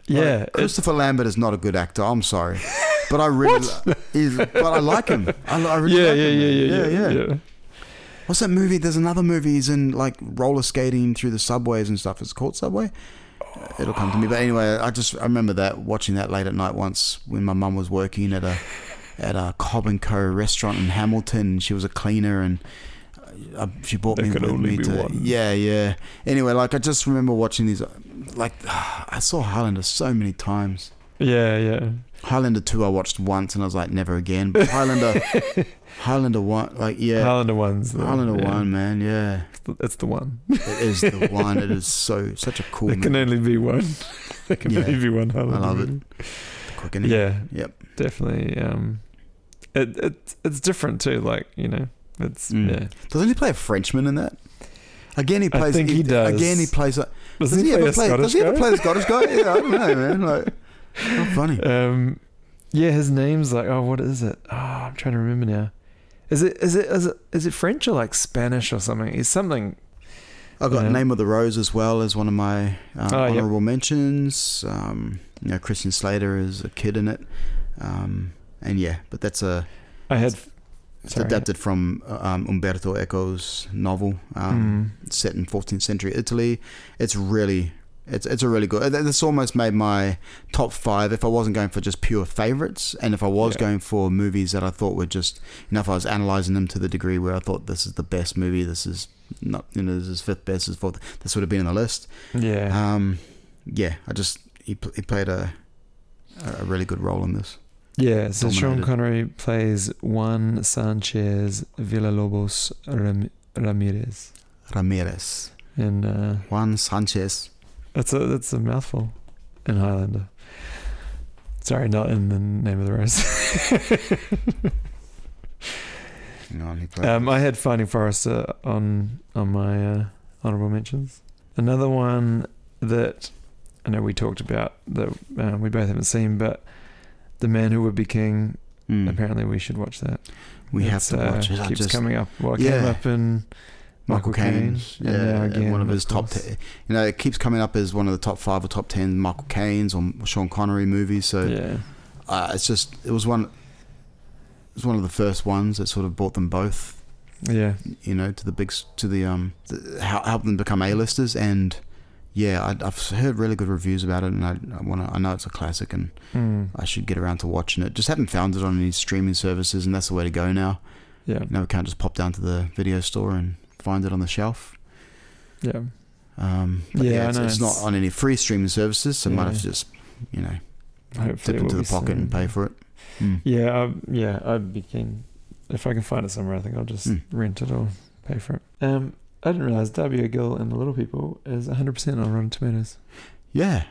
Speaker 5: Yeah,
Speaker 4: Like, Christopher Lambert is not a good actor. I'm sorry, but I really he's- but I like him. I, li- I really
Speaker 5: Yeah,
Speaker 4: like
Speaker 5: yeah,
Speaker 4: him,
Speaker 5: yeah,
Speaker 4: man.
Speaker 5: yeah, yeah, yeah.
Speaker 4: What's that movie? There's another movie. He's in like roller skating through the subways and stuff. It's called Subway. Uh, It'll come to me. But anyway, I just I remember that watching that late at night once when my mum was working at a at a Cobb and Co restaurant in Hamilton. She was a cleaner and uh, she brought
Speaker 5: There
Speaker 4: me
Speaker 5: could
Speaker 4: with
Speaker 5: only
Speaker 4: me
Speaker 5: be
Speaker 4: to
Speaker 5: one.
Speaker 4: yeah yeah. Anyway, like I just remember watching these. uh, Like I saw Highlander so many times.
Speaker 5: Yeah, yeah.
Speaker 4: Highlander two I watched once and I was like never again. But Highlander Highlander one like yeah
Speaker 5: Highlander one's the
Speaker 4: Highlander
Speaker 5: yeah.
Speaker 4: one man yeah
Speaker 5: It's the- It's the one.
Speaker 4: it is the one it is so such a cool
Speaker 5: There can
Speaker 4: movie.
Speaker 5: only be one. There can
Speaker 4: Yeah.
Speaker 5: only be one
Speaker 4: I
Speaker 5: Highlander.
Speaker 4: love it
Speaker 5: movie.
Speaker 4: quick innit?
Speaker 5: Yeah.
Speaker 4: yep
Speaker 5: Definitely. Um, it it it's different too. Like you know, it's
Speaker 4: Mm.
Speaker 5: yeah.
Speaker 4: doesn't he play a Frenchman in that again he
Speaker 5: I
Speaker 4: plays
Speaker 5: think he does.
Speaker 4: again he plays a,
Speaker 5: Does he play
Speaker 4: ever
Speaker 5: a
Speaker 4: play does
Speaker 5: Scottish
Speaker 4: he ever
Speaker 5: guy?
Speaker 4: play a Scottish guy yeah I don't know man like how funny
Speaker 5: Um, yeah, his name's like oh, what is it? Oh, I'm trying to remember now. Is it is it is it is it French or like Spanish or something? It's something.
Speaker 4: I've got
Speaker 5: Yeah.
Speaker 4: Name of the Rose as well as one of my um,
Speaker 5: Oh, yep.
Speaker 4: honorable mentions. Um, you know, Christian Slater is a kid in it, um, and yeah, but that's a
Speaker 5: I had.
Speaker 4: it's
Speaker 5: sorry.
Speaker 4: adapted from uh, um, Umberto Eco's novel, um,
Speaker 5: Mm.
Speaker 4: set in 14th century Italy. It's really it's it's a really good. th- This almost made my top five if I wasn't going for just pure favorites, and if I was
Speaker 5: Yeah.
Speaker 4: going for movies that I thought were just enough. I was analyzing them to the degree where I thought this is the best movie. This is not you know this is fifth best. This is fourth. This would have been on the list.
Speaker 5: Yeah.
Speaker 4: Um, yeah, I just he, pl- he played a a a really good role in this.
Speaker 5: Yeah, so Sean
Speaker 4: dominated.
Speaker 5: Connery plays Juan Sanchez Villalobos Ram- Ramirez,
Speaker 4: Ramirez,
Speaker 5: and uh,
Speaker 4: Juan Sanchez.
Speaker 5: that's a that's a mouthful in Highlander. Sorry, not in the name of the rose.
Speaker 4: Hang on, he played.
Speaker 5: um, I had Finding Forrester on on my uh, honorable mentions. Another one that I know we talked about that uh, we both haven't seen, but The Man Who Would Be King.
Speaker 4: Mm.
Speaker 5: Apparently, we should watch that.
Speaker 4: We have
Speaker 5: It's,
Speaker 4: to
Speaker 5: uh,
Speaker 4: watch it. I
Speaker 5: Keeps
Speaker 4: just-
Speaker 5: coming up. Well, it came
Speaker 4: Yeah.
Speaker 5: up in
Speaker 4: Michael Caine,
Speaker 5: and now
Speaker 4: yeah,
Speaker 5: again,
Speaker 4: one of his top.
Speaker 5: course.
Speaker 4: Te- you know, it keeps coming up as one of the top five or top ten Michael Caine's or Sean Connery movies. So
Speaker 5: yeah,
Speaker 4: uh, it's just it was one. It was one of the first ones that sort of brought them both,
Speaker 5: yeah,
Speaker 4: you know, to the big s- to the um, th- hel- help them become A-listers and. Yeah, I, I've heard really good reviews about it, and I, I want to. I know it's a classic, and
Speaker 5: Mm.
Speaker 4: I should get around to watching it. Just haven't found it on any streaming services, and that's the way to go now.
Speaker 5: yeah,
Speaker 4: Now we can't just pop down to the video store and find it on the shelf.
Speaker 5: yeah.
Speaker 4: Um, but
Speaker 5: Yeah,
Speaker 4: yeah,
Speaker 5: I
Speaker 4: it's,
Speaker 5: know,
Speaker 4: it's
Speaker 5: it's-
Speaker 4: not on any free streaming services, so might have
Speaker 5: Yeah.
Speaker 4: to just, you know,
Speaker 5: Hopefully,
Speaker 4: dip
Speaker 5: it
Speaker 4: into
Speaker 5: will
Speaker 4: the
Speaker 5: be
Speaker 4: pocket and
Speaker 5: soon.
Speaker 4: pay for it. Mm.
Speaker 5: Yeah, I, yeah, I'd be keen if I can find it somewhere. I think I'll just
Speaker 4: Mm.
Speaker 5: rent it or pay for it. Um, I didn't realize W. Gill and the Little People is 100 percent on Rotten Tomatoes.
Speaker 4: Yeah,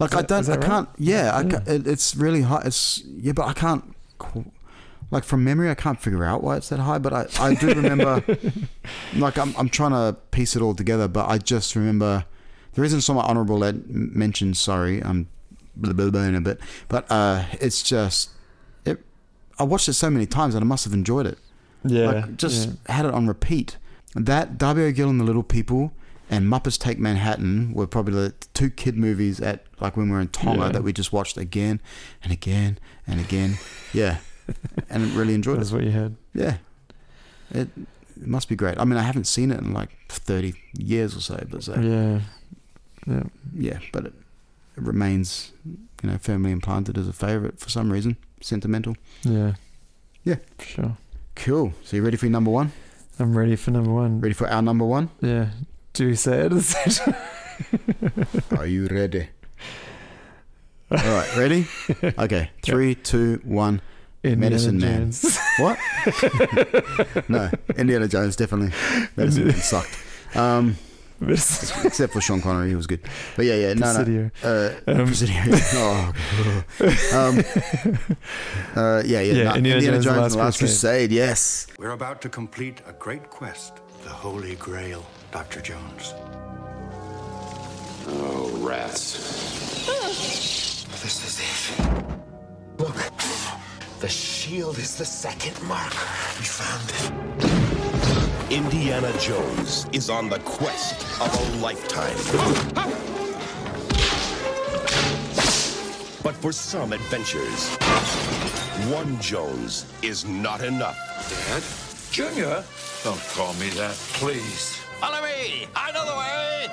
Speaker 4: like
Speaker 5: Is
Speaker 4: I
Speaker 5: that-
Speaker 4: don't,
Speaker 5: is
Speaker 4: I
Speaker 5: that right? Mm.
Speaker 4: can't. Yeah, I
Speaker 5: Yeah.
Speaker 4: ca it, it's really high. It's yeah, but I can't. qu- Like from memory, I can't figure out why it's that high. But I, I do remember. like I'm, I'm trying to piece it all together, but I just remember the reason it's on my honorable ed- mention. Sorry, I'm blah, blah, blah in a bit, but uh, it's just it. I watched it so many times and I must have enjoyed it.
Speaker 5: Yeah,
Speaker 4: like, just had it on repeat. That Darby O'Gill and the Little People and Muppets Take Manhattan were probably the two kid movies at like when we were in Tonga
Speaker 5: Yeah.
Speaker 4: that we just watched again and again and again. Yeah, and really enjoyed
Speaker 5: That's
Speaker 4: it.
Speaker 5: what you had.
Speaker 4: Yeah, It, it must be great. I mean, I haven't seen it in like 30 years or so, but so
Speaker 5: Yeah. Yeah.
Speaker 4: yeah, but it, it remains, you know, firmly implanted as a favorite for some reason. Sentimental.
Speaker 5: Yeah.
Speaker 4: Yeah.
Speaker 5: Sure.
Speaker 4: Cool. So you ready for your number one?
Speaker 5: I'm ready for number one.
Speaker 4: Ready for our number one?
Speaker 5: Yeah. Do we say it? at the same time?
Speaker 4: Are you ready? All right, ready? Okay, three, two, one.
Speaker 5: Indiana
Speaker 4: Medicine Man.
Speaker 5: Jones.
Speaker 4: What? no, Indiana Jones definitely. Medicine Man sucked. Um, except for Sean Connery, he was good. But yeah, yeah, no,
Speaker 5: Presidio.
Speaker 4: no. Uh,
Speaker 5: Um,
Speaker 4: Presidio. Oh, God. um, uh, yeah, yeah.
Speaker 5: Yeah,
Speaker 4: no,
Speaker 5: Indiana Jones, The
Speaker 4: and the Last Crusade. Yes.
Speaker 18: We're about to complete a great quest the Holy Grail, Dr. Jones.
Speaker 24: Oh, rats.
Speaker 18: This is it. Look, the shield is the second marker. We found it.
Speaker 11: Indiana Jones is on the quest of a lifetime. But for some adventures, one Jones is not enough. Dad? Junior? Don't call me that, please.
Speaker 18: Follow me. I know the way.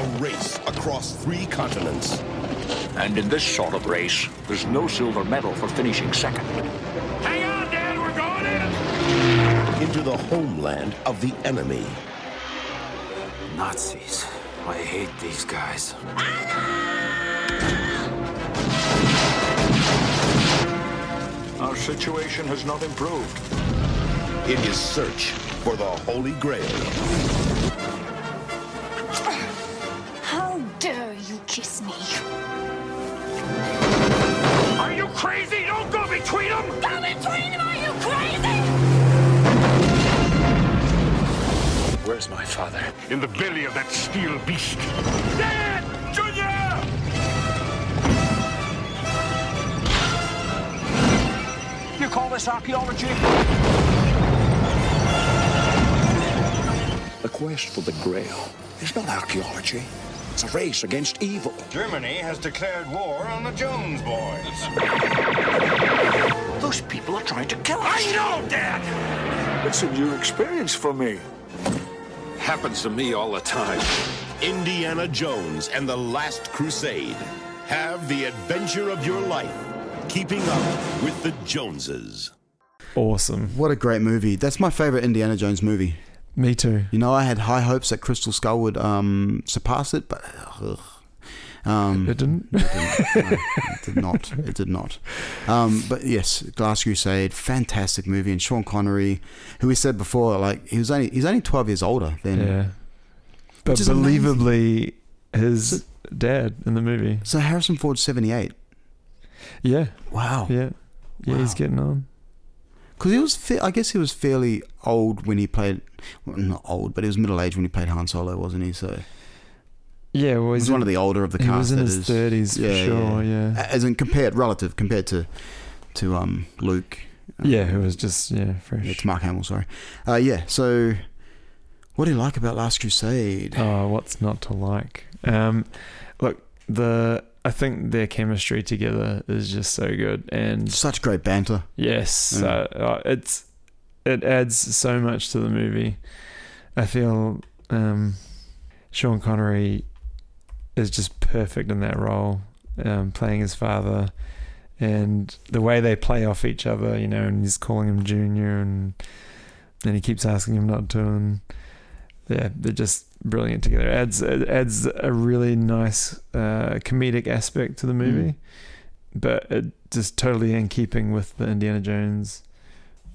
Speaker 11: A race across three continents.
Speaker 12: And in this sort of race, there's no silver medal for finishing second.
Speaker 11: into the homeland of the enemy.
Speaker 18: Nazis. I hate these guys.
Speaker 12: Our situation has not improved.
Speaker 11: in his search for the Holy Grail.
Speaker 10: How dare you kiss me?
Speaker 18: Are you crazy? Don't go between them. Go between them. Are you crazy?
Speaker 12: Where's my father?
Speaker 24: In the belly of that steel beast.
Speaker 18: Dad, Junior.
Speaker 12: You call this archaeology? The quest for the Grail is not archaeology. It's a race against evil.
Speaker 9: Germany has declared war on the Jones boys.
Speaker 12: Those people are trying to kill us.
Speaker 18: I know, Dad.
Speaker 12: It's a new experience for me.
Speaker 11: Happens to me all the time. Indiana Jones and the Last Crusade. Have the adventure of your life, keeping up with the Joneses.
Speaker 5: Awesome.
Speaker 4: What a great movie. That's my favorite Indiana Jones movie.
Speaker 5: Me too.
Speaker 4: You know, I had high hopes that Crystal Skull would um, surpass it, but ugh. Um,
Speaker 5: It didn't?
Speaker 4: It didn't. No, it did not. It did not. Um, but yes, Glass Crusade, fantastic movie, and Sean Connery, who we said before, like he was only he's only twelve years older than.
Speaker 5: Yeah. But
Speaker 4: Which is
Speaker 5: believably, his dad in the movie.
Speaker 4: So Harrison Ford's seventy eight.
Speaker 5: Yeah.
Speaker 4: Wow.
Speaker 5: Yeah. Yeah, he's getting on.
Speaker 4: Because he was, fa- I guess he was fairly old when he played, well, not old, but he was middle aged when he played Han Solo, wasn't he? So
Speaker 5: Yeah, well,
Speaker 4: he
Speaker 5: he's
Speaker 4: was one of the older of the
Speaker 5: he
Speaker 4: cast.
Speaker 5: was in
Speaker 4: that
Speaker 5: his
Speaker 4: is.
Speaker 5: 30s for sure, yeah.
Speaker 4: A- As in compared, relative compared to, to um Luke. uh,
Speaker 5: Yeah, who was just yeah fresh.
Speaker 4: It's Mark Hamill, sorry. Uh, yeah. So, what do you like about Last Crusade?
Speaker 5: Oh, what's not to like? Um, look, the I think their chemistry together is just so good, and
Speaker 4: Such great banter.
Speaker 5: yes,
Speaker 4: Mm.
Speaker 5: uh, uh, it's it adds so much to the movie. I feel um, Sean Connery is just perfect in that role, um, playing his father, and the way they play off each other, you know, and he's calling him Junior, and and he keeps asking him not to, and yeah, they're just brilliant together. It adds it adds a really nice uh, comedic aspect to the movie, but it just totally in keeping with the Indiana Jones,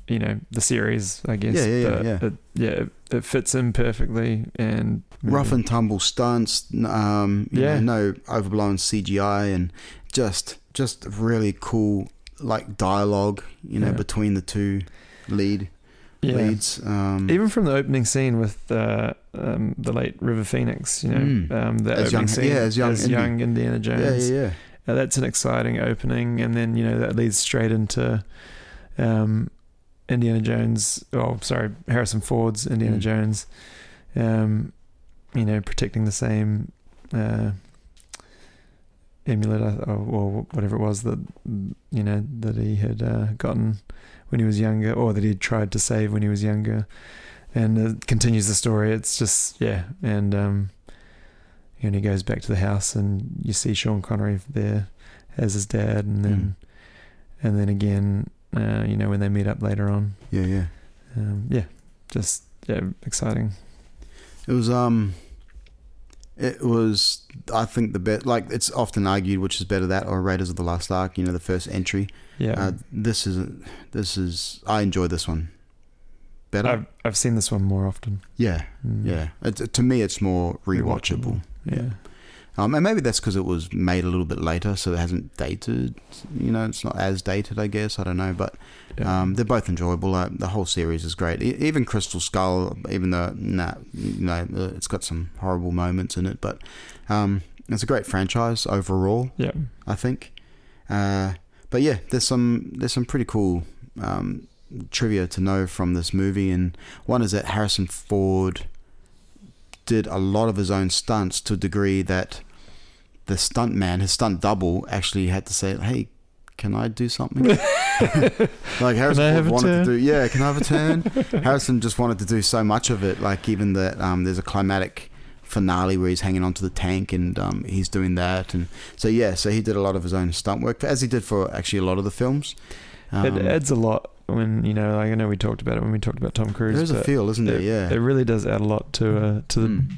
Speaker 5: you know, the series, I guess.
Speaker 4: Yeah, yeah,
Speaker 5: but
Speaker 4: yeah, yeah.
Speaker 5: It, yeah, it, it fits in perfectly and
Speaker 4: Rough and tumble stunts. n- Um, you
Speaker 5: Mm-hmm. Yeah.
Speaker 4: know, no overblown CGI and just just really cool like dialogue. You know,
Speaker 5: Yeah.
Speaker 4: between the two lead
Speaker 5: Yeah.
Speaker 4: leads. Um,
Speaker 5: even from the opening scene with uh, um, the late River Phoenix, you know,
Speaker 4: Mm.
Speaker 5: um, the
Speaker 4: As
Speaker 5: opening
Speaker 4: young-
Speaker 5: scene
Speaker 4: yeah, as young Indi-
Speaker 5: young Indiana
Speaker 4: yeah,
Speaker 5: Jones.
Speaker 4: yeah, yeah.
Speaker 5: Uh, that's an exciting opening, and then you know that leads straight into um, Indiana Jones. Oh, sorry, Harrison Ford's Indiana
Speaker 4: Mm.
Speaker 5: Jones. Um, you know, protecting the same uh, amulet I- or, or whatever it was that you know that he had uh, gotten when he was younger, or that he had tried to save when he was younger, and it continues the story. It's just yeah, and um, and he goes back to the house, and you see Sean Connery there as his dad, and then
Speaker 4: Mm.
Speaker 5: and then again, uh, you know, when they meet up later on.
Speaker 4: Yeah, yeah.
Speaker 5: Um, yeah, just yeah, exciting.
Speaker 4: It was um, it was I think the best. Like it's often argued which is better that or Raiders of the Lost Ark. You know, the first entry.
Speaker 5: Yeah.
Speaker 4: Uh, this is this is I enjoy this one better.
Speaker 5: I've I've seen this one more often.
Speaker 4: yeah,
Speaker 5: Mm.
Speaker 4: yeah. It's to me, it's more rewatchable.
Speaker 5: Yeah.
Speaker 4: Um, and maybe that's because it was made a little bit later, so it hasn't dated. You know, it's not as dated, I guess. I don't know, but um, they're both enjoyable. Uh, the whole series is great. E- even Crystal Skull, even though nah, you know, uh, it's got some horrible moments in it, but um, it's a great franchise overall.
Speaker 5: Yeah.
Speaker 4: I think. Uh, but yeah, there's some there's some pretty cool um, trivia to know from this movie, and one is that Harrison Ford did a lot of his own stunts to a degree that the stunt man, his stunt double, actually had to say, "Hey, can I do something?" like Harrison
Speaker 5: I have
Speaker 4: Ford
Speaker 5: a
Speaker 4: wanted to
Speaker 5: turn?
Speaker 4: do, yeah, can I have a turn? Harrison just wanted to do so much of it, like even that um, there's a climatic finale where he's hanging onto the tank and um, he's doing that, and so yeah, so he did a lot of his own stunt work, as he did for actually a lot of the films. Um,
Speaker 5: it adds a lot when you know. Like I know we talked about it when we talked about Tom Cruise.
Speaker 4: There's a
Speaker 5: but
Speaker 4: feel, isn't there?
Speaker 5: It,
Speaker 4: Yeah. Hmm.
Speaker 5: it really does add a lot to uh, to the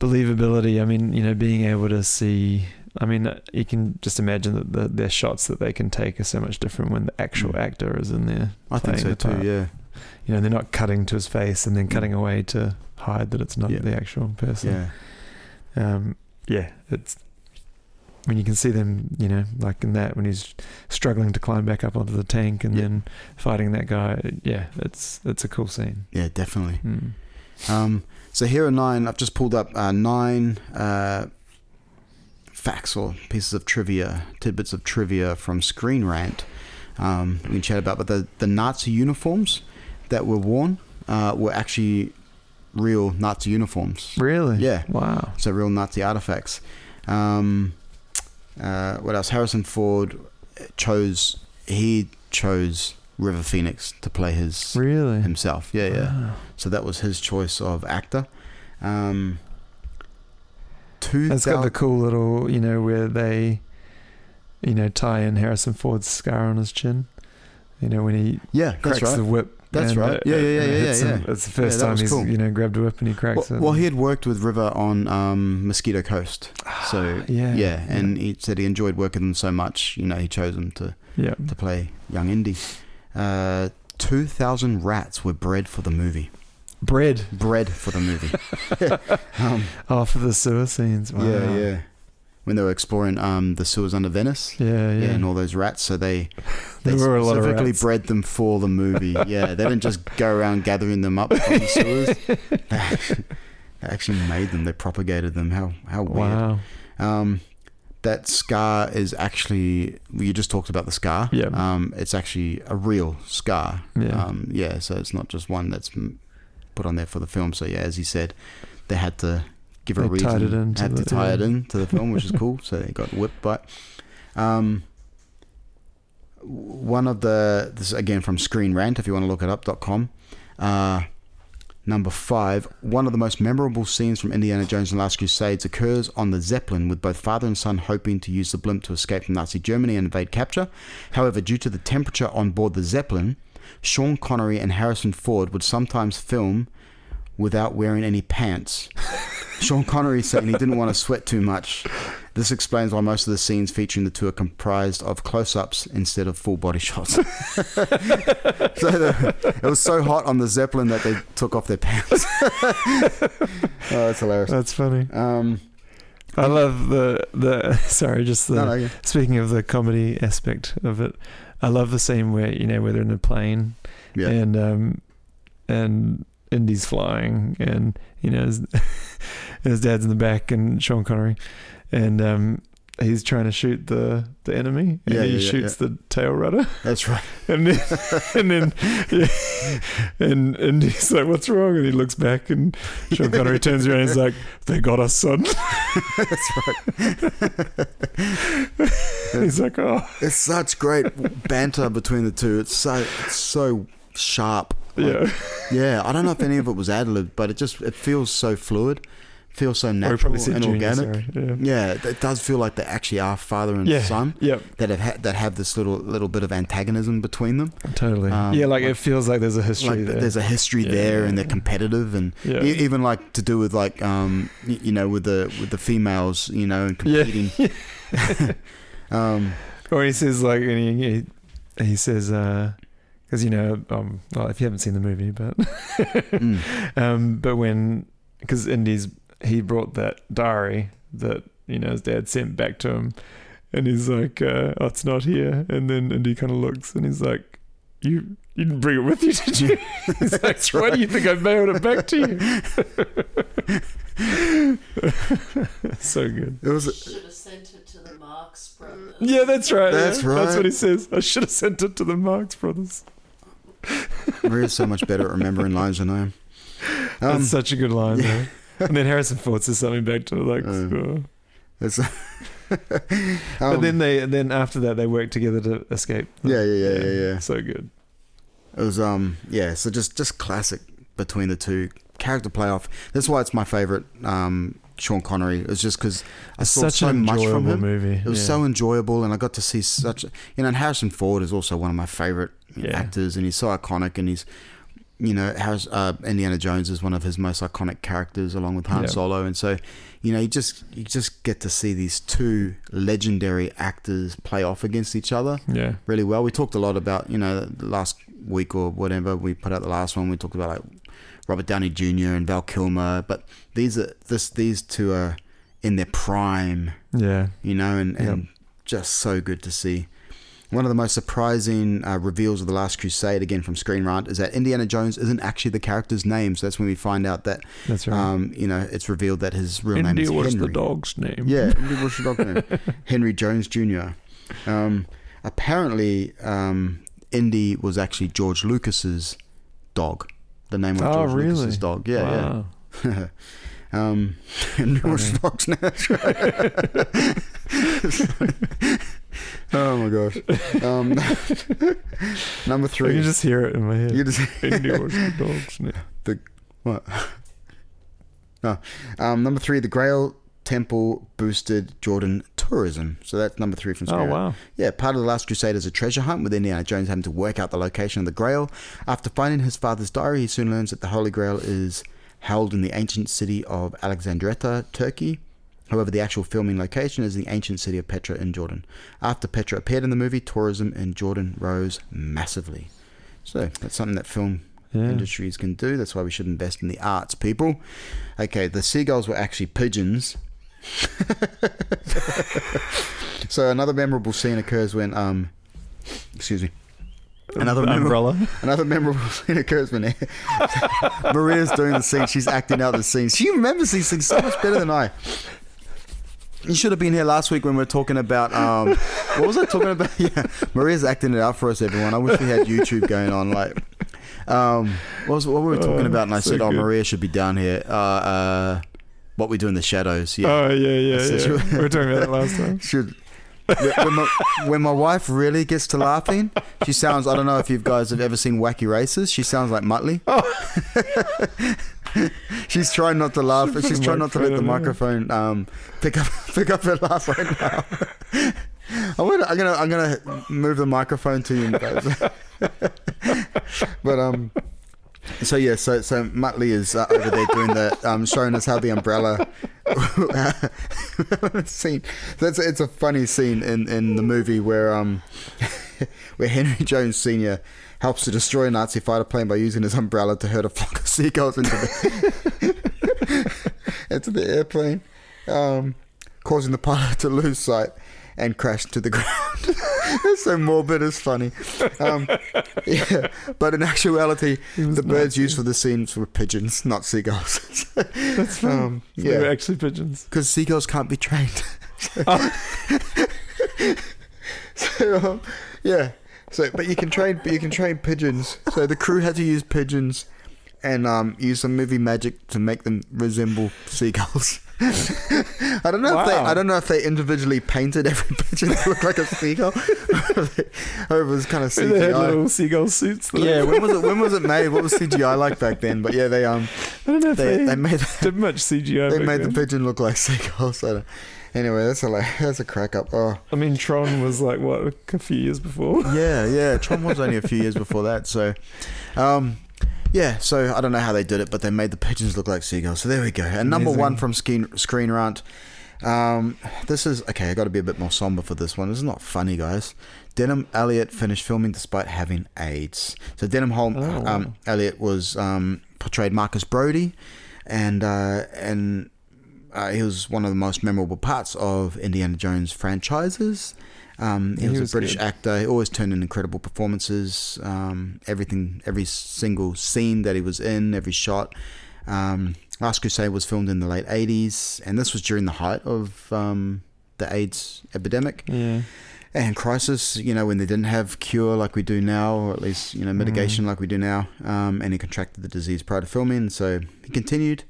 Speaker 5: believability. I mean, you know, being able to see. I mean, uh, you can just imagine that the, their shots that they can take are so much different when the actual actor is in there.
Speaker 4: Hmm. I think
Speaker 5: playing
Speaker 4: so
Speaker 5: the
Speaker 4: too,
Speaker 5: part.
Speaker 4: yeah. Hmm.
Speaker 5: You know, they're not cutting to his face and then cutting away to hide that it's not the actual person. Yeah. Um, yeah, it's when you can see them, you know, like in that when he's struggling to climb back up onto the tank and then fighting that guy. Yeah, it's it's a cool scene.
Speaker 4: Yeah, definitely.
Speaker 5: Mm.
Speaker 4: Um, so here are nine. I've just pulled up uh, nine uh, facts or pieces of trivia, tidbits of trivia from Screen Rant. Um, we can chat about, but the the Nazi uniforms that were worn uh, were actually real Nazi uniforms.
Speaker 5: Really?
Speaker 4: Yeah.
Speaker 5: Wow.
Speaker 4: So real Nazi artifacts. Um, uh, what else? Harrison Ford chose. He chose River Phoenix to play his
Speaker 5: really Ah.
Speaker 4: himself. Yeah, yeah.
Speaker 5: Wow.
Speaker 4: So that was his choice of actor. Um,
Speaker 5: It's got the cool little, you know, where they, you know, tie in Harrison Ford's scar on his chin. You know when he
Speaker 4: Yeah, that's
Speaker 5: cracks
Speaker 4: right.
Speaker 5: the whip.
Speaker 4: That's
Speaker 5: and
Speaker 4: right.
Speaker 5: it-
Speaker 4: Yeah, yeah,
Speaker 5: and it
Speaker 4: yeah, yeah,
Speaker 5: hits him.
Speaker 4: yeah.
Speaker 5: It's the
Speaker 4: Yeah,
Speaker 5: first
Speaker 4: that
Speaker 5: time
Speaker 4: was
Speaker 5: he's
Speaker 4: cool.
Speaker 5: you know grabbed a whip and he cracks
Speaker 4: well,
Speaker 5: it. Ah,
Speaker 4: well, he had worked with River on um, Mosquito Coast, so
Speaker 5: yeah,
Speaker 4: yeah, and he said he enjoyed working with them so much, you know, he chose him to
Speaker 5: Yeah.
Speaker 4: to play young Indy. Uh, Two thousand rats were bred for the movie.
Speaker 5: Bread.
Speaker 4: Bread for the movie. um,
Speaker 5: oh, for the sewer scenes. Wow.
Speaker 4: Yeah, yeah. When they were exploring um, the sewers under Venice.
Speaker 5: Yeah, yeah.
Speaker 4: and all those rats. So they they
Speaker 5: There were a lot of
Speaker 4: specifically
Speaker 5: rats.
Speaker 4: bred them for the movie. yeah, they didn't just go around gathering them up from the sewers. they actually- they actually made them. They propagated them. How how weird.
Speaker 5: Wow.
Speaker 4: Um, that scar is actually you just talked about the scar.
Speaker 5: Yeah.
Speaker 4: Um, it's actually a real scar.
Speaker 5: Yeah.
Speaker 4: Um, yeah. So it's not just one that's m- put on there for the film. So yeah, as he said, they had to give it a
Speaker 5: They
Speaker 4: reason.
Speaker 5: tied it into
Speaker 4: had
Speaker 5: the-
Speaker 4: to tie it
Speaker 5: yeah.
Speaker 4: in to the film, which is cool. So they got whipped by. it. Um, one of the this is again from Screen Rant. If you want to look it up, dot com. Uh, Number five, one of the most memorable scenes from Indiana Jones and the Last Crusades occurs on the Zeppelin, with both father and son hoping to use the blimp to escape from Nazi Germany and evade capture. However, due to the temperature on board the Zeppelin, Sean Connery and Harrison Ford would sometimes film without wearing any pants. Sean Connery saying he didn't want to sweat too much. This explains why most of the scenes featuring the two are comprised of close ups instead of full body shots. so the, it was so hot on the Zeppelin that they took off their pants. oh, that's hilarious.
Speaker 5: That's funny.
Speaker 4: Um,
Speaker 5: I love the the sorry, just the
Speaker 4: No, no, yeah.
Speaker 5: speaking of the comedy aspect of it. I love the scene where you know where they're in the plane,
Speaker 4: Yeah.
Speaker 5: and um, and Indy's flying, and you know his, his dad's in the back, and Sean Connery, and um, he's trying to shoot the the enemy, and
Speaker 4: Yeah,
Speaker 5: he
Speaker 4: yeah, yeah,
Speaker 5: shoots
Speaker 4: yeah.
Speaker 5: the tail rudder.
Speaker 4: That's right.
Speaker 5: and then and then yeah, and and he's like, "What's wrong?" And he looks back, and Sean Connery turns around, and he's like, "They got us, son."
Speaker 4: That's right.
Speaker 5: He's like, oh.
Speaker 4: It's such great banter between the two. It's so it's so sharp. Like, yeah. I don't know if any of it was ad libbed, but it just it feels so fluid, feels so
Speaker 5: probably
Speaker 4: natural
Speaker 5: said
Speaker 4: and
Speaker 5: Junior,
Speaker 4: organic.
Speaker 5: sorry,
Speaker 4: yeah. it- it does feel like they actually are father and
Speaker 5: Yeah,
Speaker 4: son. That have ha- that have this little little bit of antagonism between them.
Speaker 5: Totally. yeah, like, it feels like there's a history
Speaker 4: Um, like
Speaker 5: there.
Speaker 4: there's a history
Speaker 5: Yeah.
Speaker 4: there and they're competitive and
Speaker 5: Yeah.
Speaker 4: e- even like to do with like um y- you know with the with the females you know and competing um
Speaker 5: Or he says like, and he, he, he says, because you know, um, well, if you haven't seen the movie, but,
Speaker 4: Mm.
Speaker 5: um, but when, because Indy's he brought that diary that you know his dad sent back to him, and he's like, uh, oh, it's not here, and then Indy kind of looks and he's like, you. You didn't bring it with you, did you? He's like,
Speaker 4: That's
Speaker 5: Why do you
Speaker 4: right.
Speaker 5: think I mailed it back to you? so good.
Speaker 4: It was
Speaker 13: Should have sent it to the Marx brothers.
Speaker 5: Yeah, that's right.
Speaker 4: That's
Speaker 5: yeah. That's
Speaker 4: right.
Speaker 5: what he says. I should have sent it to the Marx Brothers.
Speaker 4: Maria's so much better at remembering lines than I am
Speaker 5: That's
Speaker 4: Um,
Speaker 5: such a good line,
Speaker 4: yeah. Uh,
Speaker 5: though. And then Harrison Ford says something back to her, like, "Oh."
Speaker 4: it's
Speaker 5: but
Speaker 4: Um,
Speaker 5: then they, and then after that, they work together to escape.
Speaker 4: yeah, yeah, yeah, yeah, yeah.
Speaker 5: So good.
Speaker 4: It was um yeah, so just just classic between the two character playoff. That's why it's my favorite um Sean Connery. It was just because I
Speaker 5: It's
Speaker 4: saw
Speaker 5: such
Speaker 4: so
Speaker 5: an
Speaker 4: much from
Speaker 5: enjoyable
Speaker 4: him.
Speaker 5: movie,
Speaker 4: It was
Speaker 5: yeah.
Speaker 4: so enjoyable, and I got to see such. You know, and Harrison Ford is also one of my favorite you know,
Speaker 5: Yeah.
Speaker 4: actors, and he's so iconic, and he's. You know, Harris, uh, Indiana Jones is one of his most iconic characters, along with Han
Speaker 5: Yeah.
Speaker 4: Solo, and so, you know, you just you just get to see these two legendary actors play off against each other
Speaker 5: Yeah.
Speaker 4: really well. We talked a lot about you know the last week or whatever we put out the last one. We talked about like Robert Downey Jr. and Val Kilmer, but these are this these two are in their prime,
Speaker 5: Yeah.
Speaker 4: you know, and, and just so good to see. One of the most surprising uh, reveals of The Last Crusade, again from Screen Rant, is that Indiana Jones isn't actually the character's name. So that's when we find out that,
Speaker 5: That's right.
Speaker 4: um, you know, it's revealed that his real name
Speaker 5: Indy
Speaker 4: is
Speaker 5: was
Speaker 4: Henry.
Speaker 5: the dog's name.
Speaker 4: Yeah, Henry Bush the dog name. Henry Jones Jr. Um, apparently, um, Indy was actually George Lucas's dog. The name of
Speaker 5: Oh,
Speaker 4: George
Speaker 5: really?
Speaker 4: Lucas's dog. Yeah,
Speaker 5: Wow.
Speaker 4: yeah. um, Henry Bush dog's name. That's right. oh my gosh. Um, number
Speaker 5: I
Speaker 4: three.
Speaker 5: can just hear it in my head.
Speaker 4: You just-
Speaker 5: Indy was the dog's name.
Speaker 4: The what? No. Um, number three, the Grail Temple boosted Jordan tourism. So that's number three from
Speaker 5: Oh,
Speaker 4: Spirit.
Speaker 5: wow.
Speaker 4: Yeah, part of the Last Crusade is a treasure hunt with Indiana Jones having to work out the location of the Grail. After finding his father's diary, he soon learns that the Holy Grail is held in the ancient city of Alexandretta, Turkey. However, the actual filming location is the ancient city of Petra in Jordan. After Petra appeared in the movie, tourism in Jordan rose massively. So that's something that film
Speaker 5: Yeah.
Speaker 4: industries can do. That's why we should invest in the arts, people. Okay, the seagulls were actually pigeons. so another memorable scene occurs when, um, excuse me,
Speaker 5: Um,
Speaker 4: another memor-
Speaker 5: Umbrella.
Speaker 4: another memorable scene occurs when Maria's doing the scene. She's acting out the scene. She remembers these things so much better than I. You should have been here last week when we were talking about um, what was I talking about? Yeah, Maria's acting it out for us, everyone. I wish we had YouTube going on. Like, um, what was what were we talking
Speaker 5: Oh,
Speaker 4: about? And I
Speaker 5: so
Speaker 4: said, "Oh,
Speaker 5: good.
Speaker 4: Maria should be down here." Uh, uh, what we do in the shadows? Yeah.
Speaker 5: Oh yeah, yeah,
Speaker 4: I said
Speaker 5: yeah.
Speaker 4: she-
Speaker 5: we were talking about that last time.
Speaker 4: should when when my, when my wife really gets to laughing, she sounds. I don't know if you guys have ever seen Wacky Races. She sounds like Muttley. she's trying not to laugh.
Speaker 5: Put
Speaker 4: She's
Speaker 5: the
Speaker 4: trying not to let the
Speaker 5: microphone
Speaker 4: microphone um, pick up pick up her laugh right now. I'm gonna, I'm gonna I'm gonna move the microphone to you guys. but um, so yeah, so so Muttley is uh, over there doing the um, showing us how the umbrella scene. That's it's a funny scene in in the movie where um where Henry Jones Senior helps to destroy a Nazi fighter plane by using his umbrella to herd a flock of seagulls into the into the airplane, um, causing the pilot to lose sight and crash to the ground. it's so morbid, it's funny. Um, yeah, but in actuality, the birds used for the scenes were pigeons, not seagulls. That's
Speaker 5: funny. They were actually pigeons.
Speaker 4: Because seagulls can't be trained. so, um, yeah. So, but you can train, but you can train pigeons. So the crew had to use pigeons and um, use some movie magic to make them resemble seagulls. I don't know if they
Speaker 15: Wow.
Speaker 4: I don't know if they individually painted every picture to look like a seagull. or it was kind of
Speaker 5: They had little
Speaker 4: CGI.
Speaker 5: seagull suits. that-
Speaker 4: Yeah, when was it when was it made? What was CGI like back then? But yeah, they um
Speaker 5: I don't know if
Speaker 4: they,
Speaker 5: they
Speaker 4: they made
Speaker 5: did much CGI.
Speaker 4: they
Speaker 5: back
Speaker 4: made
Speaker 5: then.
Speaker 4: the pigeon look like seagulls. I don't, anyway, that's a like, that's a crack up. Oh
Speaker 5: I mean, Tron was like what a few years before.
Speaker 4: yeah, yeah. Tron was only a few years before that, so um, yeah. So I don't know how they did it, but they made the pigeons look like seagulls. So there we go. And number
Speaker 5: Amazing.
Speaker 4: one from Screen Screen Rant. Um, this is okay. I got to be a bit more somber for this one. This is not funny, guys. Denham Elliot finished filming despite having AIDS. So Denham Holm
Speaker 5: Oh,
Speaker 4: um, Elliot was um, portrayed Marcus Brody, and uh, and uh, he was one of the most memorable parts of Indiana Jones franchises. Um, he,
Speaker 5: He
Speaker 4: was,
Speaker 5: was
Speaker 4: a British
Speaker 5: good.
Speaker 4: actor. He always turned in incredible performances. Um, everything, every single scene that he was in, every shot. Um, Last Crusade was filmed in the late '80s, and this was during the height of um, the AIDS epidemic
Speaker 5: Yeah.
Speaker 4: and crisis, you know, when they didn't have cure like we do now, or at least, you know, mitigation like we do now. Um, and he contracted the disease prior to filming, so he continued.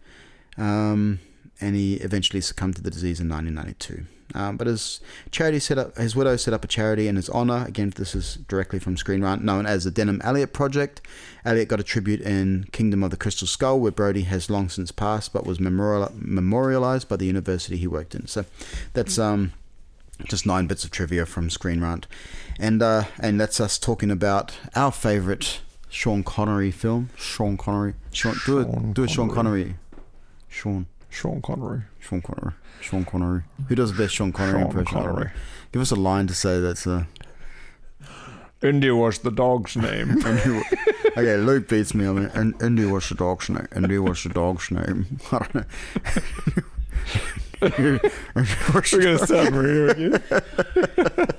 Speaker 4: Um, and he eventually succumbed to the disease in 1992. Um, but his charity set up, his widow set up a charity in his honor. Again, this is directly from Screen Rant, known as the Denham Elliot Project. Elliot got a tribute in Kingdom of the Crystal Skull, where Brody has long since passed, but was memorial- memorialized by the university he worked in. So that's um, just nine bits of trivia from Screen Rant, and uh, and that's us talking about our favorite Sean Connery film. Sean Connery. Sean, do a do a Sean Connery. Sean.
Speaker 5: Sean Connery.
Speaker 4: Sean Connery. Sean Connery. Who does the best Sean Connery
Speaker 5: Sean
Speaker 4: impression?
Speaker 5: Connery.
Speaker 4: Give us a line to say that's a.
Speaker 5: Indy was the dog's name.
Speaker 4: okay, Luke beats me. I mean, and Indy was the dog's name. Indy was the dog's name. I don't know. Indy was the
Speaker 5: We're gonna
Speaker 4: dog-
Speaker 5: start Maria again.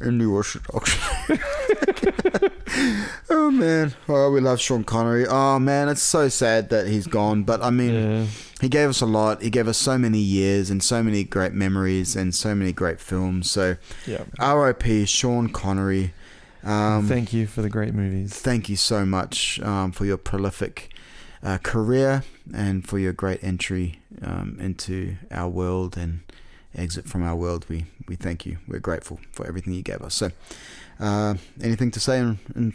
Speaker 4: Indy was the dog's name. oh man, well we love Sean Connery. Oh man, it's so sad that he's gone. But I mean, he gave us a lot. He gave us so many years and so many great memories and so many great films. So,
Speaker 5: Yeah.
Speaker 4: R.I.P. Sean Connery. Um,
Speaker 5: Thank you for the great movies.
Speaker 4: thank you so much um, for your prolific uh, career and for your great entry um, into our world and exit from our world. We we thank you. We're grateful for everything you gave us. So, uh, anything to say in, in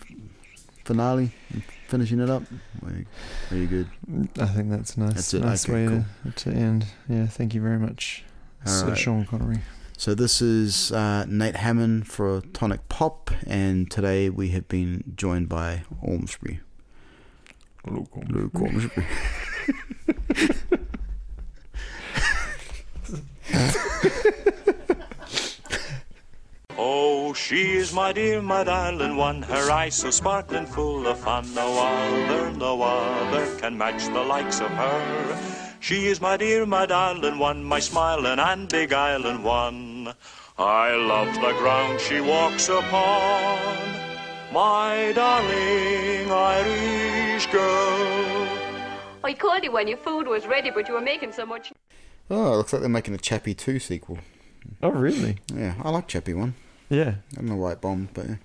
Speaker 4: finale, in finishing it up? Are you, are you good?
Speaker 5: I think that's a nice,
Speaker 4: That's it.
Speaker 5: nice
Speaker 4: Okay,
Speaker 5: way
Speaker 4: cool.
Speaker 5: to, to end. Yeah, thank you very much,
Speaker 4: All
Speaker 5: Sir
Speaker 4: right.
Speaker 5: Sean Connery.
Speaker 4: So this is uh, Nate Hammond for Tonic Pop, and today we have been joined by Ormsby.
Speaker 5: Luke
Speaker 4: Luke Ormsby.
Speaker 7: Oh, she is my dear, my darling one, her eyes so sparkling full of fun. No other, no other can match the likes of her. She is my dear, my darling one, my smiling and beguiling one. I love the ground she walks upon. My darling Irish girl.
Speaker 16: I called you when your food was ready, but you were making so much.
Speaker 4: Oh, it looks like they're making a Chappie 2 sequel.
Speaker 5: Oh, really?
Speaker 4: Yeah, I like Chappie 1.
Speaker 5: Yeah.
Speaker 4: I don't know why it bombed, but yeah.